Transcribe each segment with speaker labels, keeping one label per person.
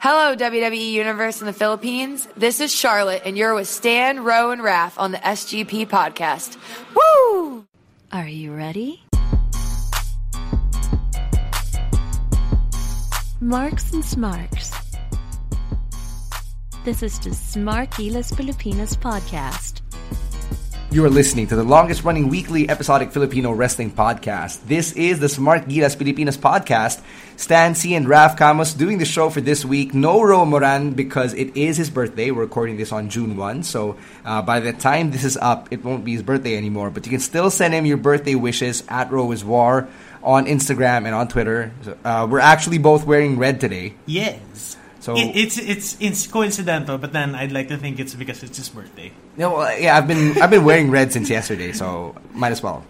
Speaker 1: Hello, WWE Universe in the Philippines. This is Charlotte, and you're with Stan, Rowe, and Raph on the SGP podcast. Woo!
Speaker 2: Are you ready? Marks and Smarks. This is the Smarky Las Filipinas podcast.
Speaker 3: You are listening to the longest running weekly episodic Filipino wrestling podcast. This is the Smart Gilas Pilipinas podcast. Stan C and Raf Camus doing the show for this week. No Ro Moran because it is his birthday. We're recording this on June 1. So uh, by the time this is up, it won't be his birthday anymore. But you can still send him your birthday wishes at Ro is War on Instagram and on Twitter. So, uh, we're actually both wearing red today.
Speaker 4: Yes.
Speaker 3: So-
Speaker 4: it, it's it's it's coincidental, but then I'd like to think it's because it's his birthday.
Speaker 3: No, well, yeah, I've been I've been wearing red since yesterday, so might as well.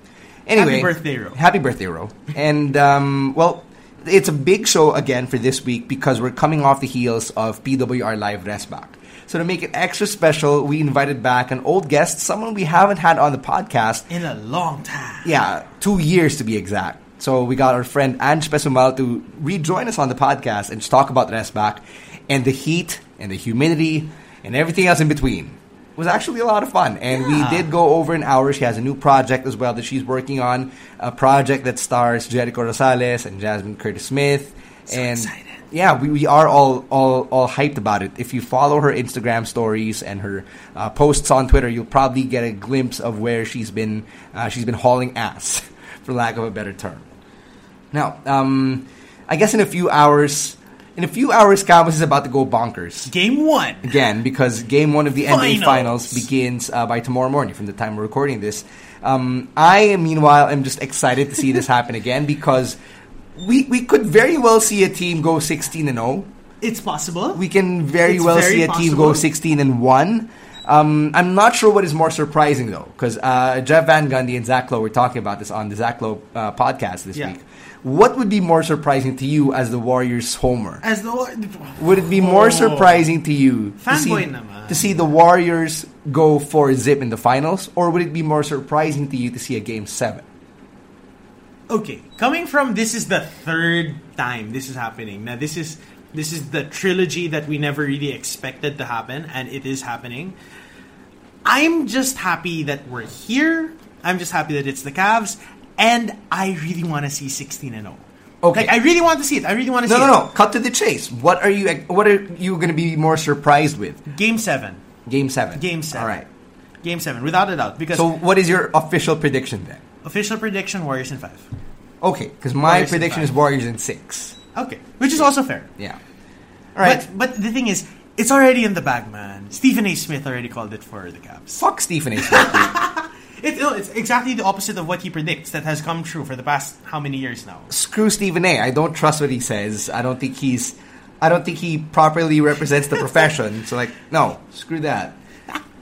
Speaker 3: Anyway,
Speaker 4: Happy birthday, Ro.
Speaker 3: Happy birthday, Ro. And um, well, it's a big show again for this week because we're coming off the heels of PWR Live Resback. So to make it extra special, we invited back an old guest, someone we haven't had on the podcast
Speaker 4: In a long time.
Speaker 3: yeah, two years to be exact. So we got our friend Ange Pesumal to rejoin us on the podcast and just talk about Resback and the heat and the humidity and everything else in between. It was actually a lot of fun, and we did go over an hour. She has a new project as well that she's working on, a project that stars Jericho Rosales and Jasmine Curtis Smith. and
Speaker 4: excited.
Speaker 3: yeah, we, we are all, all all hyped about it. If you follow her Instagram stories and her uh, posts on Twitter, you'll probably get a glimpse of where she's been uh, she's been hauling ass, for lack of a better term. Now, um, I guess in a few hours, in a few hours, Cowboys is about to go bonkers
Speaker 4: Game one.
Speaker 3: again because game one of the NBA
Speaker 4: Finals.
Speaker 3: Finals begins uh, by tomorrow morning from the time we're recording this. Um, I, meanwhile, am just excited to see this happen again because we we could very well see a team go sixteen and zero.
Speaker 4: It's possible.
Speaker 3: We can very
Speaker 4: It's
Speaker 3: well
Speaker 4: very
Speaker 3: see a team go
Speaker 4: possible.
Speaker 3: sixteen and one. Um, I'm not sure what is more surprising though, because uh, Jeff Van Gundy and Zach Lowe were talking about this on the Zach Lowe uh, podcast this
Speaker 4: Yeah.
Speaker 3: week. What would be more surprising to you as the Warriors homer?
Speaker 4: As though
Speaker 3: Would it be more
Speaker 4: Oh.
Speaker 3: surprising to you to see,
Speaker 4: Fanboy naman.
Speaker 3: to see the Warriors go for a zip in the finals, or would it be more surprising to you to see a game seven?
Speaker 4: Okay, coming from this is the third time this is happening. Now this is this is the trilogy that we never really expected to happen, and it is happening. I'm just happy that we're here. I'm just happy that it's the Cavs, and I really want to see 16 and 0.
Speaker 3: Okay.
Speaker 4: like I really want to see it. I really want to
Speaker 3: No, no,
Speaker 4: see it.
Speaker 3: no. Cut to the chase. What are you? What are you going to be more surprised with?
Speaker 4: Game seven.
Speaker 3: Game seven.
Speaker 4: Game seven.
Speaker 3: All right.
Speaker 4: Game seven, without a doubt. Because
Speaker 3: So, what is your official prediction then?
Speaker 4: official prediction Warriors in five.
Speaker 3: Okay, because my
Speaker 4: Warriors in
Speaker 3: prediction
Speaker 4: five.
Speaker 3: is Warriors in six.
Speaker 4: Okay. Which is also fair.
Speaker 3: Yeah. All right.
Speaker 4: But but the thing is, it's already in the bag, man. Stephen A. Smith already called it for the Cavs.
Speaker 3: Fuck Stephen A. Smith.
Speaker 4: It, no, it's exactly the opposite of what he predicts that has come true for the past how many years now.
Speaker 3: Screw Stephen A. I don't trust what he says. I don't think he's. I don't think he properly represents the profession. So like, no, screw that.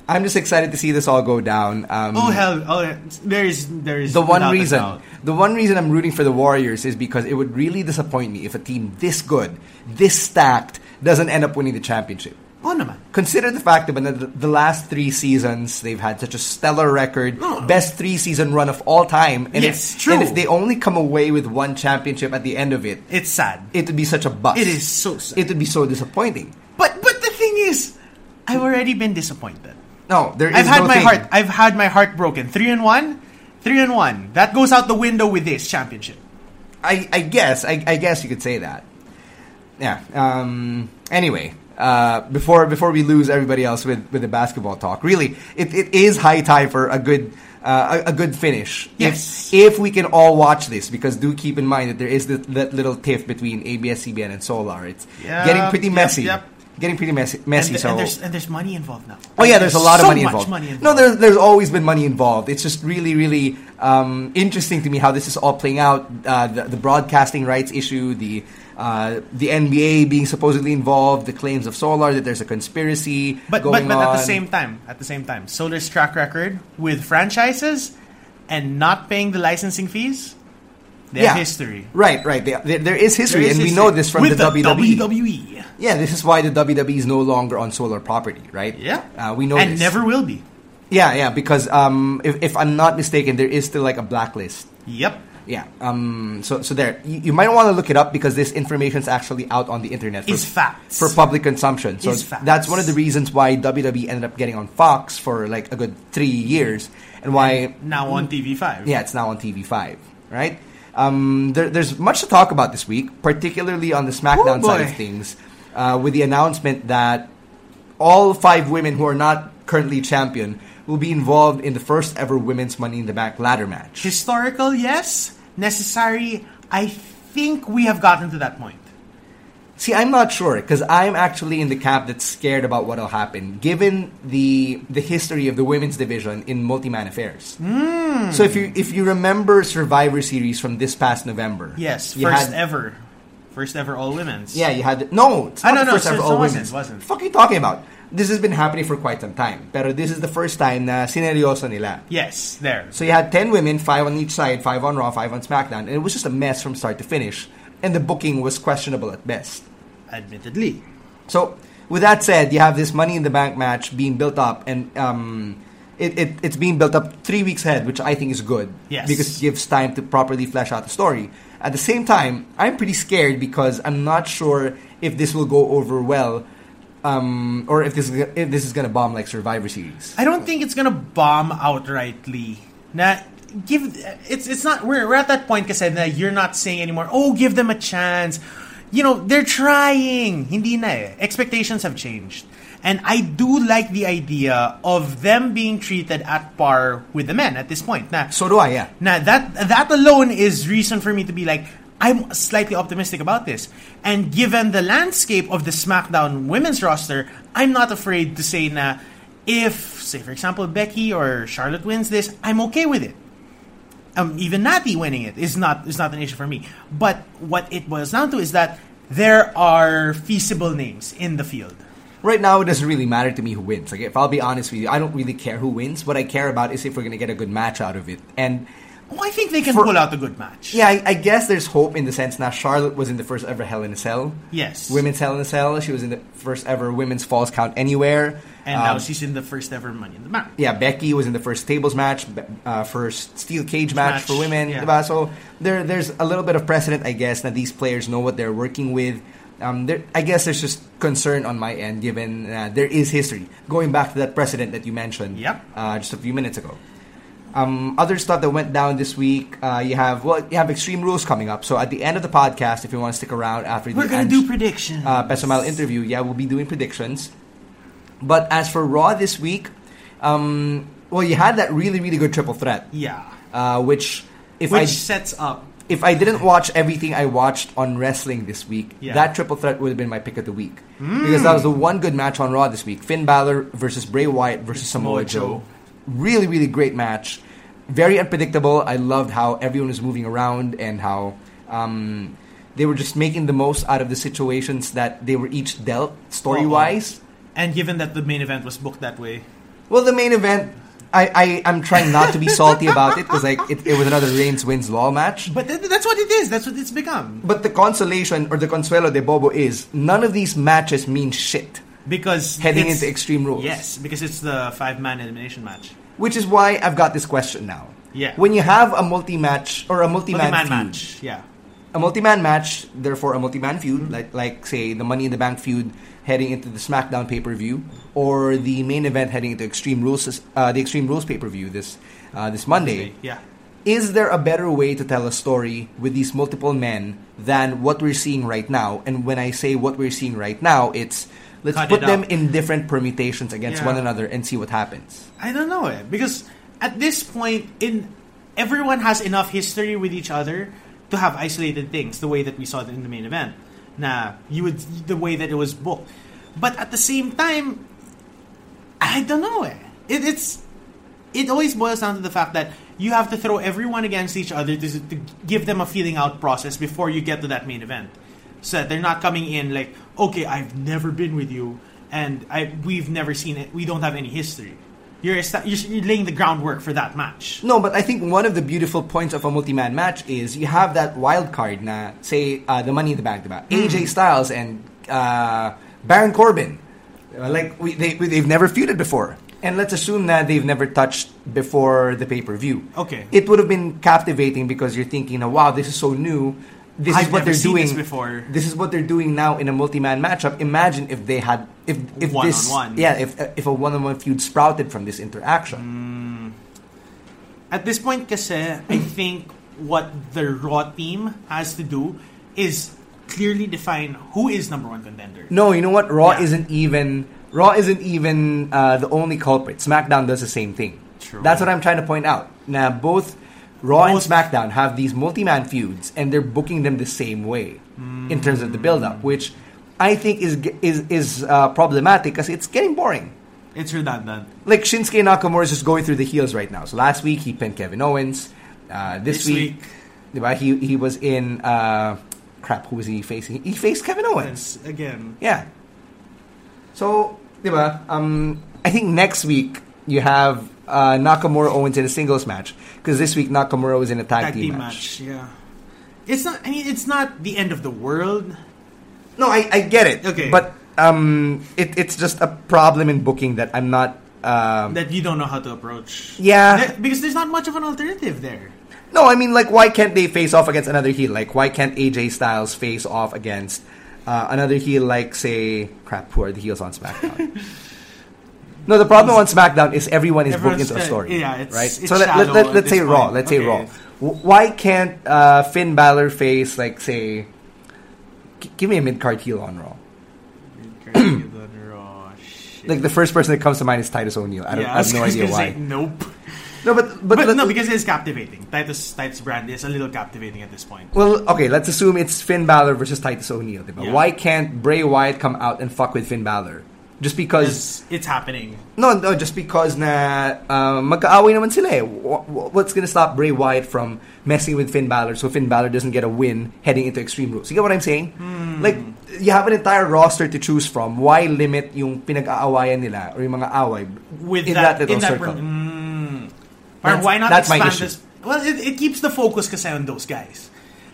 Speaker 3: I'm just excited to see this all go down. Um,
Speaker 4: Oh hell! Oh, there is there is
Speaker 3: the one
Speaker 4: without a
Speaker 3: reason,
Speaker 4: doubt.
Speaker 3: the one reason I'm rooting for the Warriors is because it would really disappoint me if a team this good, this stacked, doesn't end up winning the championship.
Speaker 4: Oh naman.
Speaker 3: Consider the fact that the, the last three seasons they've had such a stellar record, best three season run of all time, and
Speaker 4: Yes,
Speaker 3: if,
Speaker 4: true.
Speaker 3: And if they only come away with one championship at the end of it,
Speaker 4: It's sad.
Speaker 3: it would be such a bust.
Speaker 4: It is so sad.
Speaker 3: It would be so disappointing.
Speaker 4: but but the thing is, I've already been disappointed.
Speaker 3: No, there is
Speaker 4: I've had
Speaker 3: no
Speaker 4: my
Speaker 3: thing.
Speaker 4: heart. I've had my heart broken. Three and one, three and one. That goes out the window with this championship.
Speaker 3: I, I guess I, I guess you could say that. Yeah. Um, anyway, uh, before before we lose everybody else with, with the basketball talk, really, it, it is high time for a good uh, a, a good finish. If-
Speaker 4: Yes.
Speaker 3: If, we can all watch this, because do keep in mind that there is that, that little tiff between ABS-CBN and Solar. It's
Speaker 4: Yep,
Speaker 3: getting pretty
Speaker 4: yep,
Speaker 3: messy.
Speaker 4: yep.
Speaker 3: getting pretty messy.
Speaker 4: And,
Speaker 3: messy
Speaker 4: th-
Speaker 3: so
Speaker 4: and there's and there's money involved now.
Speaker 3: Oh yeah, there's, a lot
Speaker 4: so
Speaker 3: of money
Speaker 4: much
Speaker 3: involved.
Speaker 4: Money involved.
Speaker 3: No, there's there's always been money involved. It's just really, really um, interesting to me how this is all playing out. Uh, the, the broadcasting rights issue, the uh, the NBA being supposedly involved, the claims of Solar that there's a conspiracy
Speaker 4: but
Speaker 3: going
Speaker 4: but, but at the
Speaker 3: on.
Speaker 4: same time, at the same time, Solar's track record with franchises and not paying the licensing fees, their
Speaker 3: yeah.
Speaker 4: history.
Speaker 3: Right, right. There, there- there is history,
Speaker 4: There is
Speaker 3: and
Speaker 4: history.
Speaker 3: we know this from
Speaker 4: With
Speaker 3: the, E. WWE.
Speaker 4: E. WWE.
Speaker 3: Yeah, this is why the WWE is no longer on Solar property, right?
Speaker 4: Yeah,
Speaker 3: uh, we know
Speaker 4: and
Speaker 3: this.
Speaker 4: never will be.
Speaker 3: Yeah, yeah, because um, if, if I'm not mistaken, there is still like a blacklist.
Speaker 4: Yep.
Speaker 3: Yeah. Um. So so there, you, you might want to look it up because this information's actually out on the internet.
Speaker 4: It's facts.
Speaker 3: for public consumption. So
Speaker 4: It's facts.
Speaker 3: that's one of the reasons why WWE ended up getting on Fox for like a good three years, and why
Speaker 4: Now on TV five.
Speaker 3: Mm. yeah, it's now on TV Five, right? Um, there, there's much to talk about this week, particularly on the SmackDown
Speaker 4: Oh,
Speaker 3: side
Speaker 4: boy.
Speaker 3: of things, uh, with the announcement that all five women who are not currently champion will be involved in the first ever women's Money in the Bank ladder match.
Speaker 4: Historical, yes. Necessary, I think we have gotten to that point.
Speaker 3: See, I'm not sure because I'm actually in the camp that's scared about what'll happen, given the the history of the women's division in multi-man affairs.
Speaker 4: Hmm.
Speaker 3: So if you if you remember Survivor Series from this past November,
Speaker 4: Yes,
Speaker 3: you
Speaker 4: first
Speaker 3: had-
Speaker 4: ever. First ever all women's.
Speaker 3: Yeah, you had no. It's
Speaker 4: Ah,
Speaker 3: not
Speaker 4: no,
Speaker 3: the
Speaker 4: no,
Speaker 3: first
Speaker 4: so-
Speaker 3: time for
Speaker 4: so
Speaker 3: all
Speaker 4: wasn't,
Speaker 3: women.
Speaker 4: wasn't.
Speaker 3: Fuck you talking about? This has been happening for quite some time, pero this is the first time na sineryoso nila.
Speaker 4: Yes, there.
Speaker 3: So you had 10 women, 5 on each side, 5 on Raw, 5 on SmackDown, and it was just a mess from start to finish, and the booking was questionable at best.
Speaker 4: Admittedly.
Speaker 3: So, with that said, you have this Money in the Bank match being built up, and um, it, it, it's being built up three weeks ahead, which I think is good.
Speaker 4: Yes.
Speaker 3: Because it gives time to properly flesh out the story. At the same time, I'm pretty scared because I'm not sure if this will go over well um, or if this, is go- if this is going to bomb like Survivor Series.
Speaker 4: I don't think it's gonna bomb outrightly. Na give it's it's not we're we're at that point kasi na you're not saying anymore, oh give them a chance. You know, they're trying. Hindi na eh. Expectations have changed. And I do like the idea of them being treated at par with the men at this point. Na,
Speaker 3: So do I, yeah.
Speaker 4: now that that alone is reason for me to be like I'm slightly optimistic about this. And given the landscape of the SmackDown women's roster, I'm not afraid to say na if say for example Becky or Charlotte wins this, I'm okay with it. Um, even Natty winning it is not is not an issue for me. But what it boils down to is that there are feasible names in the field.
Speaker 3: Right now, it doesn't really matter to me who wins. Like, if I'll be honest with you, I don't really care who wins. What I care about is if we're going to get a good match out of it. And
Speaker 4: Oh, I think they can
Speaker 3: For-
Speaker 4: pull out a good match.
Speaker 3: Yeah, I, I guess there's hope in the sense now Charlotte was in the first ever Hell in a Cell.
Speaker 4: Yes.
Speaker 3: Women's Hell in a Cell. She was in the first ever Women's Falls Count Anywhere.
Speaker 4: And
Speaker 3: Um,
Speaker 4: now she's in the first ever Money in the Bank.
Speaker 3: Yeah, Becky was in the first tables match, be- uh, first steel cage match,
Speaker 4: Match,
Speaker 3: for women.
Speaker 4: yeah.
Speaker 3: diba? So there, there's a little bit of precedent, I guess, that these players know what they're working with. Um, there, I guess there's just concern on my end, given uh, there is history going back to that precedent that you mentioned
Speaker 4: Yep.
Speaker 3: uh, just a few minutes ago. Um, other stuff that went down this week, uh, you have well, you have Extreme Rules coming up. So at the end of the podcast, if you want to stick around after
Speaker 4: We're
Speaker 3: the
Speaker 4: gonna
Speaker 3: Ange-
Speaker 4: do predictions.
Speaker 3: uh, Peso Mal interview, yeah, we'll be doing predictions. But as for Raw this week, um, well, you had that really, really good triple threat,
Speaker 4: yeah.
Speaker 3: uh, which if
Speaker 4: which
Speaker 3: I
Speaker 4: sets up.
Speaker 3: if I didn't watch everything I watched on wrestling this week,
Speaker 4: Yeah.
Speaker 3: that triple threat would have been my pick of the week because that was the one good match on Raw this week: Finn Balor versus Bray Wyatt versus Samoa
Speaker 4: Samoa
Speaker 3: Joe.
Speaker 4: Joe.
Speaker 3: Really, really great match. Very unpredictable. I loved how everyone was moving around and how um, they were just making the most out of the situations that they were each dealt story wise.
Speaker 4: And given that the main event was booked that way,
Speaker 3: Well, the main event. I, I, I'm trying not to be salty about it because like it, it was another Reigns wins law match.
Speaker 4: but th- that's what it is. That's what it's become.
Speaker 3: But the consolation or the consuelo de Bobo is none of these matches mean shit.
Speaker 4: Because
Speaker 3: Heading
Speaker 4: it's-
Speaker 3: into Extreme Rules.
Speaker 4: yes, because it's the five-man elimination match.
Speaker 3: Which is why I've got this question now.
Speaker 4: Yeah.
Speaker 3: When you have a multi match or a multi man
Speaker 4: Multi-man
Speaker 3: feud,
Speaker 4: match, yeah.
Speaker 3: a multi man match, therefore a multi man feud,
Speaker 4: Mm-hmm.
Speaker 3: like like say the Money in the Bank feud heading into the SmackDown pay per view, or the main event heading into Extreme Rules, uh, the Extreme Rules pay per view this uh, this Monday.
Speaker 4: Yeah,
Speaker 3: Is there a better way to tell a story with these multiple men than what we're seeing right now? And when I say what we're seeing right now, it's let's
Speaker 4: Cut
Speaker 3: put
Speaker 4: it
Speaker 3: them
Speaker 4: up.
Speaker 3: in different permutations against
Speaker 4: Yeah.
Speaker 3: one another and see what happens.
Speaker 4: I don't know it because at this point, in everyone has enough history with each other to have isolated things the way that we saw it in the main event. Nah, you would the way that it was booked. But at the same time, I don't know. eh. It, it's it always boils down to the fact that you have to throw everyone against each other to, to give them a feeling out process before you get to that main event, so that they're not coming in like, okay, I've never been with you, and I we've never seen it. We don't have any history. You're esta- you're, you're laying the groundwork for that match.
Speaker 3: No, but I think one of the beautiful points of a multi-man match is you have that wild card na, say, uh, the Money in the Bank, diba?
Speaker 4: Hmm.
Speaker 3: AJ Styles and uh, Baron Corbin. Uh, Like, we, they, we, they've never feuded before. And let's assume that they've never touched before the pay-per-view.
Speaker 4: Okay.
Speaker 3: It would have been captivating because you're thinking, oh, wow, this is so new. This
Speaker 4: I've
Speaker 3: is what
Speaker 4: never
Speaker 3: they're
Speaker 4: seen
Speaker 3: doing
Speaker 4: this before.
Speaker 3: This is what they're doing now in a multi-man matchup. Imagine if they had if if this
Speaker 4: One-on-one. Hmm.
Speaker 3: yeah if if a one-on-one feud sprouted from this interaction.
Speaker 4: At this point kasi, I think what the Raw team has to do is clearly define who is number one contender.
Speaker 3: No, you know what? Raw
Speaker 4: Yeah.
Speaker 3: isn't even Raw isn't even uh, the only culprit. SmackDown does the same thing.
Speaker 4: True.
Speaker 3: That's what I'm trying to point out. Now both Raw
Speaker 4: Most-
Speaker 3: and SmackDown have these multi-man feuds, and they're booking them the same way in terms of the build-up, which I think is ge- is is uh, problematic because it's getting boring.
Speaker 4: It's redundant.
Speaker 3: Like Shinsuke Nakamura is just going through the heels right now. So last week he pinned Kevin Owens. Uh, this,
Speaker 4: This
Speaker 3: week,
Speaker 4: week.
Speaker 3: diba, he he was in uh, crap. Who was he facing? He faced Kevin Owens.
Speaker 4: It's, again,
Speaker 3: Yeah. So, di ba, um, I think next week you have uh, Nakamura Owens in a singles match because this week Nakamura was in a tag,
Speaker 4: tag team match. Yeah. It's not. I mean, it's not the end of the world.
Speaker 3: No, I, I get it.
Speaker 4: Okay.
Speaker 3: But um, it, it's just a problem in booking that I'm not. Um,
Speaker 4: That you don't know how to approach.
Speaker 3: Yeah.
Speaker 4: There- because there's not much of an alternative there.
Speaker 3: no, I mean, like, why can't they face off against another heel? Like, why can't AJ Styles face off against uh, another heel, like, say, crap, who are the heels on SmackDown? no, the problem on SmackDown is everyone is booked
Speaker 4: Everyone's-
Speaker 3: into a story.
Speaker 4: yeah, it's-
Speaker 3: right?
Speaker 4: it's
Speaker 3: so let, let,
Speaker 4: shallow
Speaker 3: let,
Speaker 4: at
Speaker 3: let's say
Speaker 4: this
Speaker 3: Raw.
Speaker 4: point.
Speaker 3: Let's say
Speaker 4: Okay.
Speaker 3: Raw. W- Why can't uh, Finn Balor face, like, say, g- give me a mid card heel on Raw? Like, the first person that comes to mind is Titus O'Neil. I, don't,
Speaker 4: yeah,
Speaker 3: I have no
Speaker 4: was
Speaker 3: idea
Speaker 4: gonna
Speaker 3: why.
Speaker 4: Say, nope.
Speaker 3: No, but, but,
Speaker 4: But,
Speaker 3: let-
Speaker 4: no, because it's captivating. Titus Titus brand is a little captivating at this point.
Speaker 3: Well, okay, let's assume it's Finn Balor versus Titus O'Neil. diba?
Speaker 4: Yeah.
Speaker 3: Why can't Bray Wyatt come out and fuck with Finn Balor? Just because?
Speaker 4: It's, it's happening.
Speaker 3: No, no, just because na uh, magkaaway naman sila. eh. Wha- wha- What's gonna stop Bray Wyatt from messing with Finn Balor so Finn Balor doesn't get a win heading into Extreme Rules? You get what I'm saying?
Speaker 4: Hmm.
Speaker 3: Like you have an entire roster to choose from. Why limit yung pinag-aawayan nila or yung mga away
Speaker 4: with
Speaker 3: in
Speaker 4: that,
Speaker 3: that, little
Speaker 4: in that
Speaker 3: circle?
Speaker 4: per- Mm. Parang
Speaker 3: That's-
Speaker 4: why not
Speaker 3: that's my
Speaker 4: expand
Speaker 3: issue.
Speaker 4: this? Well, it, it keeps the focus kasi on those guys.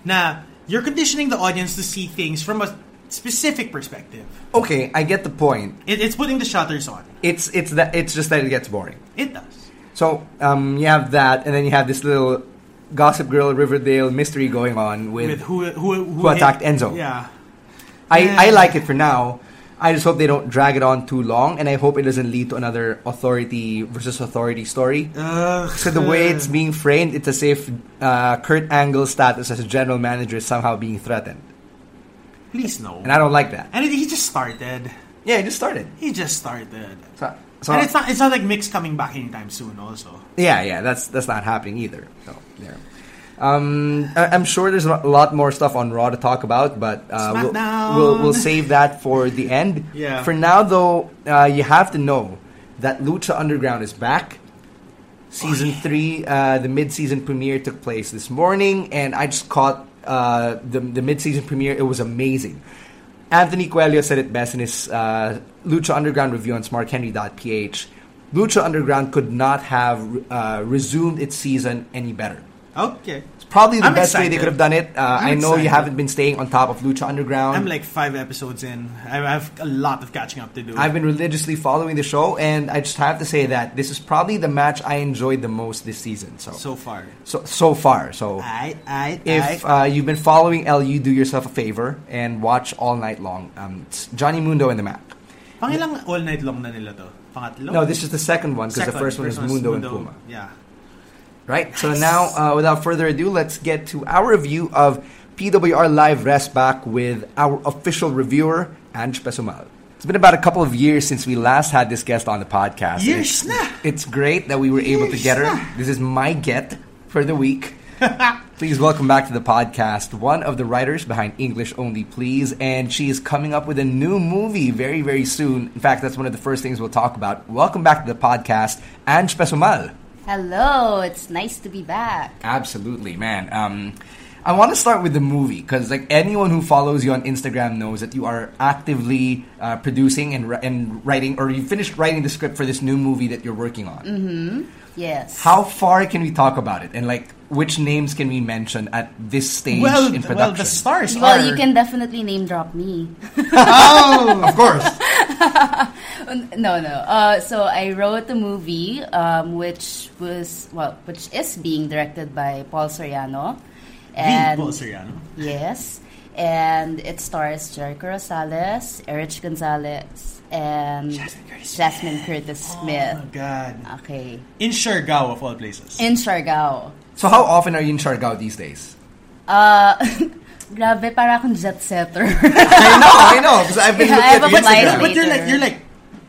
Speaker 4: Now, you're conditioning the audience to see things from a specific perspective.
Speaker 3: okay, I get the point.
Speaker 4: It, it's putting the shutters on.
Speaker 3: It's it's that it's just that it gets boring.
Speaker 4: It does.
Speaker 3: So um, you have that, and then you have this little Gossip Girl Riverdale mystery going on with.
Speaker 4: With who who
Speaker 3: Who
Speaker 4: who,
Speaker 3: attacked Enzo.
Speaker 4: Yeah.
Speaker 3: I, I like it for now. I just hope they don't drag it on too long, and I hope it doesn't lead to another authority versus authority story. so the way it's
Speaker 4: Uh-huh.
Speaker 3: being framed, it's as if uh, Kurt Angle's status as a general manager is somehow being threatened,
Speaker 4: Please no.
Speaker 3: and I don't like that.
Speaker 4: And it, he just started.
Speaker 3: Yeah, it just started.
Speaker 4: He just started.
Speaker 3: So, so
Speaker 4: and it's not it's not like Mick's coming back anytime soon also.
Speaker 3: Yeah, yeah, that's that's not happening either. So there. Um, I, I'm sure there's a lot more stuff on Raw to talk about, but uh,
Speaker 4: Smackdown!
Speaker 3: we'll, we'll we'll save that for the end.
Speaker 4: Yeah.
Speaker 3: For now, though, uh, you have to know that Lucha Underground is back.
Speaker 4: Oh,
Speaker 3: Season three, uh, the mid-season premiere took place this morning, and I just caught uh, the the mid-season premiere. It was amazing. Anthony Coelho said it best in his uh, Lucha Underground review on smarthenry.ph. Lucha Underground could not have uh, resumed its season any better.
Speaker 4: Okay.
Speaker 3: It's probably the
Speaker 4: I'm
Speaker 3: best way they
Speaker 4: excited.
Speaker 3: could have done it. Uh, I know you
Speaker 4: excited.
Speaker 3: haven't been staying on top of Lucha Underground.
Speaker 4: I'm like five episodes in. I have a lot of catching up to do.
Speaker 3: I've been religiously following the show, and I just have to say that this is probably the match I enjoyed the most this season. So
Speaker 4: so far.
Speaker 3: so, so far. So
Speaker 4: I I
Speaker 3: if uh, you've been following LU, do yourself a favor and watch all night long. Um, it's Johnny Mundo and the Mac.
Speaker 4: Pangilang all night long na nila to? Pangatlo?
Speaker 3: No, this is the second one because the
Speaker 4: Second.
Speaker 3: first one is
Speaker 4: was
Speaker 3: Mundo, and Puma.
Speaker 4: Yeah.
Speaker 3: Right. So now, uh, without further ado, let's get to our review of PWR Live Rest Back with our official reviewer, Ange Pesumal. It's been about a couple of years since we last had this guest on the podcast.
Speaker 4: Years
Speaker 3: it's,
Speaker 4: na.
Speaker 3: it's great that we were able to
Speaker 4: Years
Speaker 3: get her.
Speaker 4: na.
Speaker 3: This is my get for the week. Please welcome back to the podcast one of the writers behind English Only Please, and she is coming up with a new movie very, very soon. In fact, that's one of the first things we'll talk about. Welcome back to the podcast, Ange Pesumal.
Speaker 5: Hello, it's nice to be back.
Speaker 3: Absolutely, man. Um, I want to start with the movie because, like, anyone who follows you on Instagram knows that you are actively uh, producing and, ri- and writing, or you finished writing the script for this new movie that you're working on.
Speaker 5: Yes.
Speaker 3: How far can we talk about it, and like, which names can we mention at this stage
Speaker 4: well,
Speaker 3: in
Speaker 4: th-
Speaker 3: production?
Speaker 4: well, the stars
Speaker 5: Well,
Speaker 4: are.
Speaker 5: you can definitely name drop me.
Speaker 4: Oh, of course.
Speaker 5: no, no. Uh, so I wrote the movie, um, which was well, which is being directed by Paul Soriano, and
Speaker 4: the Paul Soriano.
Speaker 5: yes, and it stars Jericho Rosales, Erich Gonzalez, and Jasmine Curtis Smith.
Speaker 4: Oh, God.
Speaker 5: Okay,
Speaker 4: In Siargao, of all places.
Speaker 5: in Siargao.
Speaker 3: so, how often are you in Siargao these days?
Speaker 5: Uh, grabe, para akong jet setter.
Speaker 3: I know, I know, because I've been
Speaker 5: Yeah, I
Speaker 3: looking at
Speaker 5: have a flight
Speaker 3: your Instagram.
Speaker 5: later.
Speaker 4: but you're like, you're like,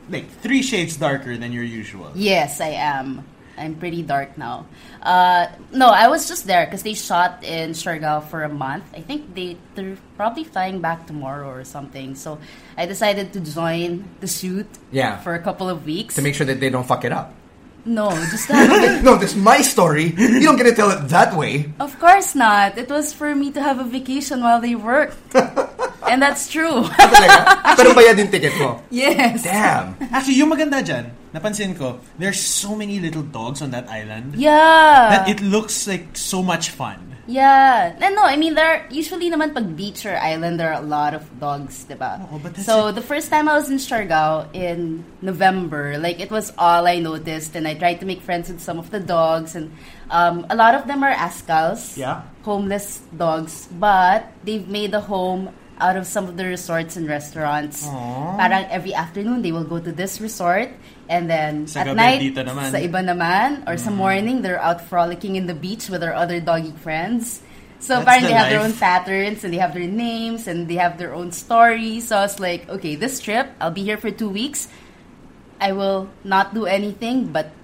Speaker 4: like three shades darker than your usual.
Speaker 5: Yes, I am. I'm pretty dark now. Uh, no, I was just there because they shot in Siargao for a month. I think they they're probably flying back tomorrow or something. So I decided to join the shoot.
Speaker 3: Yeah.
Speaker 5: For a couple of weeks.
Speaker 3: to make sure that they don't fuck it up.
Speaker 5: no, just to have a bit-
Speaker 3: No, this is my story. You don't get to tell it that way.
Speaker 5: of course not. It was for me to have a vacation while they worked, and that's true.
Speaker 3: Talaga. Pero bayad yung ticket mo.
Speaker 5: yes.
Speaker 3: Damn.
Speaker 4: Actually, yung maganda dyan, napansin ko, there's so many little dogs on that island.
Speaker 5: Yeah.
Speaker 4: That it looks like so much fun.
Speaker 5: Yeah. And no, I mean, there are, usually naman pag beach or island, there are a lot of dogs, diba?
Speaker 4: Oo, Oh, but that's
Speaker 5: so
Speaker 4: it.
Speaker 5: the first time I was in Siargao in November, like it was all I noticed and I tried to make friends with some of the dogs and um, a lot of them are Ascals.
Speaker 4: Yeah.
Speaker 5: Homeless dogs. But they've made a home out of some of the resorts and restaurants. Parang every afternoon they will go to this resort and then
Speaker 4: Sa
Speaker 5: at
Speaker 4: gabi,
Speaker 5: night
Speaker 4: dito naman.
Speaker 5: sa iba naman or
Speaker 3: Mm-hmm.
Speaker 5: sa morning they're out frolicking in the beach with their other doggy friends. So
Speaker 4: That's
Speaker 5: apparently
Speaker 4: the
Speaker 5: they have their
Speaker 4: life.
Speaker 5: own patterns and they have their names and they have their own stories. So I was like, okay, this trip, I'll be here for two weeks. I will not do anything but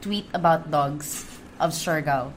Speaker 5: tweet about dogs of Siargao.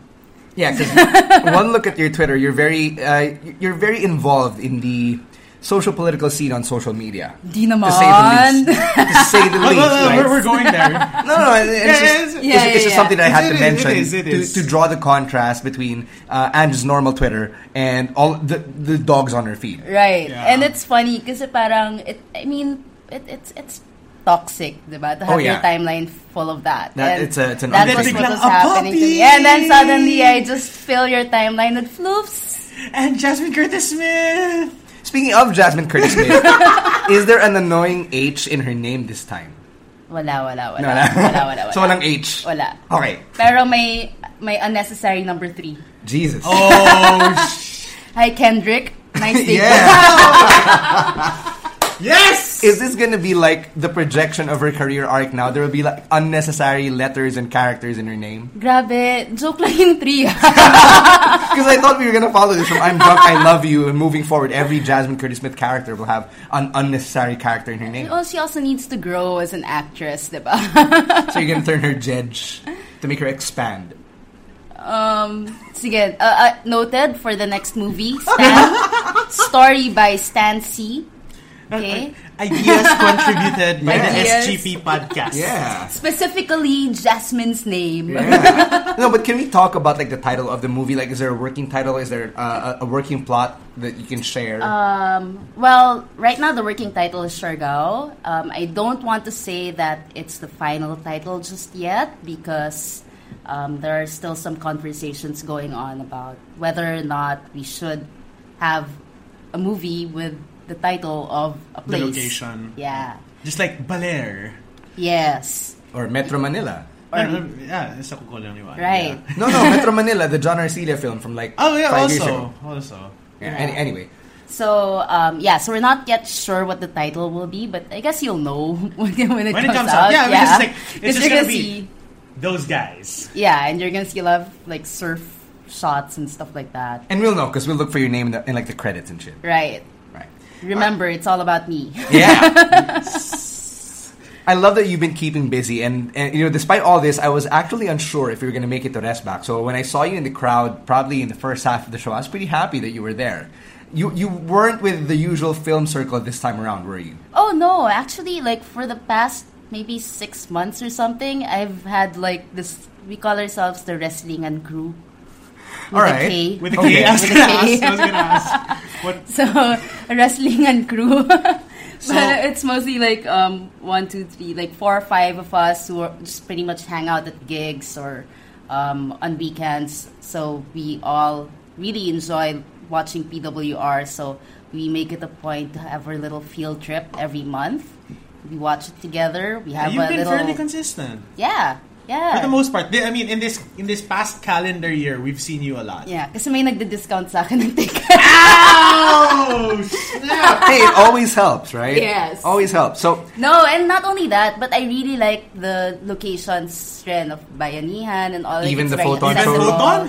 Speaker 3: Yeah, because one look at your Twitter, you're very uh, you're very involved in the social political scene on social media.
Speaker 5: Di
Speaker 3: To say the
Speaker 5: naman.
Speaker 3: least. to say the
Speaker 4: Oh,
Speaker 3: least.
Speaker 4: no, no, no,
Speaker 3: right?
Speaker 4: we're, we're going there.
Speaker 3: No, no, it- it's
Speaker 4: Yeah,
Speaker 3: just,
Speaker 4: it's-
Speaker 3: it's,
Speaker 5: Yeah,
Speaker 3: it's
Speaker 5: yeah,
Speaker 3: just
Speaker 5: yeah.
Speaker 3: something that I had
Speaker 4: It
Speaker 3: to
Speaker 4: is, it
Speaker 3: mention
Speaker 4: is, it is.
Speaker 3: To, to draw the contrast between uh, Ange's normal Twitter and all the, the dogs on her feed.
Speaker 5: Right.
Speaker 4: Yeah.
Speaker 5: And it's funny kasi parang it I mean, it, it's it's toxic, diba? To have
Speaker 3: Oh, yeah.
Speaker 5: your timeline full of that.
Speaker 3: That-
Speaker 5: and
Speaker 3: it's a- it's an
Speaker 5: that
Speaker 3: unfair
Speaker 5: was
Speaker 3: thing.
Speaker 5: what was
Speaker 4: Biglang, "A
Speaker 5: happening to
Speaker 4: puppy!"
Speaker 5: me. And then suddenly I just fill your timeline with floofs.
Speaker 4: and Jasmine Curtis Smith.
Speaker 3: Speaking of Jasmine Curtis Smith, is there an annoying H in her name this time?
Speaker 5: Wala, wala, wala.
Speaker 3: No,
Speaker 5: wala,
Speaker 3: no.
Speaker 5: wala, wala.
Speaker 3: So walang Oh. H.
Speaker 5: Wala.
Speaker 3: Okay.
Speaker 5: Pero may may unnecessary number three.
Speaker 3: Jesus.
Speaker 4: Oh,
Speaker 5: Hi, Kendrick. Nice day.
Speaker 3: Yeah.
Speaker 4: yes!
Speaker 3: Is this going to be like the projection of her career arc now? There will be like unnecessary letters and characters in her name?
Speaker 5: Grabe. Joke lang yung three.
Speaker 3: Because I thought we were going to follow this from I'm drunk, I love you, and moving forward, every Jasmine Curtis Smith character will have an unnecessary character in her name.
Speaker 5: oh, she also needs to grow as an actress, diba?
Speaker 3: So you're going to turn her judge to make her expand.
Speaker 5: Um, sige, uh, uh, noted for the next movie, Stan. Story by Stan C. Okay?
Speaker 4: Ideas contributed by
Speaker 5: Ideas.
Speaker 4: the SGP podcast.
Speaker 3: Yeah.
Speaker 5: Specifically, Jasmine's name.
Speaker 3: Yeah. no, but can we talk about like the title of the movie? Like, is there a working title? Is there uh, a, a working plot that you can share?
Speaker 5: Well, right now the working title is Siargao. Um, I don't want to say that it's the final title just yet because um, there are still some conversations going on about whether or not we should have a movie with the title of a
Speaker 4: The
Speaker 5: place.
Speaker 4: location.
Speaker 5: Yeah.
Speaker 4: Just like Baler.
Speaker 5: Yes.
Speaker 3: or Metro Manila?
Speaker 4: Or, yeah, isa ko ko lang yung ano,
Speaker 5: Right.
Speaker 4: yeah.
Speaker 3: No, no, Metro Manila, the John Arcelia film from like
Speaker 4: Oh, yeah,
Speaker 3: five years
Speaker 4: also.
Speaker 3: ago.
Speaker 4: Also.
Speaker 3: Yeah, any- anyway,
Speaker 5: So um, yeah, so we're not yet sure what the title will be, but I guess you'll know when, when, it,
Speaker 4: When it
Speaker 5: comes
Speaker 4: comes out, yeah, because it's like- it's just
Speaker 5: you're
Speaker 4: gonna
Speaker 5: gonna
Speaker 4: be-
Speaker 5: see,
Speaker 4: Those guys.
Speaker 5: yeah, and you're gonna see a lot of like surf shots and stuff like that,
Speaker 3: and we'll know because we'll look for your name in, the, in like the credits and shit.
Speaker 5: right?
Speaker 3: Right.
Speaker 5: Remember, it's all about me.
Speaker 3: Yeah. I love that you've been keeping busy, and, and you know, despite all this, I was actually unsure if you were going to make it to Resback. So when I saw you in the crowd, probably in the first half of the show, I was pretty happy that you were there. You you weren't with the usual film circle this time around, were you?
Speaker 5: Oh no, actually, like for the past maybe six months or something, I've had like this. We call ourselves the wrestling and crew. With
Speaker 3: All right.
Speaker 5: A K.
Speaker 4: With a K, I was
Speaker 5: With a
Speaker 4: gonna
Speaker 5: K.
Speaker 4: ask. I was gonna ask. What?
Speaker 5: so wrestling and crew. but
Speaker 4: So-
Speaker 5: it's mostly like um, one, two, three, like four or five of us who are just pretty much hang out at gigs or um, on weekends. So we all really enjoy watching PWR. So we make it a point to have our little field trip every month. We watch it together. We have
Speaker 4: You've
Speaker 5: a
Speaker 4: been
Speaker 5: little
Speaker 4: fairly consistent
Speaker 5: yeah, yeah.
Speaker 4: for the most part. Th- I mean, in this in this past calendar year, we've seen you a lot.
Speaker 5: yeah, kasi may nagdi-discount sa akin ng ticket.
Speaker 4: Oh, snap.
Speaker 3: hey, it always helps, right?
Speaker 5: Yes.
Speaker 3: always helps. So
Speaker 5: No, and not only that, but I really like the location strength of Bayanihan and all. like,
Speaker 3: Even
Speaker 5: it's
Speaker 3: the
Speaker 5: very
Speaker 3: photon
Speaker 4: Even
Speaker 5: accessible.
Speaker 4: photon?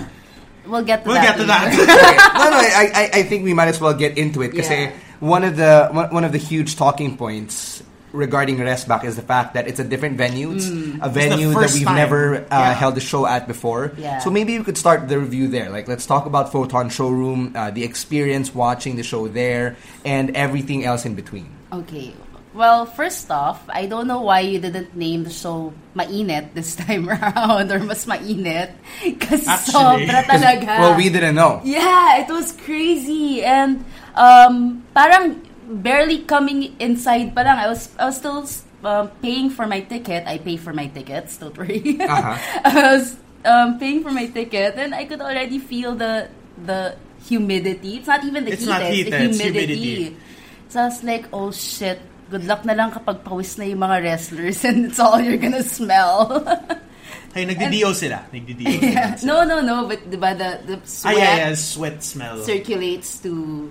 Speaker 5: We'll get to
Speaker 4: We'll
Speaker 5: that.
Speaker 4: get to
Speaker 5: later.
Speaker 4: that.
Speaker 3: no, no. I, I, I think we might as well get into it because
Speaker 5: Yeah.
Speaker 3: one of the one, one of the huge talking points regarding Resbach is the fact that it's a different venue, it's a venue that
Speaker 4: Mm. first
Speaker 3: we've
Speaker 4: time.
Speaker 3: never uh,
Speaker 4: Yeah.
Speaker 3: held a show at before.
Speaker 5: Yeah.
Speaker 3: So maybe we could start the review there. Like, let's talk about Photon Showroom, uh, the experience watching the show there, and everything else in between.
Speaker 5: Okay. Well, first off, I don't know why you didn't name the show Mainit this time around or Mas Mainit. Kasi
Speaker 4: Actually,
Speaker 5: sobra
Speaker 4: uh,
Speaker 5: talaga.
Speaker 3: Well, we didn't know.
Speaker 5: Yeah, it was crazy and um, parang barely coming inside pa lang. I was I was still um, paying for my ticket. I pay for my tickets, don't worry.
Speaker 4: Uh-huh.
Speaker 5: I was um, paying for my ticket and I could already feel the the humidity. It's not even the
Speaker 4: It's
Speaker 5: heat,
Speaker 4: not
Speaker 5: eh,
Speaker 4: heat,
Speaker 5: the
Speaker 4: eh, it's
Speaker 5: humidity.
Speaker 4: humidity.
Speaker 5: So I was like, oh shit, good luck na lang kapag pawis na yung mga wrestlers and it's all you're gonna smell.
Speaker 4: Ay, nagdi-DO sila. Nagdi-DO sila.
Speaker 5: no, no, no, but diba the, the
Speaker 4: Ah,
Speaker 5: sweat
Speaker 4: yeah, yeah, sweat smell.
Speaker 5: circulates to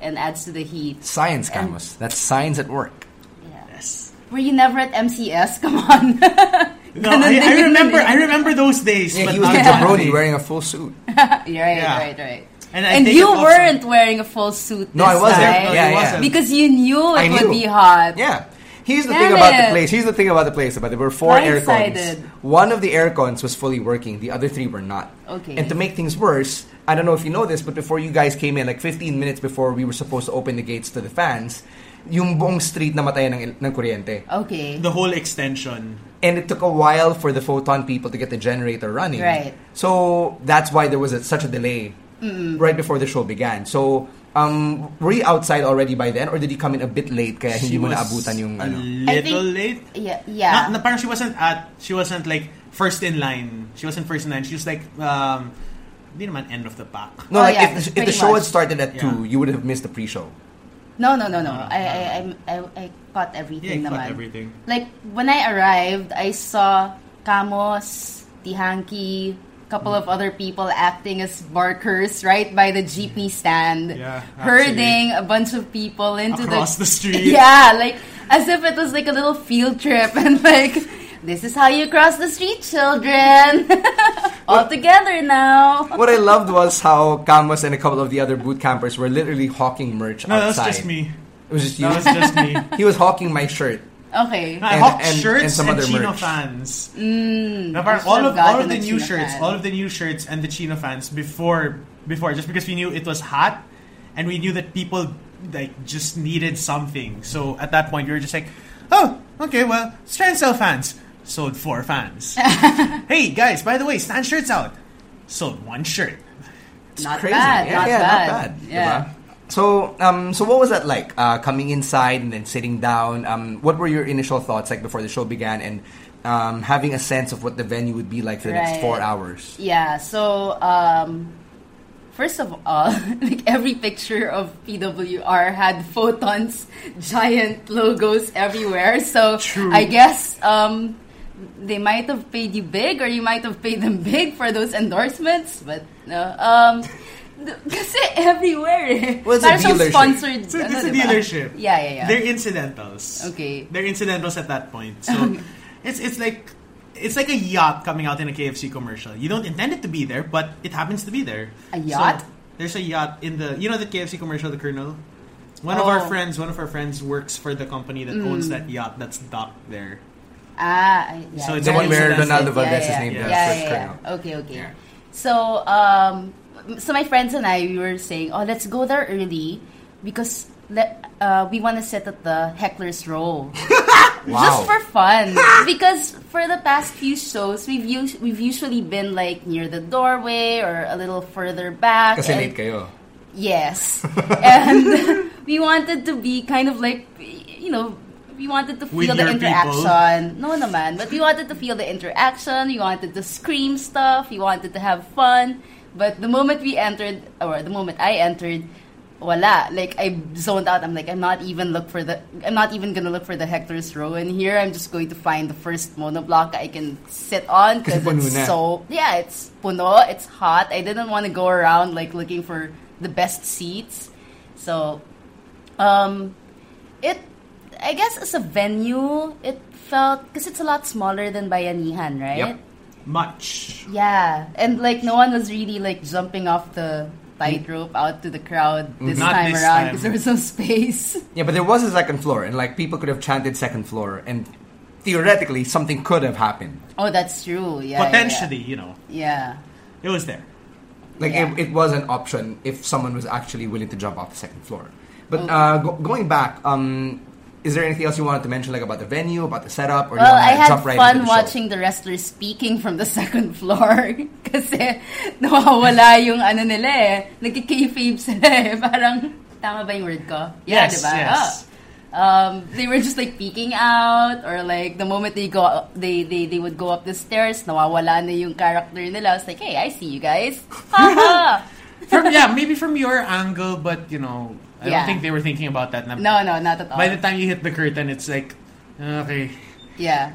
Speaker 5: and adds to the heat.
Speaker 3: Science, Camus. That's science at work.
Speaker 4: Yes.
Speaker 5: Were you never at MCS? Come on.
Speaker 4: No,
Speaker 5: Ganun
Speaker 4: I,
Speaker 5: din
Speaker 4: I
Speaker 5: yun
Speaker 4: remember.
Speaker 5: eh.
Speaker 4: I remember those days.
Speaker 3: Yeah,
Speaker 4: but
Speaker 3: he was
Speaker 4: not
Speaker 3: like
Speaker 4: that
Speaker 3: Jabroni
Speaker 4: day.
Speaker 3: wearing a full suit.
Speaker 5: You're right,
Speaker 4: Yeah.
Speaker 5: right, right.
Speaker 4: And I
Speaker 5: And,
Speaker 4: think it
Speaker 5: you
Speaker 4: also-
Speaker 5: weren't wearing a full suit.
Speaker 3: No,
Speaker 5: this
Speaker 3: I wasn't.
Speaker 5: time
Speaker 3: Yeah,
Speaker 4: No, he
Speaker 3: yeah.
Speaker 4: wasn't.
Speaker 5: Because you knew
Speaker 3: I
Speaker 5: it would
Speaker 3: knew.
Speaker 5: be hot.
Speaker 3: Yeah. Here's the
Speaker 5: Damn
Speaker 3: thing about the
Speaker 5: it.
Speaker 3: place. Here's the thing about the place. About there were four air cons.
Speaker 5: Blindsided.
Speaker 3: One of the air cons was fully working. The other three were not.
Speaker 5: Okay.
Speaker 3: And to make things worse, I don't know if you know this, but before you guys came in, like 15 minutes before we were supposed to open the gates to the fans, yung buong street namatayan ng, ng kuryente.
Speaker 5: Okay.
Speaker 4: The whole extension.
Speaker 3: And it took a while for the photon people to get the generator running.
Speaker 5: Right.
Speaker 3: So that's why there was a, such a delay right before the show began. So um, were you outside already by then, or did you come in a bit late kaya
Speaker 4: She
Speaker 3: hindi mo
Speaker 4: was
Speaker 3: naabutan yung
Speaker 4: a
Speaker 3: ano?
Speaker 5: I
Speaker 4: little late.
Speaker 5: Yeah,
Speaker 4: Not-
Speaker 5: yeah.
Speaker 4: na, parang she wasn't at, she wasn't like first in line. She wasn't first in line. She was like, um, hindi naman end of the pack.
Speaker 3: No,
Speaker 5: Oh,
Speaker 3: like
Speaker 5: yeah,
Speaker 3: if, the, if
Speaker 5: pretty
Speaker 3: the show had
Speaker 5: much.
Speaker 3: started at
Speaker 4: Yeah.
Speaker 3: two, you would have missed the pre-show.
Speaker 5: No, no, no, no. I, I, I'm- I, I caught
Speaker 4: Ah, Yeah, I
Speaker 5: everything
Speaker 4: caught
Speaker 5: naman.
Speaker 4: everything.
Speaker 5: Like, when I arrived, I saw Camos, Tihanki, couple
Speaker 4: Mm.
Speaker 5: of other people acting as barkers right by the jeepney stand.
Speaker 4: Yeah,
Speaker 5: herding a bunch of people into
Speaker 4: Across the street.
Speaker 5: Yeah, like, as if it was like a little field trip and like... This is how you cross the street, children. All together now.
Speaker 3: What I loved was how Camus and a couple of the other boot campers were literally hawking merch
Speaker 4: No, that was
Speaker 3: outside.
Speaker 4: just me.
Speaker 3: It was just you.
Speaker 4: That was just me.
Speaker 3: he was hawking my shirt.
Speaker 5: Okay.
Speaker 3: And-
Speaker 4: I hawked
Speaker 3: and-
Speaker 4: shirts
Speaker 3: and
Speaker 4: and,
Speaker 3: some other
Speaker 4: Chino
Speaker 3: merch.
Speaker 4: fans. Na
Speaker 5: Mm, I
Speaker 4: parang
Speaker 5: should
Speaker 4: all
Speaker 5: have
Speaker 4: of all
Speaker 5: gotten
Speaker 4: of the
Speaker 5: a
Speaker 4: new
Speaker 5: Chino
Speaker 4: shirts,
Speaker 5: fan.
Speaker 4: all of the new shirts and the Chino fans before before just because we knew it was hot and we knew that people like just needed something. So at that point we were just like, oh, okay, well, Strand Cell fans sold four fans. hey guys, by the way, Stan shirts out. Sold one shirt.
Speaker 3: It's
Speaker 5: Not
Speaker 3: crazy.
Speaker 5: bad,
Speaker 3: yeah,
Speaker 5: not
Speaker 3: yeah,
Speaker 5: bad.
Speaker 3: not bad.
Speaker 5: Yeah.
Speaker 3: diba? So, um, so what was that like? Uh, coming inside and then sitting down. Um, what were your initial thoughts like before the show began, and um, having a sense of what the venue would be like for the next
Speaker 5: Right.
Speaker 3: four hours?
Speaker 5: Yeah, so um, first of all, like every picture of PWR had photons, giant logos everywhere. So I guess um, they might have paid you big, or you might have paid them big for those endorsements. But no, um, kasi everywhere. Eh.
Speaker 3: Well, it's a
Speaker 5: Parang siyang
Speaker 3: dealership.
Speaker 5: sponsored.
Speaker 4: So
Speaker 5: ano,
Speaker 4: it's a
Speaker 5: diba?
Speaker 4: dealership.
Speaker 5: Yeah, yeah, yeah.
Speaker 4: They're incidentals.
Speaker 5: Okay.
Speaker 4: They're incidentals at that point. So it's it's like it's like a yacht coming out in a KFC commercial. You don't intend it to be there, but it happens to be there.
Speaker 5: A
Speaker 4: So
Speaker 5: yacht?
Speaker 4: there's a yacht in the you know the KFC commercial, the Colonel. One of our
Speaker 5: Oh. Mm.
Speaker 4: friends, one of our friends works for the company that owns that yacht that's docked there.
Speaker 5: Ah, I- yeah.
Speaker 4: So it's
Speaker 3: The one where Ronaldo
Speaker 4: Valentine's Day.
Speaker 3: Valdez
Speaker 5: yeah,
Speaker 3: is named
Speaker 4: yeah.
Speaker 3: as
Speaker 5: yeah,
Speaker 3: first
Speaker 5: yeah,
Speaker 3: colonel.
Speaker 5: yeah. Okay, okay. So, um, so my friends and I, we were saying, oh, let's go there early because le- uh, we want to sit at the heckler's row just for fun. because for the past few shows, we've us- we've usually been like near the doorway or a little further back.
Speaker 3: Kasi
Speaker 5: and-
Speaker 3: late kayo.
Speaker 5: Yes, and we wanted to be kind of like, you know, we wanted to
Speaker 4: With
Speaker 5: feel the
Speaker 4: your people?
Speaker 5: interaction. No, no, man. But we wanted to feel the interaction. We wanted to scream stuff. We wanted to have fun. But the moment we entered, or the moment I entered, voila! Like I zoned out. I'm like, I'm not even look for the. I'm not even gonna look for the Hector's row in here. I'm just going to find the first monoblock I can sit on because
Speaker 3: Kasi puno
Speaker 5: it's
Speaker 3: na.
Speaker 5: so yeah, it's puno, it's hot. I didn't want to go around like looking for the best seats. So um it I guess as a venue, it felt because it's a lot smaller than Bayanihan, right?
Speaker 3: Yep.
Speaker 4: Much.
Speaker 5: Yeah. And like no one was really like jumping off the tightrope out to the crowd
Speaker 4: Mm.
Speaker 5: this
Speaker 4: Not
Speaker 5: time
Speaker 4: this
Speaker 5: around
Speaker 4: time.
Speaker 5: because there was some space.
Speaker 3: Yeah, but there was a second floor, and like people could have chanted second floor, and theoretically something could have happened.
Speaker 5: oh, that's true. Yeah. yeah, yeah.
Speaker 4: Potentially, you know,
Speaker 5: Yeah.
Speaker 4: it was there.
Speaker 3: Like
Speaker 5: Yeah.
Speaker 3: it, it was an option if someone was actually willing to jump off the second floor. But
Speaker 5: Oh.
Speaker 3: uh, go- going back, um, is there anything else you wanted to mention, like about the venue, about the setup, or
Speaker 5: Well,
Speaker 3: you
Speaker 5: I
Speaker 3: want to
Speaker 5: had
Speaker 3: jump right
Speaker 5: fun
Speaker 3: into the show?
Speaker 5: watching the wrestlers speaking from the second floor kasi nawawala yung ano nila eh. Nagki-kayfabe sila eh. Parang, tama ba yung word ko? Yeah,
Speaker 4: Yes,
Speaker 5: diba?
Speaker 4: yes.
Speaker 5: Oh. Um, they were just like peeking out or like the moment they go they, they they would go up the stairs nawawala na yung character nila I was like hey I see you guys Haha.
Speaker 4: From yeah, maybe from your angle, but you know, I don't
Speaker 5: Yeah.
Speaker 4: think they were thinking about that. na-
Speaker 5: no no not at all
Speaker 4: By the time you hit the curtain, it's like, okay,
Speaker 5: Yeah.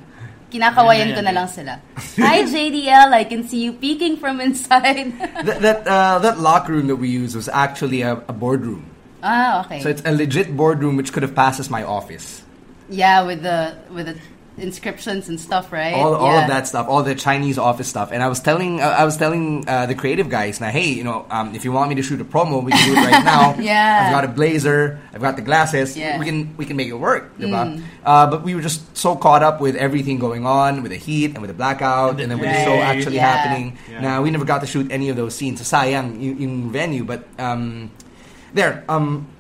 Speaker 5: kinakawayan ko na lang sila hi JDL I can see you peeking from inside
Speaker 3: That that, uh, that locker room that we used was actually a, a boardroom.
Speaker 5: ah okay
Speaker 3: So it's a legit boardroom which could have passed as my office.
Speaker 5: Yeah, with the with the inscriptions and stuff, right?
Speaker 3: all,
Speaker 5: yeah.
Speaker 3: all of that stuff, all the Chinese office stuff. And I was telling, uh, I was telling uh, the creative guys, now, hey, you know, um, if you want me to shoot a promo, we can do it right now.
Speaker 5: Yeah.
Speaker 3: I've got a blazer, I've got the glasses.
Speaker 5: Yeah. Mm.
Speaker 3: We can we can make it work, diba? Uh, but we were just so caught up with everything going on, with the heat and with the blackout, and,
Speaker 4: And the
Speaker 3: then with the
Speaker 4: rain.
Speaker 3: show actually
Speaker 5: Yeah.
Speaker 3: happening.
Speaker 4: Yeah.
Speaker 3: Now we never got to shoot any of those scenes. So sayang in, in venue, but um, there. Um,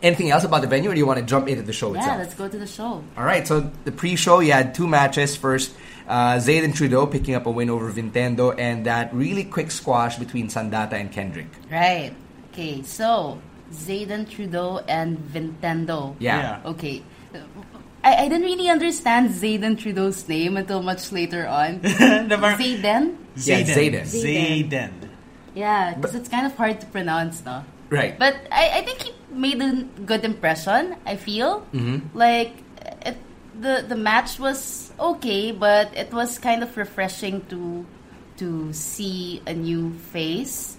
Speaker 3: anything else about the venue, or do you want to jump into the show
Speaker 5: Yeah,
Speaker 3: itself?
Speaker 5: let's go to the show.
Speaker 3: All right, so the pre-show, you had two matches. First, uh, Zayden Trudeau picking up a win over Vintendo, and that really quick squash between Sandata and Kendrick.
Speaker 5: Right. Okay, so Zayden Trudeau and Vintendo.
Speaker 3: Yeah.
Speaker 5: Okay. I, I didn't really understand Zayden Trudeau's name until much later on.
Speaker 4: Zayden.
Speaker 5: Zayden?
Speaker 3: Yeah, Zayden.
Speaker 4: Zayden.
Speaker 5: Yeah, because it's kind of hard to pronounce, no?
Speaker 3: Right.
Speaker 5: But I, I think he made a good impression. I feel like it, the the match was okay, but it was kind of refreshing to to see a new face.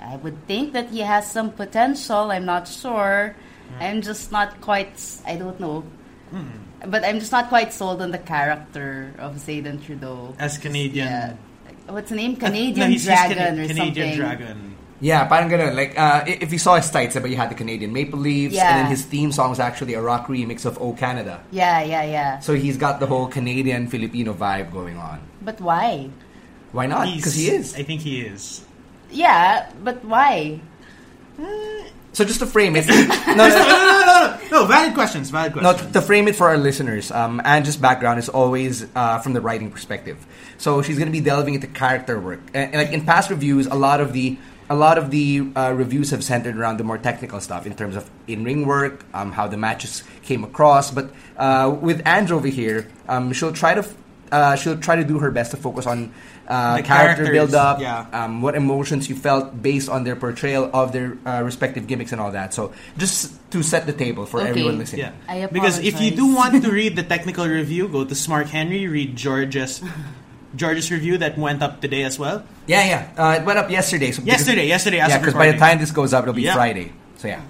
Speaker 5: I would think that he has some potential. I'm not sure.
Speaker 4: Hmm.
Speaker 5: I'm just not quite. s- I don't know.
Speaker 4: Hmm.
Speaker 5: But I'm just not quite sold on the character of Zayden Trudeau.
Speaker 4: As Canadian.
Speaker 5: Yeah. What's the name?
Speaker 4: No,
Speaker 5: Canadian
Speaker 4: he's just
Speaker 5: Dragon
Speaker 4: Cana-
Speaker 5: or
Speaker 4: Canadian
Speaker 5: something.
Speaker 4: Dragon.
Speaker 3: yeah, parang ganun. Like, uh, i- if you saw his tights, but you had the Canadian Maple Leaves, and then
Speaker 5: Yeah.
Speaker 3: his theme song is actually a rock remix of O Canada.
Speaker 5: Yeah, yeah, yeah.
Speaker 3: So he's got the whole Canadian Filipino vibe going on.
Speaker 5: But why?
Speaker 3: Why not?
Speaker 4: He's-
Speaker 3: Because he is.
Speaker 4: I think Ah, he is.
Speaker 5: Yeah, but why?
Speaker 3: So just to frame it, no, no,
Speaker 4: No, no, no, no, no. Valid questions. Valid
Speaker 3: No,
Speaker 4: questions.
Speaker 3: to, to frame it for our listeners, um, Angie's background is always uh, from the writing perspective. So she's going to be delving into character work. And, and like in past reviews, a lot of the a lot of the uh, reviews have centered around the more technical stuff in terms of in-ring work, um, how the matches came across. But uh, with Ange over here, um, she'll try to f- uh, she'll try to do her best to focus on uh,
Speaker 4: The
Speaker 3: character
Speaker 4: characters,
Speaker 3: build-up,
Speaker 4: yeah.
Speaker 3: um, what emotions you felt based on their portrayal of their uh, respective gimmicks and all that. So just to set the table for
Speaker 5: Okay.
Speaker 3: everyone listening.
Speaker 4: Yeah.
Speaker 5: I
Speaker 4: because if you do
Speaker 5: apologize.
Speaker 4: want to read the technical review, go to Smart Henry, read George's George's review that went up today as well.
Speaker 3: Yeah, yeah. Uh, it went up yesterday. So because-
Speaker 4: Yesterday, yesterday as
Speaker 3: yeah,
Speaker 4: of
Speaker 3: because by the
Speaker 4: recording.
Speaker 3: time this goes up, it'll be
Speaker 4: Yeah.
Speaker 3: Friday. So yeah.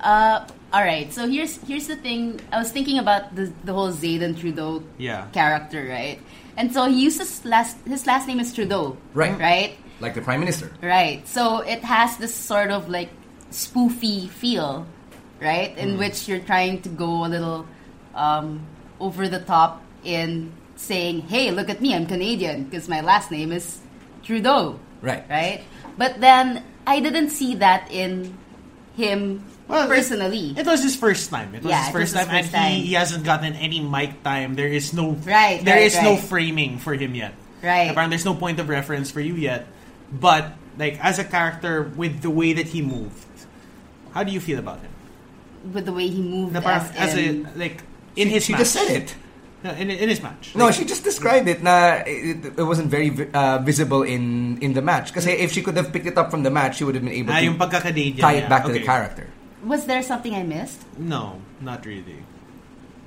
Speaker 5: Uh, all right. So here's here's the thing. I was thinking about the the whole Zayden Trudeau
Speaker 4: Yeah.
Speaker 5: character, right? And so he uses last his last name is Trudeau,
Speaker 3: Right.
Speaker 5: Right.
Speaker 3: Like the prime minister.
Speaker 5: Right. So it has this sort of like spoofy feel,
Speaker 4: Mm.
Speaker 5: right? In which you're trying to go a little um, over the top in saying, "Hey, look at me, I'm Canadian," because my last name is Trudeau.
Speaker 3: Right.
Speaker 5: Right. But then I didn't see that in him
Speaker 4: Well, it-
Speaker 5: personally.
Speaker 4: It, was his first time. It was
Speaker 5: Yeah,
Speaker 4: his
Speaker 5: it was
Speaker 4: first
Speaker 5: his
Speaker 4: time, and
Speaker 5: first time.
Speaker 4: He, he hasn't gotten any mic time. There is no
Speaker 5: Right,
Speaker 4: There
Speaker 5: right,
Speaker 4: is no
Speaker 5: right.
Speaker 4: framing for him yet.
Speaker 5: Right.
Speaker 4: Na Parang there's no point of reference for you yet. But like as a character, with the way that he moved, how do you feel about him?
Speaker 5: with the way he moved
Speaker 4: Na
Speaker 5: as,
Speaker 4: parang as a
Speaker 5: in-
Speaker 4: like in his
Speaker 3: she
Speaker 4: match.
Speaker 3: just said it.
Speaker 4: No, In, in his match.
Speaker 3: No,
Speaker 4: Like,
Speaker 3: she just described it. Na it, it wasn't very vi- uh, visible in in the match. Because if she could have picked it up from the match, she would have been able
Speaker 4: ah,
Speaker 3: to
Speaker 4: yung pagkaka-Canadian
Speaker 3: tie it
Speaker 4: niya.
Speaker 3: back to the
Speaker 4: Okay.
Speaker 3: character.
Speaker 5: was there something I missed?
Speaker 4: No, not really.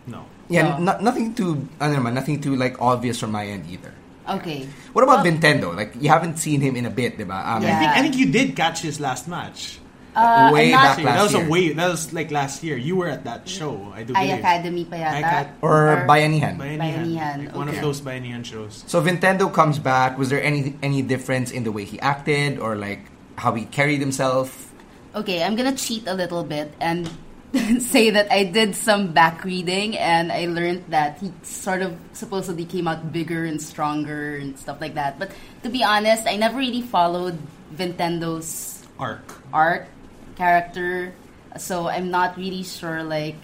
Speaker 4: No.
Speaker 3: Yeah, no-
Speaker 5: No.
Speaker 3: nothing too. Ano naman, nothing too like obvious from my end either.
Speaker 5: Okay.
Speaker 3: What about Nintendo? Like you haven't seen him in a bit, diba? Um,
Speaker 4: I think
Speaker 5: Yeah.
Speaker 4: I think you did catch his last match.
Speaker 5: Uh,
Speaker 3: way back
Speaker 5: I'm not-
Speaker 4: Actually,
Speaker 3: last
Speaker 4: that was
Speaker 3: year.
Speaker 4: a way. That was like last year. You were at that show. I do
Speaker 5: I
Speaker 4: believe.
Speaker 5: Academy pa yata.
Speaker 4: I Acad-
Speaker 3: or Bayanihan.
Speaker 5: Bayanihan,
Speaker 4: Like One of
Speaker 5: okay.
Speaker 4: those Bayanihan shows.
Speaker 3: So Nintendo comes back. Was there any any difference in the way he acted or like how he carried himself?
Speaker 5: Okay, I'm gonna cheat a little bit and say that I did some back reading and I learned that he sort of supposedly came out bigger and stronger and stuff like that. But to be honest, I never really followed Vintendo's
Speaker 4: Arc.
Speaker 5: art character, so I'm not really sure. Like,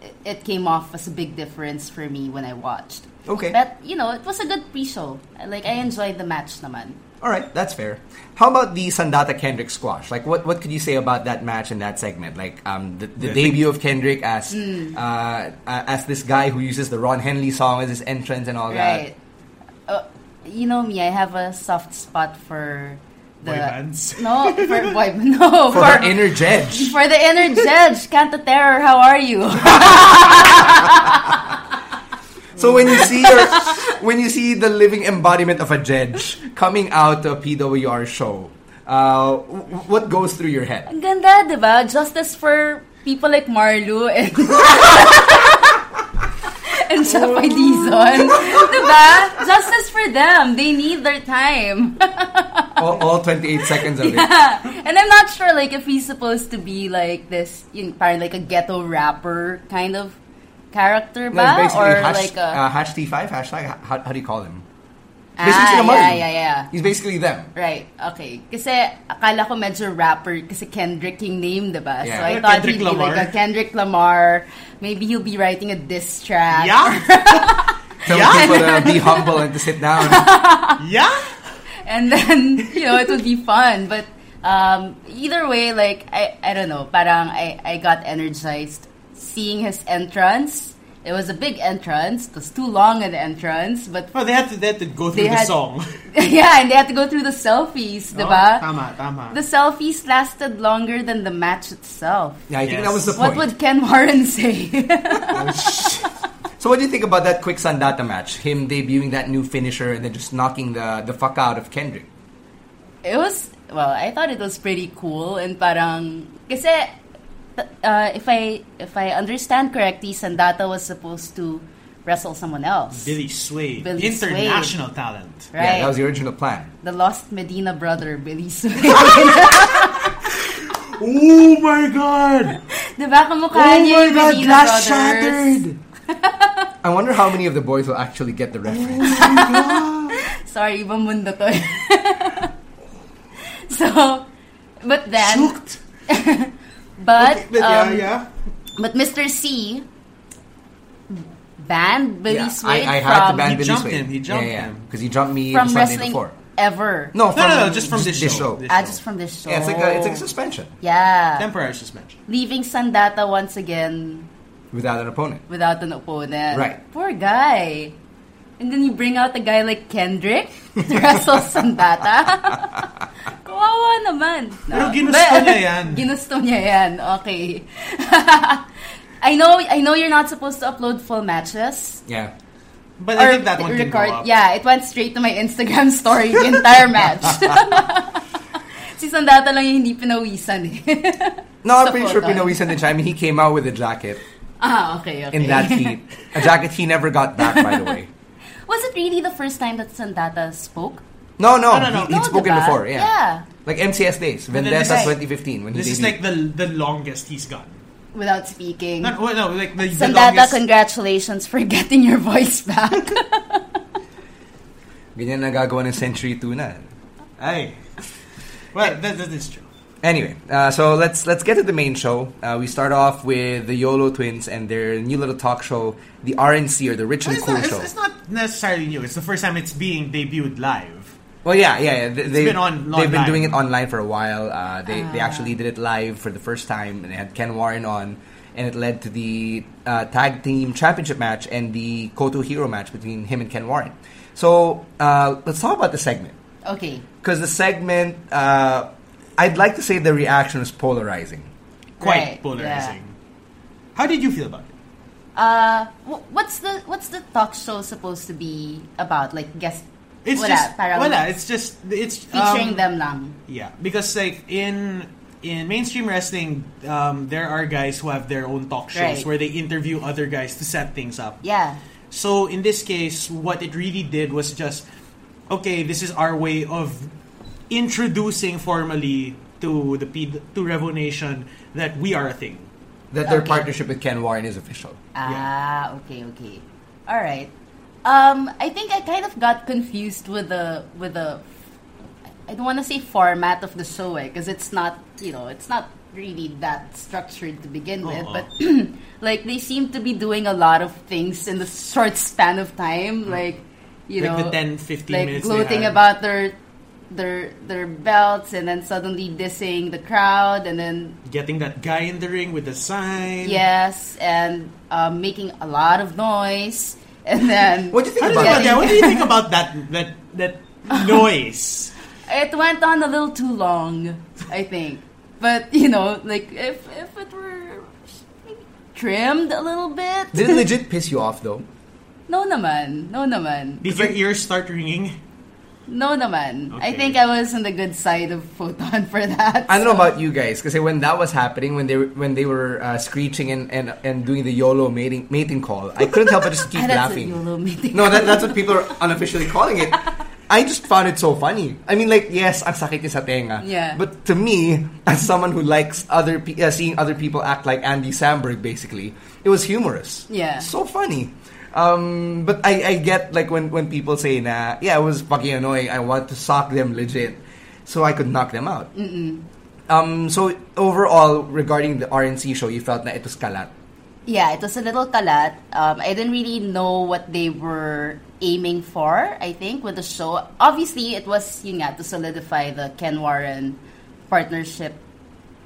Speaker 5: it- it came off as a big difference for me when I watched.
Speaker 3: Okay.
Speaker 5: but you know, it was a good pre-show. Like, I enjoyed the match, naman.
Speaker 3: All right, that's fair. How about the Sandata Kendrick squash? Like, what, what could you say about that match and that segment? Like, um, the, the
Speaker 4: Yeah, I think-
Speaker 3: debut of Kendrick as uh, uh, as this guy who uses the Ron Henley song as his entrance and all
Speaker 5: Right. Uh, you know me, I have a soft spot for the
Speaker 4: Boy bands.
Speaker 5: No, for boy no
Speaker 3: that for our inner judge.
Speaker 5: for the inner judge, Canta Terror, how are you?
Speaker 3: So when you see your, when you see the living embodiment of a judge coming out of PWR show, uh, w- w- what goes through your head?
Speaker 5: Ang ganda, di ba? Justice for people like Marlo and... and Chapa Dizon. Di ba? Justice for them. They need their time.
Speaker 3: All, all 28 seconds of it.
Speaker 5: and I'm not sure, like, if he's supposed to be, like, this, yun, parang like a ghetto rapper kind of character
Speaker 3: No, it's
Speaker 5: ba?
Speaker 3: basically
Speaker 5: or
Speaker 3: hash,
Speaker 5: like a...
Speaker 3: uh, hash T5, hashtag, h- how, how do you call him?
Speaker 5: ah,
Speaker 3: sila Marlo.
Speaker 5: yeah, yeah, yeah.
Speaker 3: He's basically them.
Speaker 5: Right, okay. Kasi akala ko medyo rapper kasi Kendrick yung name, diba?
Speaker 3: Yeah.
Speaker 5: So I
Speaker 4: Or
Speaker 5: thought
Speaker 4: Kendrick
Speaker 5: he'd be like
Speaker 4: Lamar.
Speaker 5: a Kendrick Lamar. Maybe he'll be writing a diss track.
Speaker 4: Yeah.
Speaker 3: Tell
Speaker 4: Yeah.
Speaker 3: people to be humble and to sit down.
Speaker 4: yeah.
Speaker 5: And then, you know, it would be fun. But um, either way, like, I, I don't know, parang I, I got energized seeing his entrance. It was a big entrance. It was too long an entrance. But
Speaker 4: Well, Oh, they had to they had to go through
Speaker 5: They
Speaker 4: the
Speaker 5: had-
Speaker 4: song.
Speaker 5: yeah, and they had to go through the selfies,
Speaker 4: No?
Speaker 5: diba?
Speaker 4: Oh, Tama, tama.
Speaker 5: The selfies lasted longer than the match itself.
Speaker 3: Yeah, I think
Speaker 4: Yes.
Speaker 3: that was the
Speaker 5: What
Speaker 3: point.
Speaker 5: would Ken Warren say?
Speaker 3: so what do you think about that quick Sandata match? Him debuting that new finisher and then just knocking the, the fuck out of Kendrick.
Speaker 5: it was well, I thought it was pretty cool and parang kasi t- uh, if I if I understand correctly, Sandata was supposed to wrestle someone else.
Speaker 4: Billy Sway,
Speaker 5: Billy
Speaker 4: international talent.
Speaker 5: Right.
Speaker 3: Yeah, that was the original plan.
Speaker 5: the lost Medina brother, Billy Sway.
Speaker 4: Oh my god! Oh
Speaker 3: Oh
Speaker 5: diba kamukha niya yung Medina brothers?
Speaker 3: I wonder how many of the boys will actually get the reference.
Speaker 5: Sorry, ibang mundo to. so, but then...
Speaker 4: But
Speaker 5: but,
Speaker 4: yeah,
Speaker 5: um,
Speaker 4: yeah.
Speaker 5: But Mr. C banned Billy
Speaker 3: Yeah,
Speaker 5: Sway
Speaker 3: I, I had to
Speaker 5: from,
Speaker 3: ban Billy
Speaker 4: jumped
Speaker 3: Sway.
Speaker 4: him, he jumped
Speaker 3: yeah, yeah,
Speaker 4: him.
Speaker 3: because he jumped me
Speaker 5: from
Speaker 3: the Sunday
Speaker 5: wrestling
Speaker 3: before.
Speaker 5: ever.
Speaker 3: No,
Speaker 4: No, no, no, just from this show. This
Speaker 5: Ah,
Speaker 4: show.
Speaker 5: just from this show.
Speaker 3: Yeah, it's like a, it's like a suspension
Speaker 5: yeah.
Speaker 4: Temporary suspension.
Speaker 5: Leaving Sandata once again
Speaker 3: without an opponent.
Speaker 5: without an opponent.
Speaker 3: Right.
Speaker 5: Poor guy. And then you bring out a guy like Kendrick to wrestle Sandata. Kawawa naman. No.
Speaker 4: Pero ginusto niya yan.
Speaker 5: ginusto niya yan. Okay. I know I know you're not supposed to upload full matches.
Speaker 3: Yeah.
Speaker 4: But I
Speaker 5: Or
Speaker 4: think that one can go
Speaker 5: record-
Speaker 4: up.
Speaker 5: Yeah, it went straight to my Instagram story, the entire match. si Sandata lang yung hindi pinawisan eh.
Speaker 3: No, I'm
Speaker 5: Sa
Speaker 3: pretty sure
Speaker 5: photo.
Speaker 3: Pinoy's in the I mean, he came out with a jacket
Speaker 5: ah, okay, okay.
Speaker 3: in that heat. A jacket he never got back, by the way.
Speaker 5: Was it really the first time that Sandata spoke?
Speaker 3: No, no,
Speaker 4: no, no.
Speaker 3: He, would
Speaker 5: No,
Speaker 3: spoken
Speaker 5: diba?
Speaker 3: before. Yeah.
Speaker 5: Yeah.
Speaker 3: Like MCS days,
Speaker 4: then this
Speaker 3: Vendetta
Speaker 4: is-
Speaker 3: 2015. When he
Speaker 4: This is
Speaker 3: debuted.
Speaker 4: like the the longest he's gone.
Speaker 5: without speaking.
Speaker 4: No, no, no, like the, the
Speaker 5: Sandata,
Speaker 4: longest.
Speaker 5: congratulations for getting your voice back.
Speaker 3: Ganyan nagagawa ng Century 2 na.
Speaker 4: Ay. Well, that, that is true.
Speaker 3: Anyway, uh, so let's let's get to the main show. Uh, we start off with the YOLO twins and their new little talk show, the RNC or the Rich and
Speaker 4: It's
Speaker 3: Cool
Speaker 4: not, it's,
Speaker 3: Show.
Speaker 4: it's not necessarily new. It's the first time it's being debuted live.
Speaker 3: Well, yeah, yeah, yeah. They, they,
Speaker 4: been on-
Speaker 3: they've been
Speaker 4: online.
Speaker 3: doing it online for a while. Uh, they they actually did it live for the first time, and they had Ken Warren on, and it led to the uh, tag team championship match and the Koto Hero match between him and Ken Warren. So uh, let's talk about the segment
Speaker 5: okay.
Speaker 3: because the segment, uh, I'd like to say the reaction was polarizing.
Speaker 4: Quite
Speaker 5: Right,
Speaker 4: polarizing.
Speaker 5: yeah.
Speaker 4: How did you feel about it?
Speaker 5: Uh, wh- what's the what's the talk show supposed to be about? Like guest.
Speaker 4: It's
Speaker 5: wala,
Speaker 4: just
Speaker 5: parang
Speaker 4: wala. It's just it's
Speaker 5: featuring
Speaker 4: um,
Speaker 5: them lang.
Speaker 4: Yeah, because like in in mainstream wrestling, um, there are guys who have their own talk shows
Speaker 5: Right.
Speaker 4: where they interview other guys to set things up.
Speaker 5: Yeah.
Speaker 4: So in this case, what it really did was just okay. This is our way of introducing formally to the P- to Revo Nation that we are a thing.
Speaker 3: That their
Speaker 5: Okay.
Speaker 3: partnership with Ken Warren is official.
Speaker 5: Ah, okay, okay. All right. Um, I think I kind of got confused with the with the. I don't want to say format of the show because it's not you know it's not really that structured to begin with,
Speaker 4: Oo.
Speaker 5: but like they seem to be doing a lot of things in the short span of time, like you
Speaker 4: Hmm. Like
Speaker 5: know,
Speaker 4: the 10, 15
Speaker 5: like
Speaker 4: minutes they
Speaker 5: gloating
Speaker 4: had.
Speaker 5: about their their their belts and then suddenly dissing the crowd and then
Speaker 4: Getting that guy in the ring with the sign.
Speaker 5: Yes, and um, making a lot of noise, and then
Speaker 3: What do you
Speaker 4: How
Speaker 3: think
Speaker 4: did
Speaker 3: about
Speaker 4: you-
Speaker 3: that?
Speaker 4: yeah, what do you think about that that that noise?
Speaker 5: it went on a little too long, I think. But you know, like if if it were maybe trimmed a little bit,
Speaker 3: Did it legit piss you off though?
Speaker 5: no naman, no naman,
Speaker 4: Did your ears start ringing?
Speaker 5: no naman.
Speaker 4: Okay.
Speaker 5: I think I was on the good side of photon for that.
Speaker 3: I don't know about you guys, because when that was happening, when they were, when they were uh, screeching and, and, and doing the YOLO mating, mating call, I couldn't help but just keep
Speaker 5: Ah, that's
Speaker 3: laughing.
Speaker 5: a YOLO meeting.
Speaker 3: No, that, that's what people are unofficially calling it. I just found it so funny. I mean, like, yes, ang sakit niya sa tenga.
Speaker 5: Yeah.
Speaker 3: But to me, as someone who likes other pe- uh, seeing other people act like Andy Samberg, basically, it was humorous.
Speaker 5: Yeah.
Speaker 3: So funny. Um, but I, I get like when, when people say nah, yeah, it was fucking annoying. I want to sock them legit, so I could knock them out. Um, so overall, regarding the RNC show, you felt that it was kalat.
Speaker 5: Yeah, it was a little kalat. Um, I didn't really know what they were aiming for, I think, with the show. Obviously, it was, you know, to solidify the Ken Warren partnership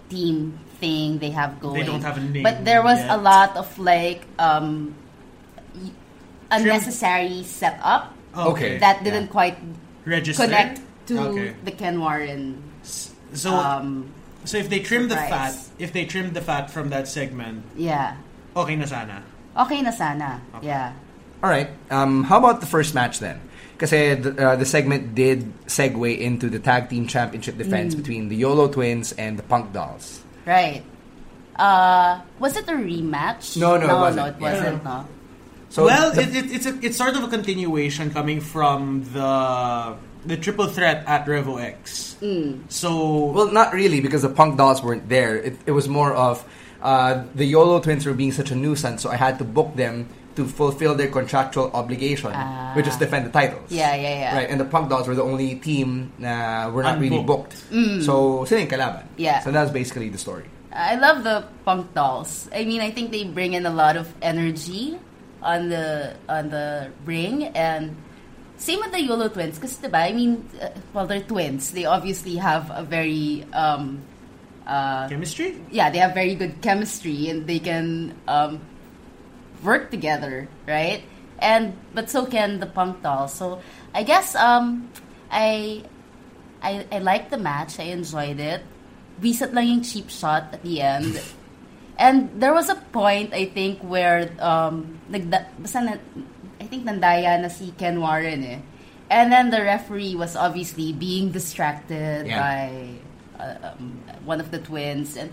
Speaker 5: team thing they have going.
Speaker 4: don't have a name
Speaker 5: But there was
Speaker 4: yet.
Speaker 5: a lot of, like, um, y- unnecessary setup
Speaker 3: Okay.
Speaker 5: that didn't quite
Speaker 4: register.
Speaker 5: connect to
Speaker 4: Okay.
Speaker 5: the Ken Warren.
Speaker 4: So
Speaker 5: Um,
Speaker 4: so if they trim the fat,
Speaker 5: surprise.
Speaker 4: if they trim the fat from that segment,
Speaker 5: yeah.
Speaker 4: okay na sana.
Speaker 5: Okay na sana. Yeah.
Speaker 3: All right. Um, how about the first match then? Because uh, the segment did segue into the tag team championship defense
Speaker 5: Mm.
Speaker 3: between the YOLO twins and the Punk Dolls.
Speaker 5: Right. Uh, was it a rematch?
Speaker 3: No, no, it
Speaker 5: no,
Speaker 3: wasn't.
Speaker 5: no, it wasn't. No.
Speaker 3: So
Speaker 4: well,
Speaker 3: the-
Speaker 4: it, it, it's a, it's sort of a continuation coming from the the triple threat at Revo X.
Speaker 5: Mm.
Speaker 4: So
Speaker 3: well, not really because the Punk Dolls weren't there. It, it was more of uh, the YOLO twins were being such a nuisance, so I had to book them to fulfill their contractual obligation, which is defend the titles.
Speaker 5: Ah. Yeah, yeah, yeah.
Speaker 3: Right, and the Punk Dolls were the only team uh, were not really booked.
Speaker 4: Unbooked.
Speaker 3: So sila yung kalaban.
Speaker 5: Mm. Yeah.
Speaker 3: So that's basically the story.
Speaker 5: I love the punk dolls. I mean, I think they bring in a lot of energy on the on the ring and same with the Yolo twins because I mean, uh, well, they're twins. They obviously have a very um,
Speaker 4: chemistry.
Speaker 5: yeah, they have very good chemistry and they can um, work together, right? And but so can the punk dolls. So I guess um, I I I liked the match. I enjoyed it. Visit lang yung cheap shot at the end. And there was a point I think where um nagda- basta na, I think nandaya na si Ken Warren eh. And then the referee was obviously being distracted
Speaker 3: Yeah.
Speaker 5: by uh, um, one of the twins and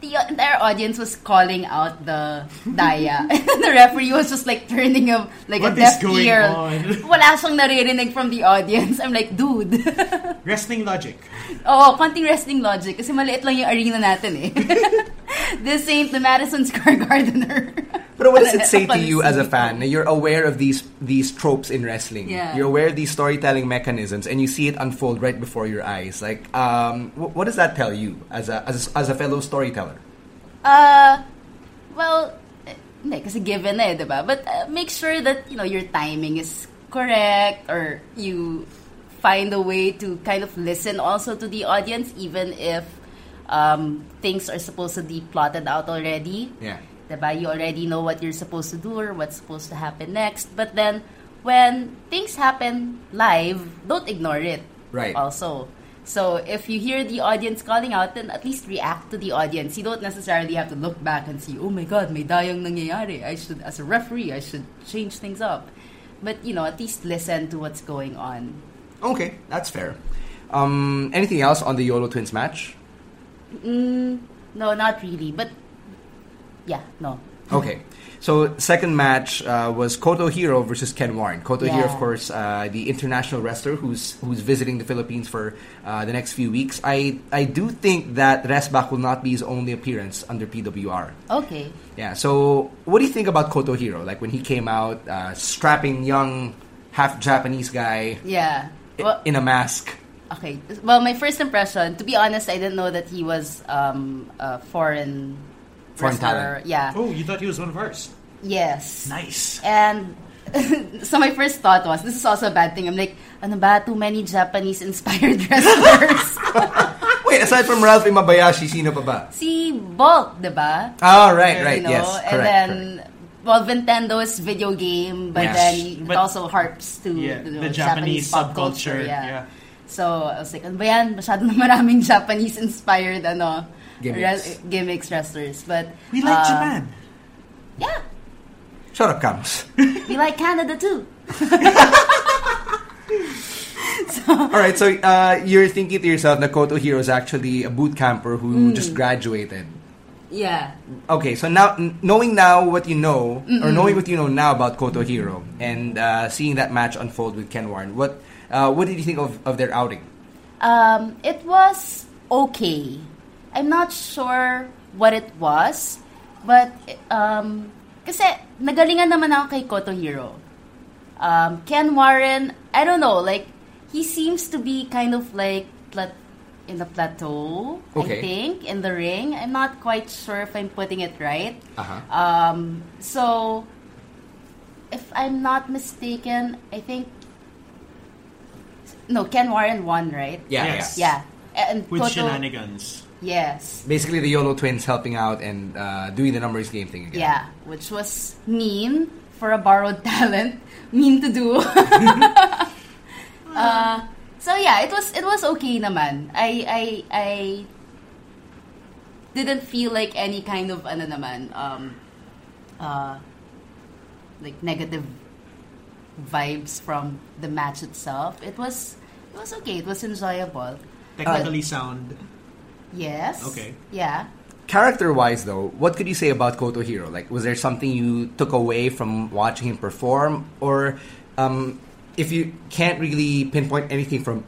Speaker 5: the entire audience was calling out the daya. the referee was just like turning him like
Speaker 4: What
Speaker 5: a
Speaker 4: is
Speaker 5: deaf
Speaker 4: going
Speaker 5: ear.
Speaker 4: on?
Speaker 5: Wala siyang naririnig from the audience. I'm like, dude.
Speaker 4: Wrestling logic.
Speaker 5: Oo, oh, konting wrestling logic. Kasi maliit lang yung arena natin eh. This ain't the Madison Square Gardener.
Speaker 3: But what does it
Speaker 5: Wala
Speaker 3: say to
Speaker 5: napansin
Speaker 3: you as a
Speaker 5: eh, ko.
Speaker 3: fan? Na You're aware of these these tropes in wrestling.
Speaker 5: Yeah.
Speaker 3: You're aware of these storytelling mechanisms, and you see it unfold right before your eyes. Like, um, wh- what does that tell you as a as a, as a fellow storyteller?
Speaker 5: Uh, well, eh, hindi, kasi given na eh, di ba? But uh, make sure that, you know, your timing is correct or you find a way to kind of listen also to the audience even if um, things are supposed to be plotted out already.
Speaker 3: Yeah.
Speaker 5: Diba? You already know what you're supposed to do or what's supposed to happen next. But then, when things happen live, don't ignore it.
Speaker 3: Right.
Speaker 5: Also. So, if you hear the audience calling out, then at least react to the audience. You don't necessarily have to look back and see, oh my god, may dayang nangyayari. I should, as a referee, I should change things up. But, you know, at least listen to what's going on.
Speaker 3: Okay, that's fair. Um, anything else on the Yolo Twins match?
Speaker 5: No, not really. But, yeah, no.
Speaker 3: Okay. So second match uh, was Koto Hiro versus Ken Warren. Koto Hiro,
Speaker 5: Yeah.
Speaker 3: of course, uh, the international wrestler who's who's visiting the Philippines for uh, the next few weeks. I I do think that Resbach will not be his only appearance under PWR.
Speaker 5: Okay.
Speaker 3: Yeah. So what do you think about Koto Hiro? Like when he came out, uh, strapping young, half Japanese guy
Speaker 5: Yeah.
Speaker 3: i-
Speaker 5: Well-
Speaker 3: in a mask.
Speaker 5: Okay. Well, my first impression, to be honest, I didn't know that he was um, a foreign
Speaker 3: Foreign talent.
Speaker 5: wrestler. Yeah.
Speaker 4: Oh, you thought he was one of ours.
Speaker 5: Yes.
Speaker 4: Nice.
Speaker 5: And so my first thought was, this is also a bad thing. I'm like, ano ba, too many Japanese-inspired wrestlers.
Speaker 3: Wait, aside from Ralph Imabayashi, sino pa ba?
Speaker 5: si Bulk, di ba?
Speaker 3: Ah, right,
Speaker 5: You
Speaker 3: right,
Speaker 5: know?
Speaker 3: yes,
Speaker 5: And
Speaker 3: correct,
Speaker 5: then,
Speaker 3: correct.
Speaker 5: well, Nintendo's video game, but
Speaker 4: Yes.
Speaker 5: then it
Speaker 4: But-
Speaker 5: also harps to
Speaker 4: Yeah,
Speaker 5: you
Speaker 4: the
Speaker 5: know,
Speaker 4: Japanese
Speaker 5: pop
Speaker 4: subculture,
Speaker 5: culture,
Speaker 4: yeah.
Speaker 5: yeah. So, I was like, ano ba yan? Masyado na maraming Japanese-inspired, ano,
Speaker 3: Gimmicks.
Speaker 5: re- gimmicks wrestlers. But,
Speaker 4: We like
Speaker 5: uh,
Speaker 4: Japan.
Speaker 5: Yeah,
Speaker 3: Shut up, Kams.
Speaker 5: we like Canada too.
Speaker 3: All right, so uh, you're thinking to yourself, Nakoto Hero is actually a boot camper who just graduated.
Speaker 5: Yeah.
Speaker 3: Okay, so now n- knowing now what you know, or knowing what you know now about Koto Hero, and uh, seeing that match unfold with Ken Warren, what uh, what did you think of, of their outing?
Speaker 5: Um, it was okay. I'm not sure what it was, but um, kasi nagalingan naman ako kay Koto Hiro. Um, Ken Warren, I don't know, like he seems to be kind of like plat- in the plateau,
Speaker 3: Okay.
Speaker 5: I think, in the ring. I'm not quite sure if I'm putting it right.
Speaker 3: Uh-huh.
Speaker 5: Um, so if I'm not mistaken, I think no, Ken Warren won, right?
Speaker 3: Yeah,
Speaker 4: Yes.
Speaker 3: yeah.
Speaker 5: Yeah. And
Speaker 4: With
Speaker 5: Koto-
Speaker 4: shenanigans.
Speaker 5: Yes.
Speaker 3: Basically, the Yolo twins helping out and uh, doing the numbers game thing again.
Speaker 5: Yeah. Which was mean for a borrowed talent. Mean to do. uh, so yeah, it was it was okay naman. I I I didn't feel like any kind of ano naman um uh like negative vibes from the match itself. It was it was okay. It was enjoyable.
Speaker 4: Technically
Speaker 5: Uh,
Speaker 4: sound.
Speaker 5: Yes.
Speaker 4: Okay.
Speaker 5: Yeah.
Speaker 3: Character wise, though, what could you say about Koto Hiro? Like, was there something you took away from watching him perform, or um, if you can't really pinpoint anything from,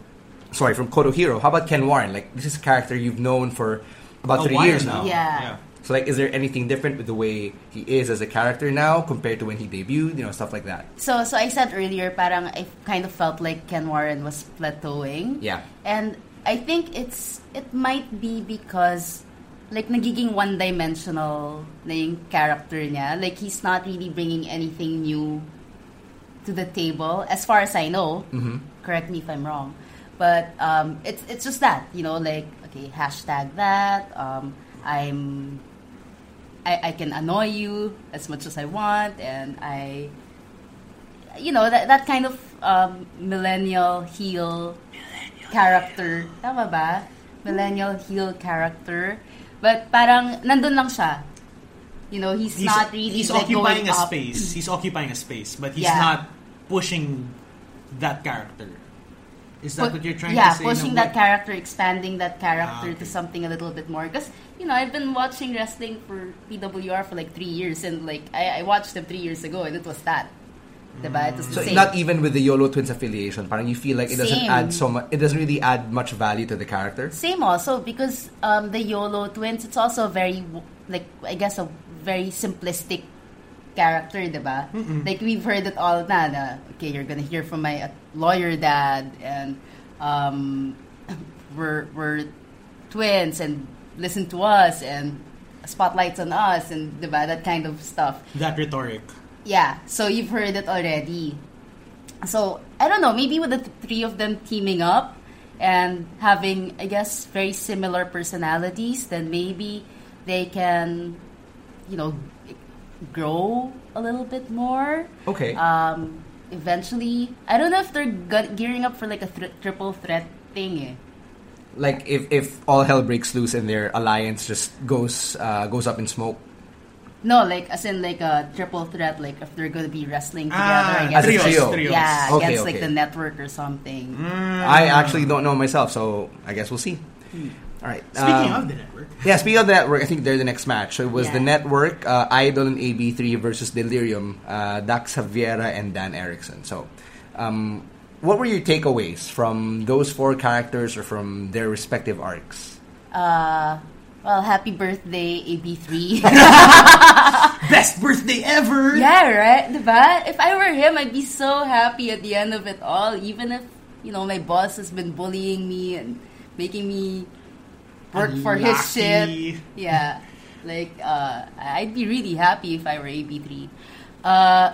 Speaker 3: sorry, from Koto Hiro, how about Ken Warren? Like, this is a character you've known for about
Speaker 4: A
Speaker 3: three
Speaker 4: while
Speaker 3: years now.
Speaker 5: Yeah.
Speaker 3: So, like, is there anything different with the way he is as a character now compared to when he debuted? You know, stuff like that.
Speaker 5: So, so I said earlier, parang I kind of felt like Ken Warren was plateauing.
Speaker 3: Yeah.
Speaker 5: And I think it's it might be because like nagiging one-dimensional na yung character niya. Like he's not really bringing anything new to the table, as far as I know. Correct me if I'm wrong, but um, it's it's just that you know, like okay, hashtag that. Um, I'm I, I can annoy you as much as I want, and I, you know, that, that kind of um, millennial heel character. Tama ba? Millennial heel character. But parang nandun lang siya. You know, he's,
Speaker 4: He's,
Speaker 5: not really
Speaker 4: he's
Speaker 5: like,
Speaker 4: occupying
Speaker 5: going
Speaker 4: a
Speaker 5: up.
Speaker 4: space. He's occupying a space, but he's
Speaker 5: Yeah.
Speaker 4: not pushing that character. Is that what you're trying
Speaker 5: yeah,
Speaker 4: to say?
Speaker 5: pushing
Speaker 4: No,
Speaker 5: that
Speaker 4: what-
Speaker 5: character, expanding that
Speaker 4: Ah,
Speaker 5: character
Speaker 4: okay.
Speaker 5: to something a little bit more. Because you know, I've been watching wrestling for PWR for like three years, and like I, I watched them three years ago, and it was that. Diba? It was
Speaker 3: So
Speaker 5: the same.
Speaker 3: not even with the Yolo Twins affiliation, parang you feel like it doesn't
Speaker 5: Same.
Speaker 3: add so much. It doesn't really add much value to the character.
Speaker 5: Same also because um, the YOLO twins, it's also a very w- like I guess a very simplistic character, diba? Like we've heard it all na, na okay, you're gonna hear from my uh, lawyer dad, and um, we're we're twins, and listen to us, and spotlights on us, and diba? that kind of stuff.
Speaker 4: that rhetoric.
Speaker 3: Uh,
Speaker 5: Yeah, so you've heard it already. So I don't know, maybe with the th- three of them teaming up and having, I guess, very similar personalities, then maybe they can, you know, grow a little bit more.
Speaker 3: Okay.
Speaker 5: Um, eventually, I don't know if they're gu- gearing up for like a thr triple threat thing. Eh.
Speaker 3: like if, if all hell breaks loose and their alliance just goes uh, goes up in smoke
Speaker 5: No, like as in like a triple threat, like if they're gonna be wrestling together
Speaker 4: Ah,
Speaker 3: As
Speaker 5: against
Speaker 3: a trio.
Speaker 4: trios. Mm.
Speaker 3: Okay,
Speaker 5: yeah, against like
Speaker 3: okay.
Speaker 5: the network or something.
Speaker 3: I actually don't know myself, so I guess we'll see. All right.
Speaker 4: Speaking
Speaker 3: um,
Speaker 4: of the network,
Speaker 3: yeah, speaking of the network, I think they're the next match. So it was the
Speaker 5: Yeah.
Speaker 3: network uh, Idol and AB3 versus Delirium, uh, Dax Javiera and Dan Erickson. So, um, what were your takeaways from those four characters or from their respective arcs?
Speaker 5: Well, happy birthday, AB3.
Speaker 4: best birthday ever.
Speaker 5: yeah, right? Diba? If I were him, I'd be so happy at the end of it all, even if, you know, my boss has been bullying me and making me work for his
Speaker 4: Unlucky.
Speaker 5: shit. Yeah. Like, uh, I'd be really happy if I were AB3. Uh,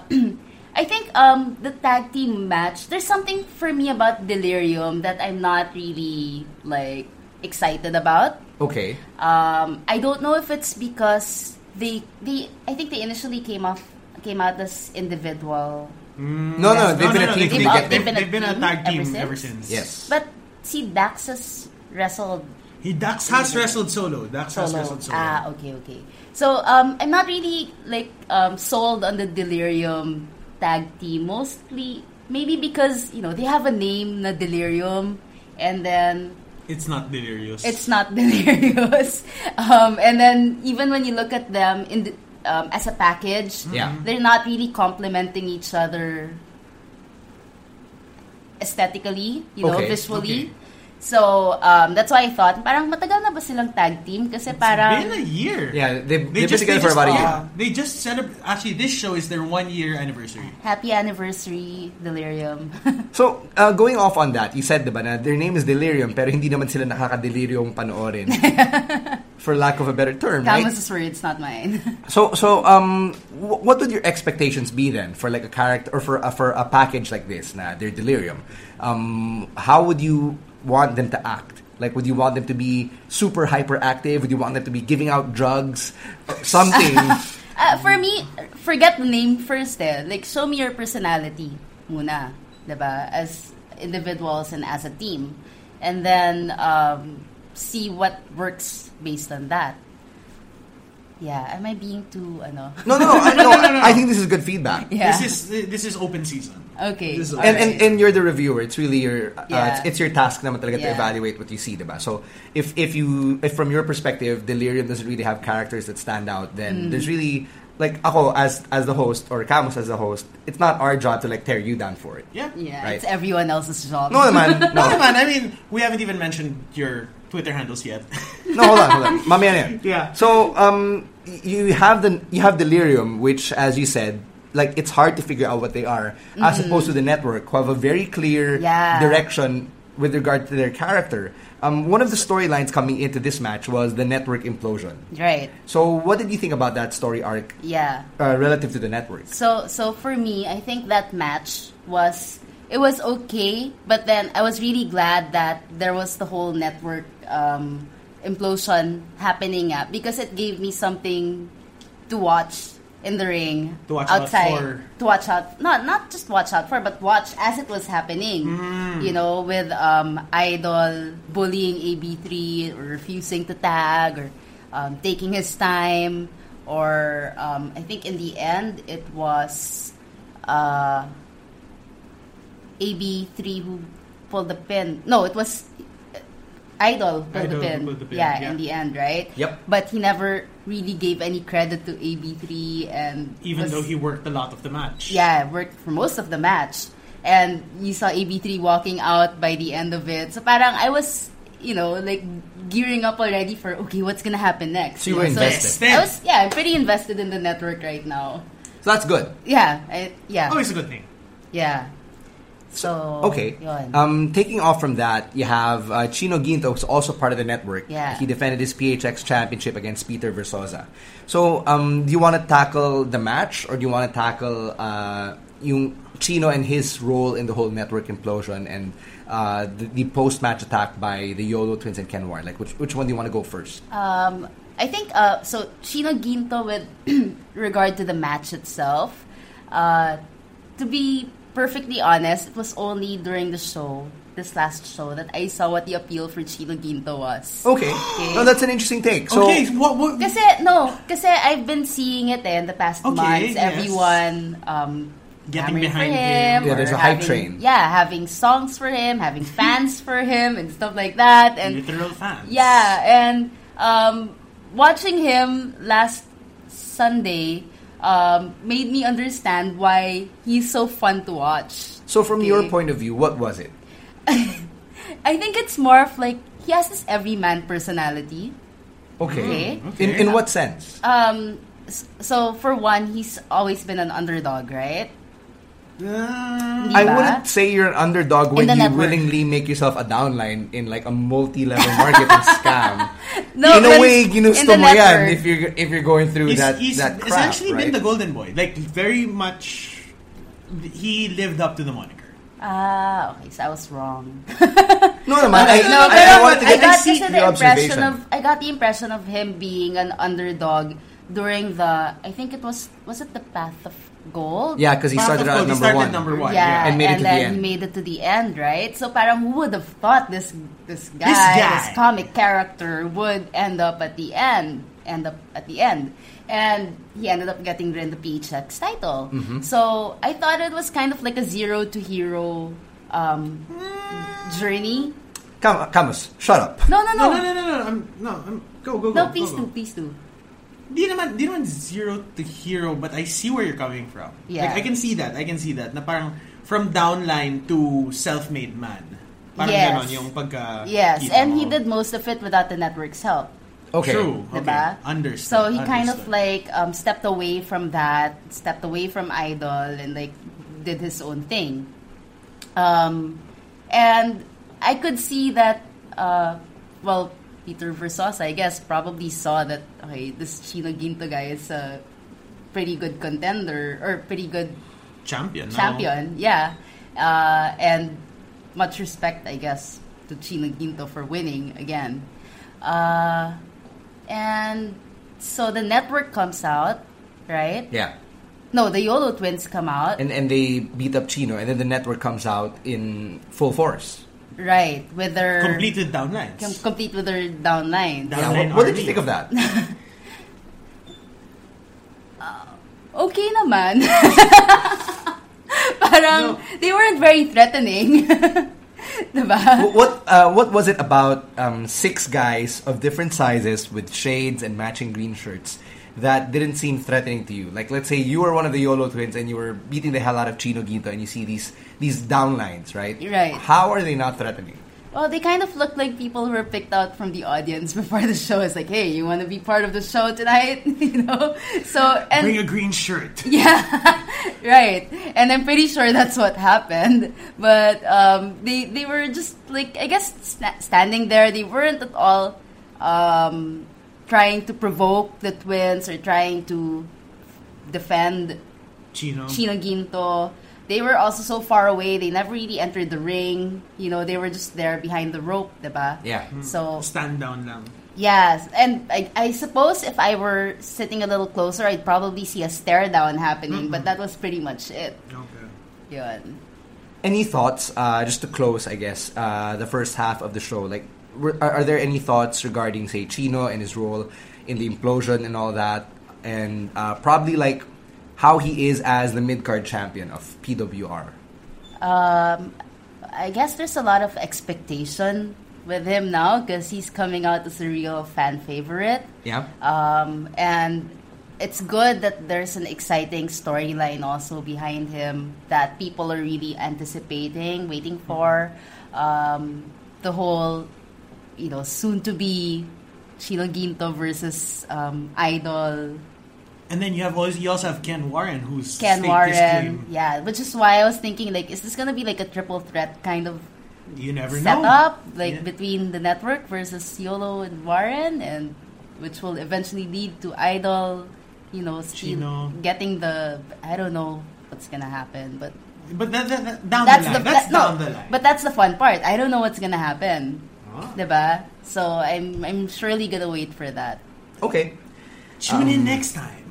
Speaker 5: I think um, the tag team match, there's something for me about Delirium that I'm not really, like, excited about.
Speaker 3: Okay.
Speaker 5: Um, I don't know if it's because they they I think they initially came off came out as individual,
Speaker 3: no, no, they've been
Speaker 4: No, no, no,
Speaker 3: a team from
Speaker 4: they've,
Speaker 3: the
Speaker 4: been, they've,
Speaker 3: get
Speaker 4: they've been,
Speaker 5: been a
Speaker 4: a
Speaker 5: team
Speaker 4: tag team
Speaker 5: ever
Speaker 4: ever,
Speaker 5: since?
Speaker 4: since.
Speaker 3: Yes.
Speaker 5: but see Dax has wrestled
Speaker 4: He Dax has wrestled solo. Dax has
Speaker 5: solo.
Speaker 4: wrestled solo.
Speaker 5: Ah, okay, okay. So um, I'm not really like um, sold on the Delirium tag team mostly maybe because you know they have a name na Delirium and then
Speaker 4: It's not delirious.
Speaker 5: it's not delirious. Um, and then even when you look at them in the, um, as a package,
Speaker 3: Yeah.
Speaker 5: they're not really complementing each other aesthetically, you know,
Speaker 3: Okay,
Speaker 5: visually.
Speaker 4: okay.
Speaker 5: So um, that's why I thought parang matagal na ba silang tag team kasi parang
Speaker 4: been a year.
Speaker 3: Yeah, they've- they've been
Speaker 4: just-
Speaker 3: together for
Speaker 4: just-
Speaker 3: about a year.
Speaker 4: yeah, They just celebrated. Actually, this show is their one year anniversary.
Speaker 5: happy anniversary delirium.
Speaker 3: So, uh, going off on that, you said, diba, na their name is Delirium, pero hindi naman sila nakakadelirium panoorin. for lack of a better term, right?
Speaker 5: Camus's words, not mine.
Speaker 3: So, so um, wh- what would your expectations be then for like a character or for a, for a package like this? Na they're delirium. Um, how would you want them to act? Like, would you want them to be super hyperactive? Would you want them to be giving out drugs? Something.
Speaker 5: Uh, for me, forget the name first eh. Like, show me your personality muna. Diba? As individuals and as a team. And then, um, see what works based on that. Yeah, am I being too, ano?
Speaker 3: no, no, I, no,
Speaker 4: no, no.
Speaker 3: I think this is good feedback.
Speaker 5: Yeah.
Speaker 4: This is this is open season.
Speaker 5: Okay.
Speaker 4: This is
Speaker 3: And, and, and you're the reviewer. It's really your uh,
Speaker 5: Yeah.
Speaker 3: it's, it's your task naman talaga to
Speaker 5: Yeah.
Speaker 3: evaluate what you see, diba? So if if you if from your perspective, Delirium doesn't really have characters that stand out, then
Speaker 5: Mm.
Speaker 3: there's really like ako as as the host or Camus as the host, it's not our job to like tear you down for it.
Speaker 4: yeah.
Speaker 5: yeah,
Speaker 3: Right.
Speaker 5: it's everyone else's job.
Speaker 3: No naman.
Speaker 4: No,
Speaker 3: No.
Speaker 4: man. I mean, we haven't even mentioned your Twitter handles yet.
Speaker 3: no, hold on, hold on. Mamaya na yan.
Speaker 4: Yeah.
Speaker 3: So um y- you have the you have Delirium which as you said like it's hard to figure out what they are as opposed to the network who have a very clear
Speaker 5: Yeah.
Speaker 3: direction direction with regard to their character. Um, one of the storylines coming into this match was the network implosion.
Speaker 5: Right.
Speaker 3: So, what did you think about that story arc
Speaker 5: Yeah.
Speaker 3: uh, relative to the network?
Speaker 5: So so for me, I think that match was it was okay, but then I was really glad that there was the whole network um, implosion happening uh, because it gave me something to watch in the ring
Speaker 4: To watch out
Speaker 5: outside
Speaker 4: for.
Speaker 5: to watch out not not just watch out for but watch as it was happening
Speaker 4: Mm.
Speaker 5: you know with um, idol bullying ab3 or refusing to tag or um, taking his time or um, i think in the end it was uh, ab3 who pulled the pin. No, it was Idol pulled,
Speaker 4: Idol
Speaker 5: the, pin.
Speaker 4: pulled the pin,
Speaker 5: Yeah,
Speaker 4: yeah.
Speaker 5: in the end, right?
Speaker 3: Yep.
Speaker 5: But he never really gave any credit to AB3 and
Speaker 4: even
Speaker 5: was-
Speaker 4: though he worked a lot of the match.
Speaker 5: yeah, worked for most of the match. And you saw AB3 walking out by the end of it. So parang I was, you know, like gearing up already for okay, what's gonna happen next.
Speaker 3: So you were
Speaker 5: know,
Speaker 3: invested.
Speaker 5: I was yeah, I'm pretty invested in the network right now.
Speaker 3: So that's good.
Speaker 5: Yeah, I, yeah,
Speaker 4: Always Oh, a good thing.
Speaker 5: yeah. So
Speaker 3: Okay.
Speaker 5: yun.
Speaker 3: Um, taking off from that, you have uh, Chino Ginto, who's also part of the network.
Speaker 5: Yeah.
Speaker 3: He defended his PHX championship against Peter Versosa. So, um, do you want to tackle the match, or do you want to tackle uh, yung Chino and his role in the whole network implosion and uh, the, the post-match attack by the Yolo twins and Ken War? Like, which, which one do you want to go first?
Speaker 5: Um, I think uh, so. Chino Ginto, with regard to the match itself, uh, to be perfectly honest, it was only during the show, this last show, that I saw what the appeal for Chino Ginto was.
Speaker 3: okay. No, that's an interesting take. So,
Speaker 4: okay, what, what
Speaker 5: Kasi, no, kasi I've been seeing it eh, in the past
Speaker 4: Okay,
Speaker 5: months.
Speaker 4: yes.
Speaker 5: Everyone um,
Speaker 4: Getting
Speaker 5: hammering
Speaker 4: behind
Speaker 5: for
Speaker 4: him.
Speaker 5: him.
Speaker 3: Yeah,
Speaker 5: or
Speaker 3: there's a hype
Speaker 5: having-
Speaker 3: train.
Speaker 5: Yeah, having songs for him, having fans for him, and stuff like that. And
Speaker 4: literal fans.
Speaker 5: Yeah, and um, watching him last Sunday um, made me understand why he's so fun to watch.
Speaker 3: so from your
Speaker 5: Okay.
Speaker 3: point of view, what was it?
Speaker 5: I think it's more of like he has this everyman personality.
Speaker 3: Okay.
Speaker 5: Mm,
Speaker 3: In, in what sense?
Speaker 5: Um, s- so for one, he's always been an underdog, right?
Speaker 4: Uh,
Speaker 3: I
Speaker 5: Diba?
Speaker 3: wouldn't say you're an underdog when
Speaker 5: the
Speaker 3: you
Speaker 5: network.
Speaker 3: willingly make yourself a downline in like a multi-level marketing scam.
Speaker 5: No,
Speaker 3: in a
Speaker 5: but
Speaker 3: way,
Speaker 5: in
Speaker 3: ginusto
Speaker 5: the
Speaker 3: mo yan
Speaker 5: network.
Speaker 3: if you're if you're going through
Speaker 4: he's
Speaker 3: that
Speaker 4: he's
Speaker 3: that crap,
Speaker 4: essentially
Speaker 3: right?
Speaker 4: been the golden boy. Like very much, he lived up to the moniker.
Speaker 5: Ah, okay, so I was wrong.
Speaker 3: no, naman, I,
Speaker 5: no,
Speaker 3: I,
Speaker 5: pero
Speaker 3: I want to
Speaker 5: I
Speaker 3: get
Speaker 5: got
Speaker 3: see
Speaker 5: kasi the
Speaker 3: your
Speaker 5: impression
Speaker 3: observation.
Speaker 5: of I got the impression of him being an underdog during the I think it was was it the Path of Gold?
Speaker 3: yeah, because he
Speaker 4: Path
Speaker 3: started out
Speaker 4: of Gold, he
Speaker 3: number
Speaker 4: started
Speaker 3: one.
Speaker 4: number one.
Speaker 5: Yeah,
Speaker 3: And
Speaker 5: and,
Speaker 3: made it to the
Speaker 5: then
Speaker 3: end.
Speaker 5: he made it to the end, right? So parang who would have thought this this guy,
Speaker 4: This guy.
Speaker 5: this, comic character would end up at the end, end up at the end. And he ended up getting rid of the PHX title.
Speaker 3: Mm-hmm.
Speaker 5: So I thought it was kind of like a zero to hero um, journey.
Speaker 3: Come, Camus, shut up.
Speaker 5: No, no, no.
Speaker 4: No, no, no, no, no. I'm, no, I'm, go, go, go.
Speaker 5: No, please
Speaker 4: go,
Speaker 5: do,
Speaker 4: go.
Speaker 5: please do.
Speaker 4: Di naman, di naman zero to hero, but I see where you're coming from.
Speaker 5: Yeah.
Speaker 4: Like, I can see that. I can see that. Na parang from downline to self-made man. Parang
Speaker 5: Yes.
Speaker 4: ganon yung pagka... Ah,
Speaker 5: Yes,
Speaker 4: kita
Speaker 5: and
Speaker 4: mo.
Speaker 5: he did most of it without the network's help.
Speaker 3: Okay.
Speaker 4: True. Okay.
Speaker 5: Diba?
Speaker 4: Understood.
Speaker 5: So he kind of
Speaker 4: understood.
Speaker 5: like um, stepped away from that, stepped away from Idol, and like did his own thing. Um, and I could see that, uh, well, Peter Versosa, I guess, probably saw that, okay, this Chino Ginto guy is a pretty good contender or pretty good
Speaker 4: champion. no?
Speaker 5: champion, yeah. Uh, and much respect, I guess, to Chino Ginto for winning again. Uh, and so the network comes out, right?
Speaker 3: Yeah.
Speaker 5: No, the Yolo twins come out,
Speaker 3: And and they beat up Chino, and then the network comes out in full force.
Speaker 5: right? With their
Speaker 4: Complete with downlines.
Speaker 5: com- complete with their downlines.
Speaker 4: Down-
Speaker 3: Yeah, what,
Speaker 4: And then
Speaker 3: what did you
Speaker 4: RV.
Speaker 3: think of that?
Speaker 5: Okay, naman. Parang they weren't very threatening, diba?
Speaker 3: Wh- what uh, what was it about um, six guys of different sizes with shades and matching green shirts that didn't seem threatening to you? Like, let's say you were one of the Yolo twins and you were beating the hell out of Chino Ginto, and you see these these downlines, right?
Speaker 5: Right.
Speaker 3: How are they not threatening?
Speaker 5: Well, they kind of looked like people who were picked out from the audience before the show. It's like, hey, you want to be part of the show tonight? you know? So, and
Speaker 4: Bring a green shirt.
Speaker 5: yeah, right. And I'm pretty sure that's what happened. But um, they they were just like I guess sta- standing there. They weren't at all um, trying to provoke the twins or trying to defend
Speaker 4: Chino.
Speaker 5: Chino Ginto. They were also so far away. They never really entered the ring. You know, they were just there behind the rope, diba?
Speaker 3: Yeah.
Speaker 5: So
Speaker 4: Stand down lang.
Speaker 5: Yes, and I, I suppose if I were sitting a little closer, I'd probably see a stare down happening. But that was pretty much it.
Speaker 4: Okay.
Speaker 5: Yun.
Speaker 3: Any thoughts, uh, just to close, I guess, uh, the first half of the show? Like, were, are, are there any thoughts regarding, say, Chino and his role in the implosion and all that? And uh, probably, like, how he is as the mid card champion of PWR?
Speaker 5: I guess there's a lot of expectation with him now because he's coming out as a real fan favorite.
Speaker 3: Yeah.
Speaker 5: Um, and it's good that there's an exciting storyline also behind him that people are really anticipating, waiting for. Um, the whole, you know, soon to be Chino Ginto versus um, Idol
Speaker 4: And then you have also, you also have Ken Warren who's
Speaker 5: Ken
Speaker 4: staked this
Speaker 5: Warren.
Speaker 4: claim.
Speaker 5: Yeah, which is why I was thinking like, is this gonna be like a triple threat kind of
Speaker 4: You never know.
Speaker 5: setup, like
Speaker 4: Yeah.
Speaker 5: between the network versus Yolo and Warren, and which will eventually lead to Idol, you know, still
Speaker 4: Chino.
Speaker 5: getting the I don't know what's gonna happen, but
Speaker 4: But that, that, that, down
Speaker 5: that's
Speaker 4: the
Speaker 5: the,
Speaker 4: line. that's
Speaker 5: that- no,
Speaker 4: down the line.
Speaker 5: but that's the fun part. I don't know what's gonna happen,
Speaker 4: Huh?
Speaker 5: diba? So I'm I'm surely gonna wait for that.
Speaker 4: Hmm.
Speaker 3: Okay.
Speaker 4: Tune in next time.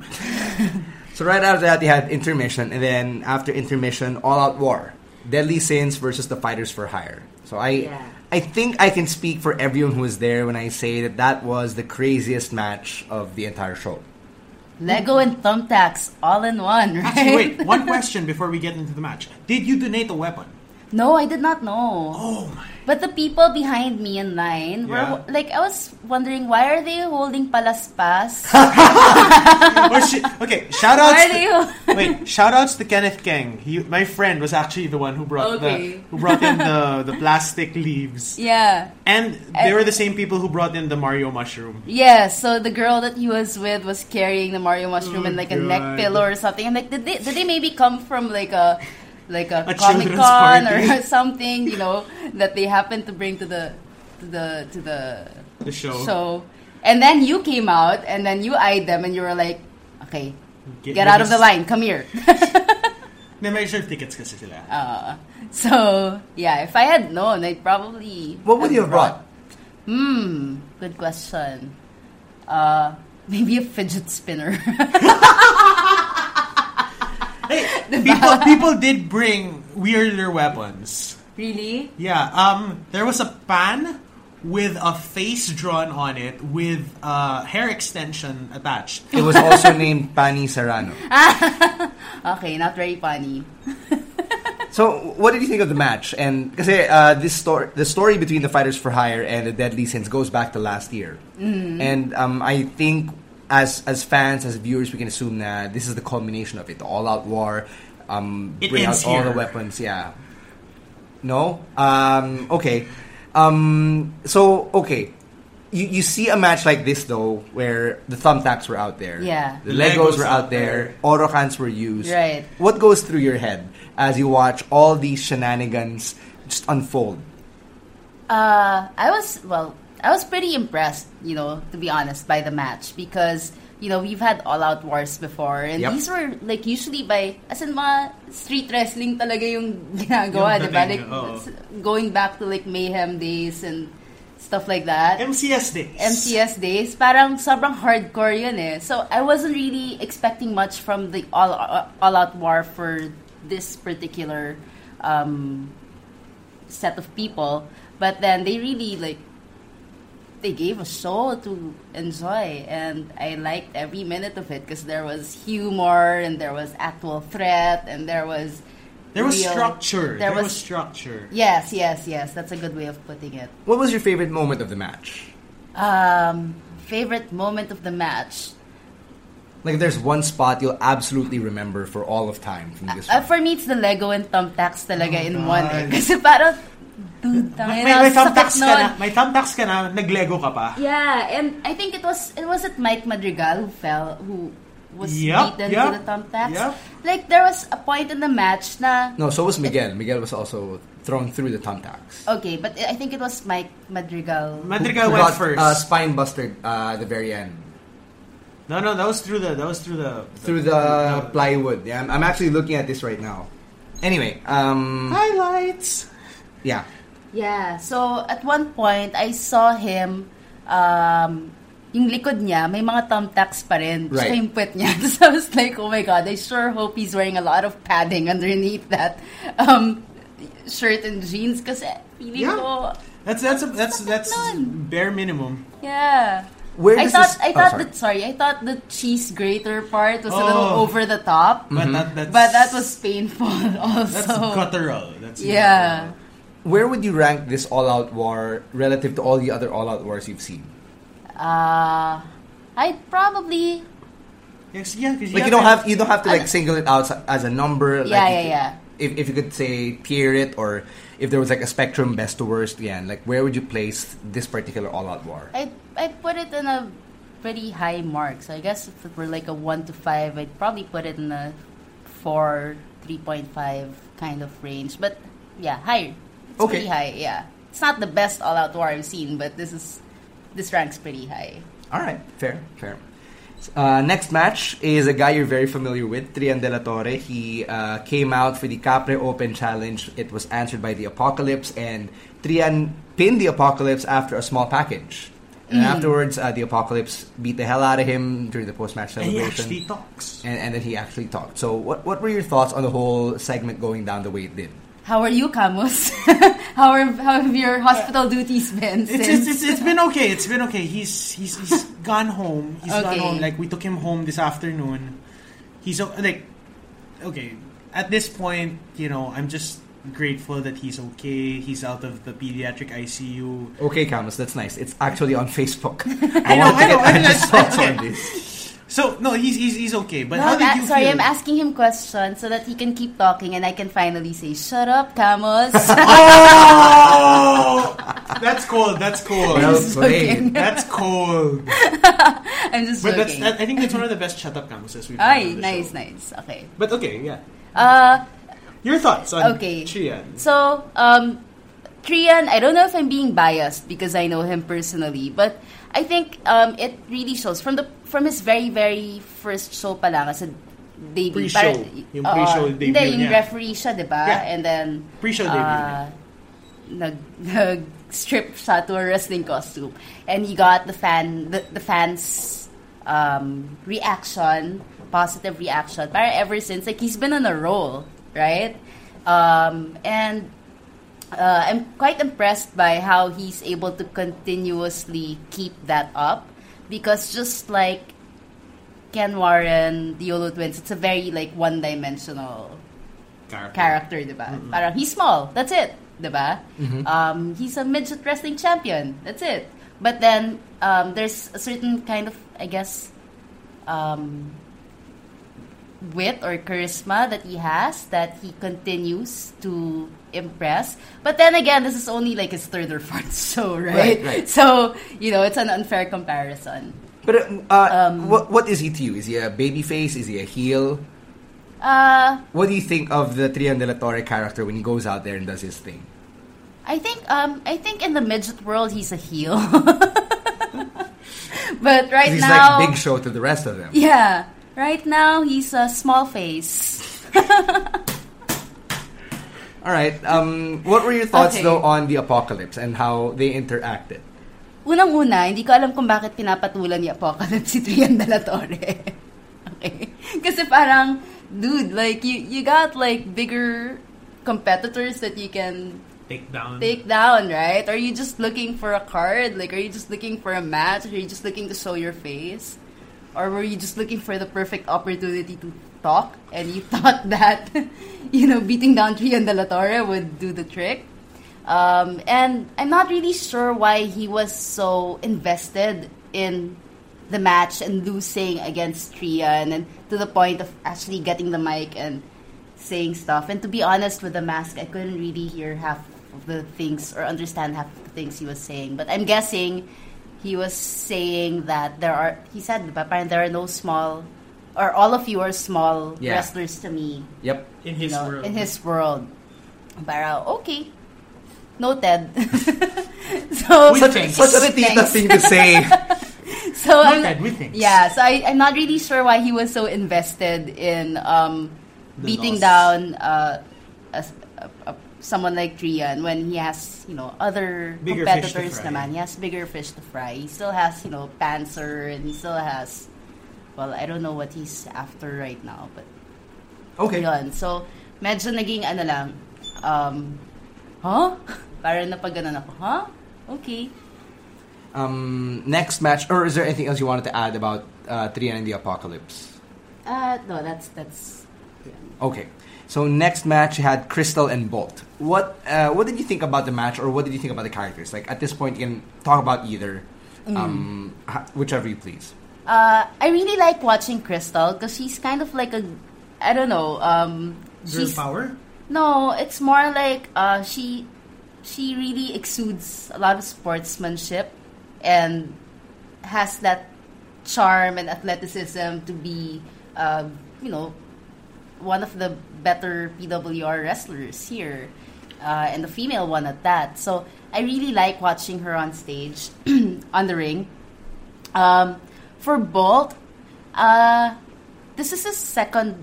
Speaker 3: So right after that, they had intermission, and then after intermission, all out war, deadly sins versus the fighters for hire. So I,
Speaker 5: Yeah.
Speaker 3: I think I can speak for everyone who was there when I say that that was the craziest match of the entire show.
Speaker 5: Lego and thumbtacks all in one, right?
Speaker 4: Actually, wait. One question before we get into the match: Did you donate a weapon?
Speaker 5: No, I did not know.
Speaker 4: Oh my!
Speaker 5: But the people behind me in line were
Speaker 4: Yeah.
Speaker 5: like, I was wondering why are they holding palaspas?
Speaker 4: Or she- okay, shout outs.
Speaker 5: why
Speaker 4: to-
Speaker 5: are you?
Speaker 4: Wait, shout outs to Kenneth Kang. He, my friend was actually the one who brought
Speaker 5: Okay.
Speaker 4: the who brought in the, the plastic leaves.
Speaker 5: yeah.
Speaker 4: And they
Speaker 5: Uh,
Speaker 4: were the same people who brought in the Mario mushroom.
Speaker 5: Yeah, so the girl that he was with was carrying the Mario mushroom and like a
Speaker 4: Oh God.
Speaker 5: neck pillow or something. I'm like, did they did they maybe come from like a like a,
Speaker 4: A
Speaker 5: comic
Speaker 4: children's
Speaker 5: con or
Speaker 4: party.
Speaker 5: something, you know, that they happened to bring to the to the to the
Speaker 4: The show.
Speaker 5: show. And then you came out and then you eyed them and you were like, Okay,
Speaker 4: Get-
Speaker 5: get, out
Speaker 4: we're
Speaker 5: of the
Speaker 4: just-
Speaker 5: line, come here.
Speaker 4: May measure tickets kasi sila.
Speaker 5: Oh. So yeah, if I had known, I'd probably.
Speaker 3: What would you have brought?
Speaker 5: Hmm, good question. Uh, maybe a fidget spinner.
Speaker 4: hey, people people did bring weirder weapons.
Speaker 5: really?
Speaker 4: Yeah, um there was a pan with a face drawn on it with a hair extension attached.
Speaker 3: It was also named Pani Serrano.
Speaker 5: Okay, not very funny.
Speaker 3: So what did you think of the match? And because uh, this story, the story between the fighters for hire and the deadly sins goes back to last year, and um, I think as as fans, as viewers, we can assume that this is the culmination of it, the all out war. Um,
Speaker 4: It
Speaker 3: bring
Speaker 4: ends
Speaker 3: out all
Speaker 4: here.
Speaker 3: the weapons. Yeah. No. Um, okay. Um, so okay. You, you see a match like this though, where the thumbtacks were out there,
Speaker 5: Yeah.
Speaker 3: the
Speaker 4: The
Speaker 3: Legos,
Speaker 4: Legos
Speaker 3: were out
Speaker 4: out
Speaker 3: there, Orokans were used,
Speaker 5: Right.
Speaker 3: what goes through your head as you watch all these shenanigans just unfold?
Speaker 5: Uh, I was well. I was pretty impressed, you know, to be honest, by the match because you know we've had all-out wars before, and
Speaker 3: Yep.
Speaker 5: these were like usually by as in mga street wrestling talaga yung ginagawa,
Speaker 4: Yung
Speaker 5: diba?
Speaker 4: dating,
Speaker 5: Like
Speaker 4: oo.
Speaker 5: s- going back to like mayhem days and stuff like that.
Speaker 4: MCS days.
Speaker 5: MCS days, parang sobrang hardcore yun eh. So I wasn't really expecting much from the all all out war for this particular um, set of people, but then they really like they gave a show to enjoy and I liked every minute of it because there was humor and there was actual threat and there was
Speaker 4: There was
Speaker 5: real-
Speaker 4: structure. There, was, structure.
Speaker 5: Yes, yes, yes. That's a good way of putting it.
Speaker 3: What was your favorite moment of the match?
Speaker 5: Um, favorite moment of the match.
Speaker 3: Like, if there's one spot you'll absolutely remember for all of time from this.
Speaker 5: Uh,
Speaker 3: one.
Speaker 5: for me, it's the Lego and thumbtacks talaga in
Speaker 4: God.
Speaker 5: one eh. Kasi parang, dude,
Speaker 4: Oh, May, may,
Speaker 5: tangin
Speaker 4: may
Speaker 5: ang sakit
Speaker 4: thumbtacks ka
Speaker 5: nun.
Speaker 4: na, may thumbtacks ka na, naglego ka pa.
Speaker 5: Yeah, and I think it was, it was it Mike Madrigal who fell, who was
Speaker 4: Yup,
Speaker 5: beaten
Speaker 4: yup,
Speaker 5: to the thumbtacks.
Speaker 4: yup.
Speaker 5: Like, there was a point in the match na,
Speaker 3: no, so was Miguel. Miguel was also thrown through the thumbtacks.
Speaker 5: okay, but I think it was Mike Madrigal.
Speaker 4: Madrigal
Speaker 3: Who got,
Speaker 4: went first.
Speaker 3: Uh, spine buster uh, at the very end.
Speaker 4: no, no, that was through the that was through the
Speaker 3: Through the plywood. Yeah, I'm, I'm actually looking at this right now. Anyway, um,
Speaker 4: highlights.
Speaker 3: yeah.
Speaker 5: Yeah, so at one point, I saw him, um, yung likod niya, may mga thumbtacks pa rin. Tsaka
Speaker 3: Right.
Speaker 5: yung puwet niya. So I was like, oh my God, I sure hope he's wearing a lot of padding underneath that um, shirt and jeans kasi feeling
Speaker 4: Yeah.
Speaker 5: ko,
Speaker 4: That's that's a, that's that's
Speaker 5: nun.
Speaker 4: bare minimum.
Speaker 5: yeah.
Speaker 3: Where
Speaker 5: I
Speaker 3: does
Speaker 5: thought,
Speaker 3: this-
Speaker 5: I
Speaker 3: oh,
Speaker 5: thought
Speaker 3: sorry.
Speaker 5: that, sorry, I thought the cheese grater part was a
Speaker 4: Oh. Mm-hmm.
Speaker 5: little over the top.
Speaker 3: Mm-hmm.
Speaker 4: But that that's
Speaker 5: But that was painful also.
Speaker 4: that's guttural. That's
Speaker 5: Yeah.
Speaker 4: guttural.
Speaker 3: where would you rank this All Out War relative to all the other All Out Wars you've seen?
Speaker 5: Uh, I'd probably
Speaker 4: Yes, yeah, 'cause
Speaker 3: Like you don't have you don't have to like single it out s- as a number.
Speaker 5: Yeah,
Speaker 3: like,
Speaker 5: yeah,
Speaker 3: you-
Speaker 5: yeah.
Speaker 3: If, if you could say tier it, or if there was like a spectrum, best to worst, yeah, and, like where would you place this particular All Out War?
Speaker 5: I I put it in a pretty high mark. So I guess if it were like a one to five, I'd probably put it in a four, three point five kind of range. But yeah, higher. It's
Speaker 3: Okay.
Speaker 5: pretty high. Yeah, it's not the best all out war I've seen, but this is this ranks pretty high.
Speaker 3: All right, fair, fair. Uh, next match is a guy you're very familiar with, Trian De La Torre. He uh, came out for the Capre Open Challenge. It was answered by the Apocalypse, and Trian pinned the Apocalypse after a small package. And
Speaker 4: Mm.
Speaker 3: afterwards, uh, the Apocalypse beat the hell out of him during the post-match
Speaker 4: And he
Speaker 3: celebration.
Speaker 4: actually talks.
Speaker 3: and, and then he actually talked. So, what, what were your thoughts on the whole segment going down the way it did?
Speaker 5: How are you, Camus? how are how have your hospital duties been?
Speaker 4: It's,
Speaker 5: since-
Speaker 4: it's, it's, it's been okay. It's been okay. He's he's, he's gone home. He's gone
Speaker 5: Okay.
Speaker 4: home. Like we took him home this afternoon. He's o- like okay. At this point, you know, I'm just grateful that he's okay. He's out of the pediatric ICU.
Speaker 3: Okay, Camus, that's nice. It's actually on Facebook. I,
Speaker 4: know,
Speaker 3: want to get
Speaker 4: I know, I know,
Speaker 3: Andrew's
Speaker 4: that's-
Speaker 3: thoughts on this.
Speaker 4: So no, he's he's, he's okay. But
Speaker 5: No,
Speaker 4: how did
Speaker 5: that-
Speaker 4: you
Speaker 5: sorry,
Speaker 4: feel?
Speaker 5: I'm asking him questions so that he can keep talking and I can finally say, "Shut up, Camus."
Speaker 4: Oh, that's cold. That's cold.
Speaker 3: Well
Speaker 5: just
Speaker 3: played.
Speaker 4: that's cold.
Speaker 5: I'm just
Speaker 4: But that's
Speaker 5: joking.
Speaker 4: that, I think that's one of the best shut up campuses we've had
Speaker 5: Ay,
Speaker 4: on the
Speaker 5: nice,
Speaker 4: show.
Speaker 5: nice. Okay.
Speaker 4: But okay, yeah.
Speaker 5: Uh,
Speaker 4: Your thoughts on
Speaker 5: Okay.
Speaker 4: Trian?
Speaker 5: so, um, Trian, I don't know if I'm being biased because I know him personally, but I think um, it really shows from the from his very very first show pa lang as a debut.
Speaker 4: Pre-show.
Speaker 5: Parang-
Speaker 4: Yung
Speaker 5: Oo.
Speaker 4: pre-show debut
Speaker 5: Hindi, yung
Speaker 4: niya.
Speaker 5: referee siya, di ba?
Speaker 4: Yeah.
Speaker 5: And then,
Speaker 4: Pre-show
Speaker 5: uh,
Speaker 4: debut niya.
Speaker 5: nag, nag strip siya to a wrestling costume and he got the fan the, the fans um, reaction positive reaction para ever since like he's been on a roll right um, and uh, I'm quite impressed by how he's able to continuously keep that up because just like Ken Warren, the Yolo Twins, it's a very like one-dimensional character, diba?
Speaker 3: Mm-hmm.
Speaker 5: Parang he's small, that's it, diba? Um, he's a midget wrestling champion, that's it. But then um, there's a certain kind of, I guess, um, wit or charisma that he has that he continues to impress. But then again, this is only like his third or fourth show,
Speaker 3: Right,
Speaker 5: right?
Speaker 3: right.
Speaker 5: So you know, it's an unfair comparison.
Speaker 3: But uh,
Speaker 5: Um,
Speaker 3: what what is he to you? Is he a baby face? Is he a heel?
Speaker 5: Uh,
Speaker 3: What do you think of the Trian de la Torre character when he goes out there and does his thing?
Speaker 5: I think um I think in the midget world he's a heel. but right
Speaker 3: 'Cause he's
Speaker 5: now
Speaker 3: like Big Show to the rest of them.
Speaker 5: Yeah. Right now he's a small face.
Speaker 3: All right. Um, what were your thoughts
Speaker 5: Okay.
Speaker 3: though on the apocalypse and how they interacted?
Speaker 5: Unang-una, hindi ko alam kung bakit pinapatulan ni Apocalypse si Trian de la Torre. okay. Kasi parang dude, like you you got like bigger competitors that you can
Speaker 4: Take down.
Speaker 5: take down, right? Are you just looking for a card? Like, are you just looking for a match? Are you just looking to show your face? Or were you just looking for the perfect opportunity to talk? And you thought that, you know, beating down Trian de la Torre would do the trick? Um, and I'm not really sure why he was so invested in the match and losing against Trian and to the point of actually getting the mic and saying stuff. And to be honest, with the mask, I couldn't really hear half of the things or understand half of the things he was saying. But I'm guessing he was saying that there are. He said, "Diba, parang there are no small, or all of you are small
Speaker 3: Yeah.
Speaker 5: wrestlers to me."
Speaker 3: Yep.
Speaker 4: in his
Speaker 5: you know,
Speaker 4: world.
Speaker 5: In his world, para okay, noted. so
Speaker 4: With
Speaker 3: Such,
Speaker 4: Thanks.
Speaker 3: such a retita
Speaker 5: Thanks.
Speaker 3: thing to say.
Speaker 5: So I'm
Speaker 4: Noted, we think.
Speaker 5: Yeah, so I, I'm not really sure why he was so invested in um,
Speaker 4: The
Speaker 5: beating
Speaker 4: loss.
Speaker 5: down uh, a, a- a- someone like Trian when he has, you know, other
Speaker 4: Bigger fish to
Speaker 5: competitors
Speaker 4: fry.
Speaker 5: naman. He has bigger fish to fry. He still has, you know, Panzer and he still has, well, I don't know what he's after right now, but
Speaker 3: Okay.
Speaker 5: yun. So, medyo naging ano lang, um, huh? Parang napag-ganon ako, huh? Okay.
Speaker 3: Um, next match, or is there anything else you wanted to add about uh, Trian and the apocalypse?
Speaker 5: Uh, no, that's that's
Speaker 3: Okay. So next match you had Crystal and Bolt. What uh, what did you think about the match, or what did you think about the characters? Like at this point, you can talk about either,
Speaker 5: Mm.
Speaker 3: um, ha- whichever you please.
Speaker 5: Uh, I really like watching Crystal because she's kind of like a, I don't know. Um,
Speaker 4: Girl
Speaker 5: she's,
Speaker 4: power?
Speaker 5: No, it's more like uh, she she really exudes a lot of sportsmanship and has that charm and athleticism to be, uh, you know, one of the better PWR wrestlers here, uh, and the female one at that. So I really like watching her on stage, on the ring. Um, for Bolt, uh, this is his second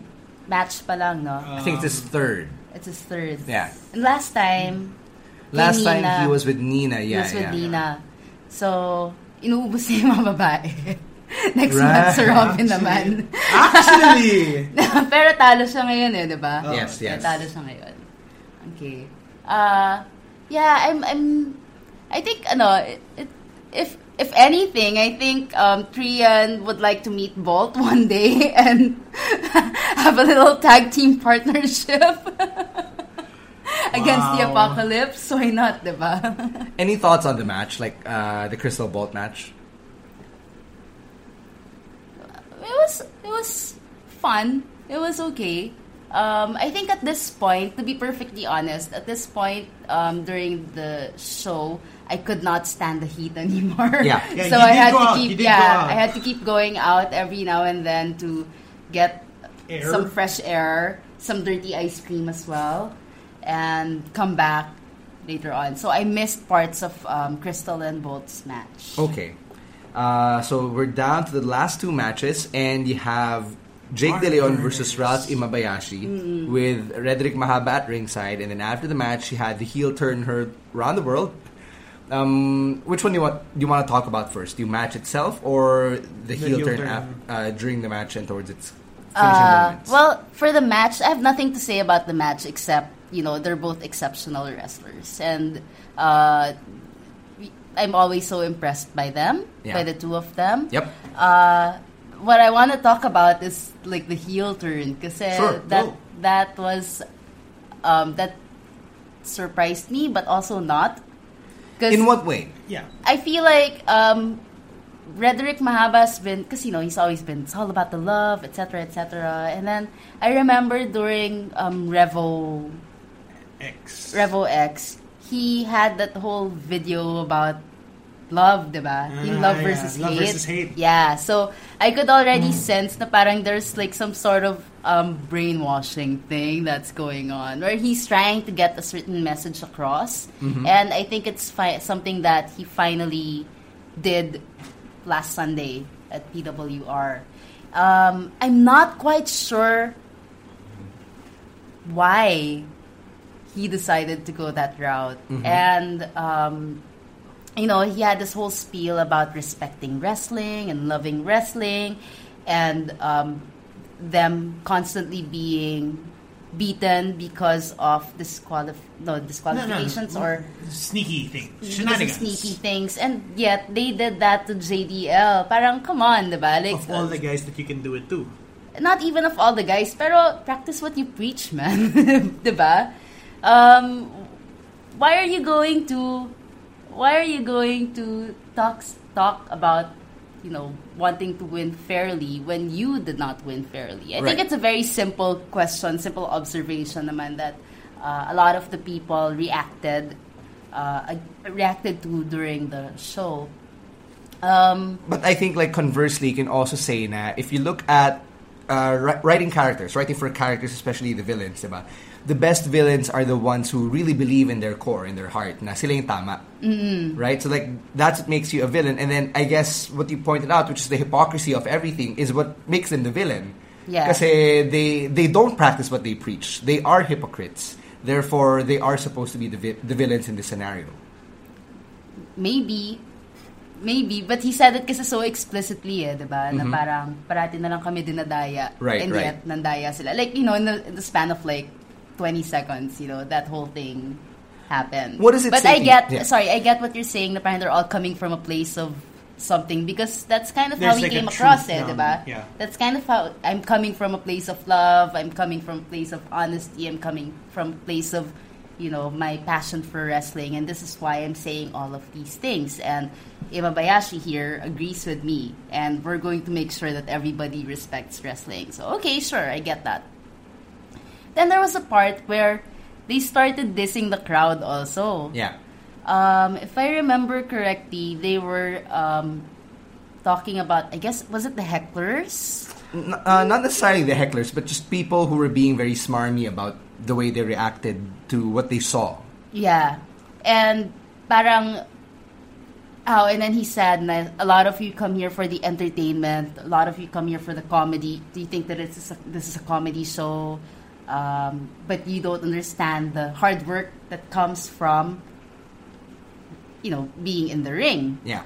Speaker 5: match pa lang, no?
Speaker 3: I think this is third.
Speaker 5: It's his third.
Speaker 3: Yeah.
Speaker 5: And last time, kay
Speaker 3: Last time
Speaker 5: Nina,
Speaker 3: he was with Nina.
Speaker 5: he
Speaker 3: Yeah,
Speaker 5: was with
Speaker 3: yeah.
Speaker 5: Nina. So, inuubos niya yung mga babae. Next
Speaker 3: Right.
Speaker 5: month, Sir Robin naman.
Speaker 4: Actually!
Speaker 5: Pero talo siya ngayon eh, di ba?
Speaker 3: Oh, Yes, yes.
Speaker 5: Pero talo siya ngayon. Okay. Uh, yeah, I'm, I'm, I think, ano, it, it, if, if anything, I think um, Trian would like to meet Bolt one day and have a little tag team partnership against the
Speaker 4: Wow.
Speaker 5: apocalypse. Why not, di ba?
Speaker 3: Any thoughts on the match, like uh, the Crystal Bolt match?
Speaker 5: it was it was fun. It was okay. Um, I think at this point, to be perfectly honest, at this point um, during the show, I could not stand the heat anymore.
Speaker 3: Yeah.
Speaker 4: Yeah,
Speaker 5: so
Speaker 4: you
Speaker 5: I
Speaker 4: did
Speaker 5: had
Speaker 4: go
Speaker 5: to
Speaker 4: out. You
Speaker 5: keep
Speaker 4: did go
Speaker 5: yeah,
Speaker 4: out.
Speaker 5: I had to keep going out every now and then to get
Speaker 4: Air.
Speaker 5: some fresh air, some dirty ice cream as well, and come back later on. So I missed parts of um, Crystal and Bolt's match.
Speaker 3: Okay. Uh, so we're down to the last two matches, and you have Jake De Leon versus Ralph Imabayashi with Redrick Mahaba at ringside, and then after the match, she had the heel turn her around the world. Um, which one do you want? Do you want to talk about first? The match itself, or the, heel,
Speaker 4: heel
Speaker 3: turn,
Speaker 4: turn.
Speaker 3: af- uh, during the match and towards its finishing
Speaker 5: Uh,
Speaker 3: moments?
Speaker 5: well, for the match, I have nothing to say about the match except you know they're both exceptional wrestlers, and uh, we- I'm always so impressed by them,
Speaker 3: Yeah.
Speaker 5: by the two of them.
Speaker 3: yep.
Speaker 5: Uh, what I want to talk about is like the heel turn, because
Speaker 3: Sure,
Speaker 5: that
Speaker 3: go.
Speaker 5: that was um, that surprised me, but also not. 'Cause-
Speaker 3: In what way?
Speaker 4: Yeah.
Speaker 5: I feel like um, Rederick Mahaba's been, because you know, he's always been, it's all about the love, etc., etc. And then I remember during um, Revo,
Speaker 4: X.
Speaker 5: Revo X, he had that whole video about love, diba? Yung love
Speaker 4: Ah, yeah.
Speaker 5: versus
Speaker 4: Love
Speaker 5: hate.
Speaker 4: versus hate. Hmm.
Speaker 5: Yeah, so I could already sense na parang there's like some sort of um, brainwashing thing that's going on where he's trying to get a certain message across.
Speaker 4: Mm-hmm.
Speaker 5: And I think it's fi- something that he finally did last Sunday at PWR. Um, I'm not quite sure why he decided to go that route.
Speaker 4: Mm-hmm.
Speaker 5: And, um, you know, he had this whole spiel about respecting wrestling and loving wrestling and um, them constantly being beaten because of disqualif- no, disqualifications or
Speaker 4: Sneaky thing.
Speaker 5: because of
Speaker 4: Shenanigans.
Speaker 5: sneaky things. And yet, they did that to JDL. Parang, come on, diba? Like,
Speaker 4: Of all the guys that you can do it to.
Speaker 5: not even of all the guys, pero practice what you preach, man. diba? Um, why are you going to, why are you going to talk, talk about, you know, wanting to win fairly when you did not win fairly? I
Speaker 3: Right.
Speaker 5: think it's a very simple question, simple observation naman that uh, a lot of the people reacted, uh, ag- reacted to during the show. Um,
Speaker 3: But I think, like conversely, you can also say na if you look at uh, ri- writing characters, writing for characters, especially the villains, diba? The best villains are the ones who really believe in their core, in their heart, na sila yung tama, right? So like that's what makes you a villain. And then I guess what you pointed out, which is the hypocrisy of everything, is what makes them the villain.
Speaker 5: Yeah.
Speaker 3: Kasi they they don't practice what they preach. They are hypocrites. Therefore, they are supposed to be the, vi- the villains in this scenario.
Speaker 5: Maybe. Maybe. But he said it kasi so explicitly eh, di ba? Na parang parati na lang kami dinadaya.
Speaker 3: Mm-hmm. Right,
Speaker 5: and
Speaker 3: right.
Speaker 5: yet, nandaya sila. Like, you know, in the, in the span of like 20 seconds, you know, that whole thing happened.
Speaker 3: What does it
Speaker 5: But
Speaker 3: say
Speaker 5: I
Speaker 3: to you?
Speaker 5: get,
Speaker 3: Yeah.
Speaker 5: sorry, I get what you're saying na parang they're all coming from a place of something because that's kind of
Speaker 4: There's
Speaker 5: how we
Speaker 4: like a
Speaker 5: came
Speaker 4: truth
Speaker 5: across it,
Speaker 4: down,
Speaker 5: diba?
Speaker 4: yeah.
Speaker 5: That's kind of how I'm coming from a place of love. I'm coming from a place of honesty. I'm coming from a place of, you know, my passion for wrestling, and this is why I'm saying all of these things. And Imabayashi here agrees with me, and we're going to make sure that everybody respects wrestling. So okay, sure, I get that. Then there was a part where they started dissing the crowd also.
Speaker 3: Yeah.
Speaker 5: Um, if I remember correctly, they were um, talking about, I guess, was it the hecklers?
Speaker 3: N- uh, not necessarily the hecklers, but just people who were being very smarmy about the way they reacted to what they saw.
Speaker 5: Yeah. And parang, oh, and then he said, na, a lot of you come here for the entertainment, a lot of you come here for the comedy. Do you think that this is a, this is a comedy show? Um, but you don't understand the hard work that comes from, you know, being in the ring.
Speaker 3: Yeah.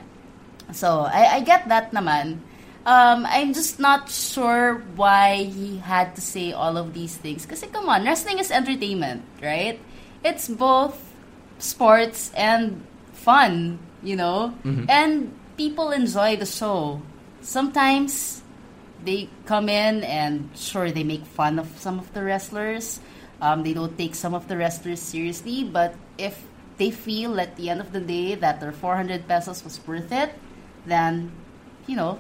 Speaker 5: So I, I get that naman. Um, I'm just not sure why he had to say all of these things. Kasi come on, wrestling is entertainment, right? It's both sports and fun, you know? And people enjoy the show. Sometimes they come in and sure they make fun of some of the wrestlers. Um, they don't take some of the wrestlers seriously, but if they feel at the end of the day that their 400 pesos was worth it, then you know,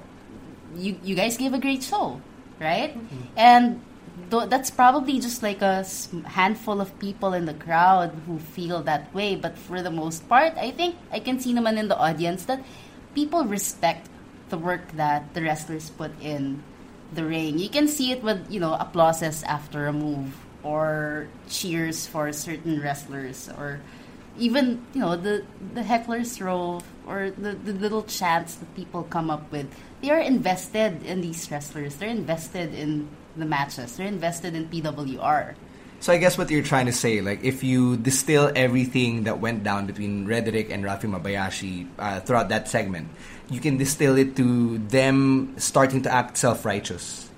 Speaker 5: you you guys gave a great show, right? And tho- that's probably just like a s- handful of people in the crowd who feel that way. But for the most part, I think I can see naman in the audience that people respect the work that the wrestlers put in the ring. You can see it with you know applauses after a move or cheers for certain wrestlers or even you know the the hecklers row or the, the little chants that people come up with they are invested in these wrestlers they're invested in the matches they're invested in pwr
Speaker 3: So I guess what you're trying to say, like, if you distill everything that went down between Rhetoric and Rafi Mabayashi uh, throughout that segment, you can distill it to them starting to act self-righteous.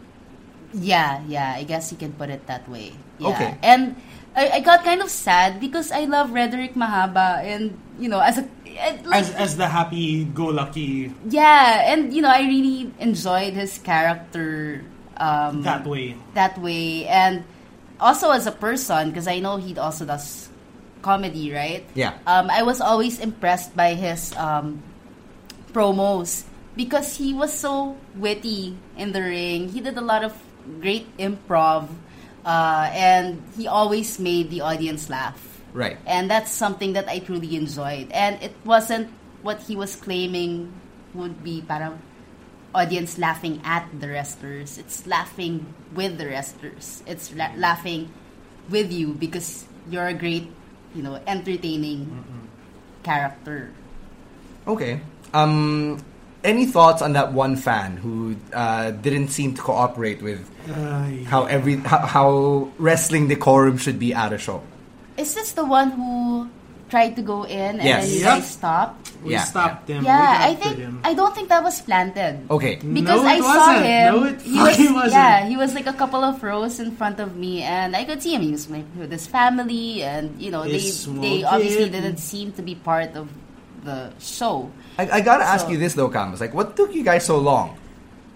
Speaker 5: Yeah, yeah. I guess you can put it that way. Yeah.
Speaker 3: Okay.
Speaker 5: And I, I got kind of sad because I love Rhetoric Mahaba, and you know, as a and,
Speaker 4: As,
Speaker 5: like,
Speaker 4: as the happy go lucky
Speaker 5: yeah, and you know, I really enjoyed his character um,
Speaker 4: that way.
Speaker 5: that way, and also as a person because I know he also does comedy, right?
Speaker 3: Yeah.
Speaker 5: Um, I was always impressed by his um, promos because he was so witty in the ring. He did a lot of great improv, uh, and he always made the audience laugh.
Speaker 3: Right.
Speaker 5: And that's something that I truly enjoyed. And it wasn't what he was claiming would be parang audience laughing at the wrestlers. It's laughing with the wrestlers. It's la- laughing with you because you're a great, you know, entertaining character.
Speaker 3: Okay. Um, any thoughts on that one fan who uh, didn't seem to cooperate with how every how, how wrestling decorum should be at a show?
Speaker 5: Is this the one who tried to go in and
Speaker 3: Yes.
Speaker 5: then you
Speaker 4: Yep.
Speaker 5: guys stopped?
Speaker 4: We
Speaker 3: Yeah,
Speaker 4: stopped him.
Speaker 5: yeah,
Speaker 4: we
Speaker 5: I
Speaker 4: got
Speaker 5: think
Speaker 4: to him. Oh,
Speaker 5: I don't think that was planted.
Speaker 3: Okay.
Speaker 5: Because
Speaker 4: No,
Speaker 5: I
Speaker 4: it
Speaker 5: saw
Speaker 4: wasn't.
Speaker 5: him.
Speaker 4: No, it
Speaker 5: he was,
Speaker 4: fucking wasn't.
Speaker 5: Yeah, he was like a couple of rows in front of me, and I could see him. He was like with his family, and you know,
Speaker 4: They
Speaker 5: they they
Speaker 4: smoked it.
Speaker 5: obviously didn't seem to be part of the show.
Speaker 3: I, I gotta ask you
Speaker 5: So-
Speaker 3: this though, Camus. Like, what took you guys so long?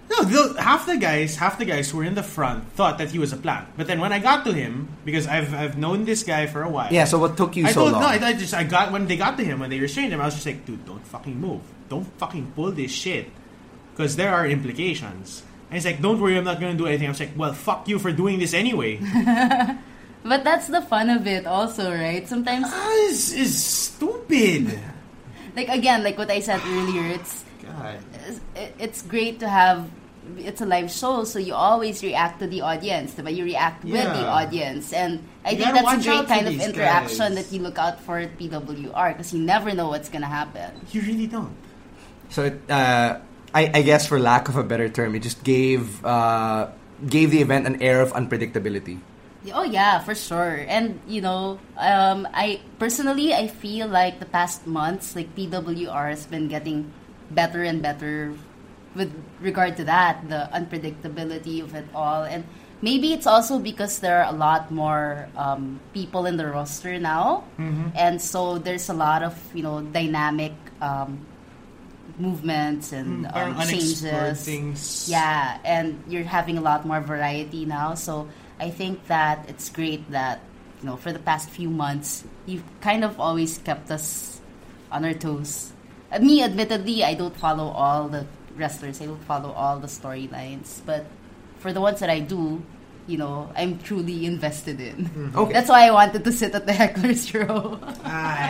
Speaker 4: No, the, half the guys, half the guys who were in the front thought that he was a plant. But then when I got to him, because I've I've known this guy for a while.
Speaker 3: Yeah. So what took you
Speaker 4: I
Speaker 3: so
Speaker 4: don't
Speaker 3: long?
Speaker 4: know. I, I just I got when they got to him when they restrained him. I was just like, dude, don't fucking move. Don't fucking pull this shit, because there are implications. And he's like, don't worry, I'm not gonna do anything. I was like, well, fuck you for doing this anyway.
Speaker 5: But that's the fun of it, also, right? Sometimes,
Speaker 4: this is stupid.
Speaker 5: like again, like what I said earlier, it's
Speaker 4: God.
Speaker 5: it- it's great to have it's a live show so you always react to the audience but you react with the
Speaker 4: Yeah.
Speaker 5: audience and i
Speaker 4: You
Speaker 5: think
Speaker 4: gotta
Speaker 5: that's a
Speaker 4: watch out
Speaker 5: great
Speaker 4: for
Speaker 5: kind of
Speaker 4: these
Speaker 5: interaction
Speaker 4: guys.
Speaker 5: that you look out for at pwr because you never know what's gonna happen
Speaker 4: You really don't.
Speaker 3: So it, uh, I, I guess, for lack of a better term, it just gave uh, gave the event an air of unpredictability.
Speaker 5: Oh yeah, for sure. And you know, um, I personally I feel like the past months, like PWR has been getting better and better with regard to that, the unpredictability of it all. And maybe it's also because there are a lot more um, people in the
Speaker 4: Mm-hmm.
Speaker 5: roster now, and so there's a lot of you know dynamic um, movements and
Speaker 4: parang
Speaker 5: um,
Speaker 4: Mm-hmm. unexplored
Speaker 5: changes.
Speaker 4: things.
Speaker 5: Yeah, and you're having a lot more variety now. So I think that it's great that you know for the past few months you've kind of always kept us on our toes. Uh, me, admittedly, I don't follow all the wrestlers. I don't follow all the storylines, but for the ones that I do. You know, I'm truly invested in.
Speaker 3: Okay.
Speaker 5: That's why I wanted to sit at the heckler's row.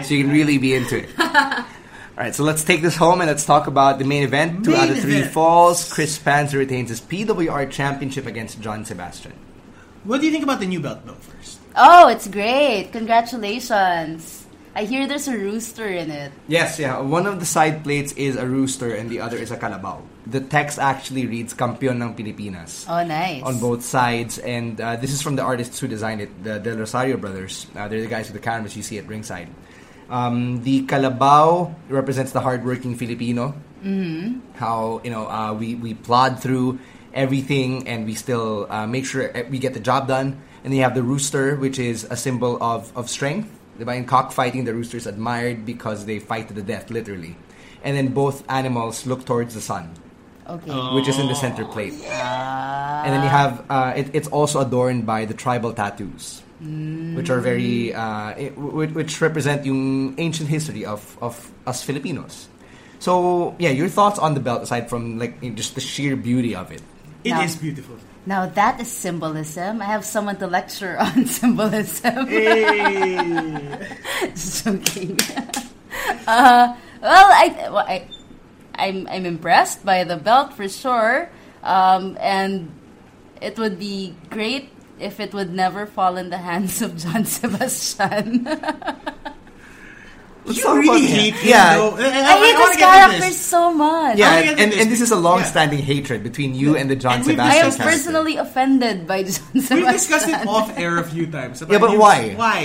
Speaker 3: So you can really be into it. All right, so let's take this home and let's talk about the main event. Two
Speaker 4: Main
Speaker 3: out of three
Speaker 4: event.
Speaker 3: falls. Chris Panzer retains his PWR championship against John Sebastian.
Speaker 4: What do you think about the new belt though first?
Speaker 5: Oh, it's great. Congratulations. I hear there's a rooster in it.
Speaker 3: Yes, yeah. One of the side plates is a rooster and the other is a calabao. The text actually reads "Campeon ng Pilipinas"
Speaker 5: Oh, nice.
Speaker 3: on both sides, and uh, this is from the artists who designed it, the Del Rosario brothers. Uh, they're the guys with the cameras you see at ringside. Um, the calabao represents the hardworking Filipino. Mm-hmm. How you know uh, we we plod through everything and we still uh, make sure we get the job done. And then you have the rooster, which is a symbol of of strength. Diba? In cockfighting, the rooster is admired because they fight to the death, literally. And then both animals look towards the sun,
Speaker 5: Okay.
Speaker 3: which is in the center plate. And then you have uh, it, it's also adorned by the tribal tattoos, which are very uh, i- whi- which represent yung ancient history of of us Filipinos. So yeah, your thoughts on the belt aside from like in just the sheer beauty of it.
Speaker 4: It is
Speaker 5: No.
Speaker 4: beautiful.
Speaker 5: Now that is symbolism. I have someone to lecture on symbolism. Just joking. uh, well, I, well, I, I'm, I'm impressed by the belt for sure. Um, and it would be great if it would never fall in the hands of John Sebastian.
Speaker 3: Let's talk
Speaker 4: You really
Speaker 3: about-
Speaker 4: hate him,
Speaker 3: yeah.
Speaker 4: though. I,
Speaker 5: I hate
Speaker 4: wanna
Speaker 5: this
Speaker 4: get to
Speaker 5: character
Speaker 4: this.
Speaker 5: so much.
Speaker 3: Yeah,
Speaker 4: I
Speaker 3: and,
Speaker 4: wanna get
Speaker 3: and,
Speaker 4: to
Speaker 3: this is
Speaker 4: this.
Speaker 3: a long-standing hatred between you and the John
Speaker 4: And we've
Speaker 5: I
Speaker 3: Sebastian.
Speaker 5: am
Speaker 4: discussed
Speaker 3: character.
Speaker 5: personally offended by John Sebastian.
Speaker 4: We've discussed it off air a few times.
Speaker 3: Yeah, but
Speaker 4: his-
Speaker 3: why?
Speaker 4: Why?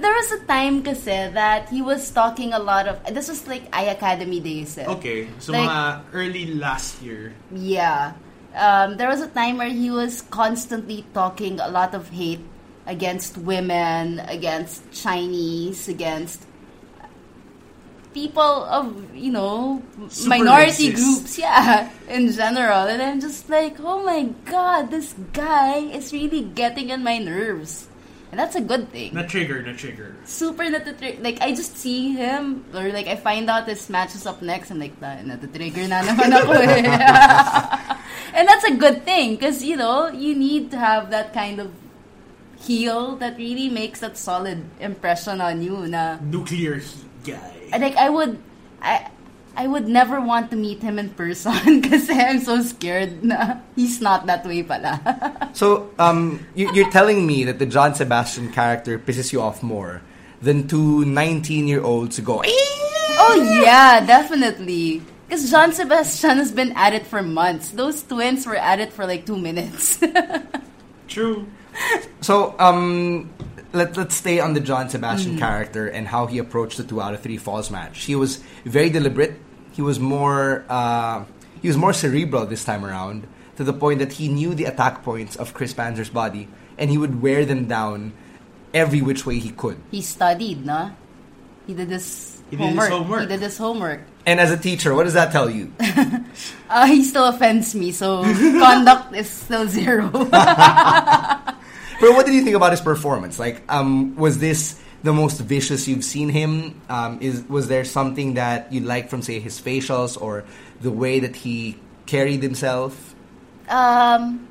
Speaker 5: There was a time kasi that he was talking a lot of... This was like iAcademy days. eh.
Speaker 4: Okay, so
Speaker 5: Like-
Speaker 4: mga early last year.
Speaker 5: Yeah. Um, there was a time where he was constantly talking a lot of hate against women, against Chinese, against people of, you know,
Speaker 4: Super
Speaker 5: minority
Speaker 4: racist.
Speaker 5: groups, yeah, in general. And I'm just like, oh my god, this guy is really getting on my nerves. And that's a good thing.
Speaker 4: Na trigger, na trigger.
Speaker 5: Super natitrigger. Like, I just see him, or like, I find out his match is up next, I'm like, "Ta- natitrigger na naman ako eh. and that's a good thing, because, you know, you need to have that kind of heel that really makes that solid impression on you na,
Speaker 4: Nuclear heat guy.
Speaker 5: and, like, I would, I, I would never want to meet him in person because I'm so scared na he's not that way pala.
Speaker 3: So um, you, you're telling me that the John Sebastian character pisses you off more than two 19-year-olds who go. "Eh!"
Speaker 5: Oh yeah, definitely. Because John Sebastian has been at it for months. Those twins were at it for like two minutes.
Speaker 4: True.
Speaker 3: So, um, let, let's stay on the John Sebastian character and how he approached the two out of three falls match. He was very deliberate. He was more uh, he was more cerebral this time around to the point that he knew the attack points of Chris Panzer's body and he would wear them down every which way he could.
Speaker 5: he studied, no? He did his
Speaker 4: He did his
Speaker 5: homework.
Speaker 4: homework.
Speaker 5: He did his homework.
Speaker 3: And as a teacher, what does that tell you?
Speaker 5: Uh, he still offends me, so conduct is still zero.
Speaker 3: But what did you think about his performance? Like, um, was this the most vicious you've seen him? Um, is was there something that you liked from, say, his facials or the way that he carried himself?
Speaker 5: um,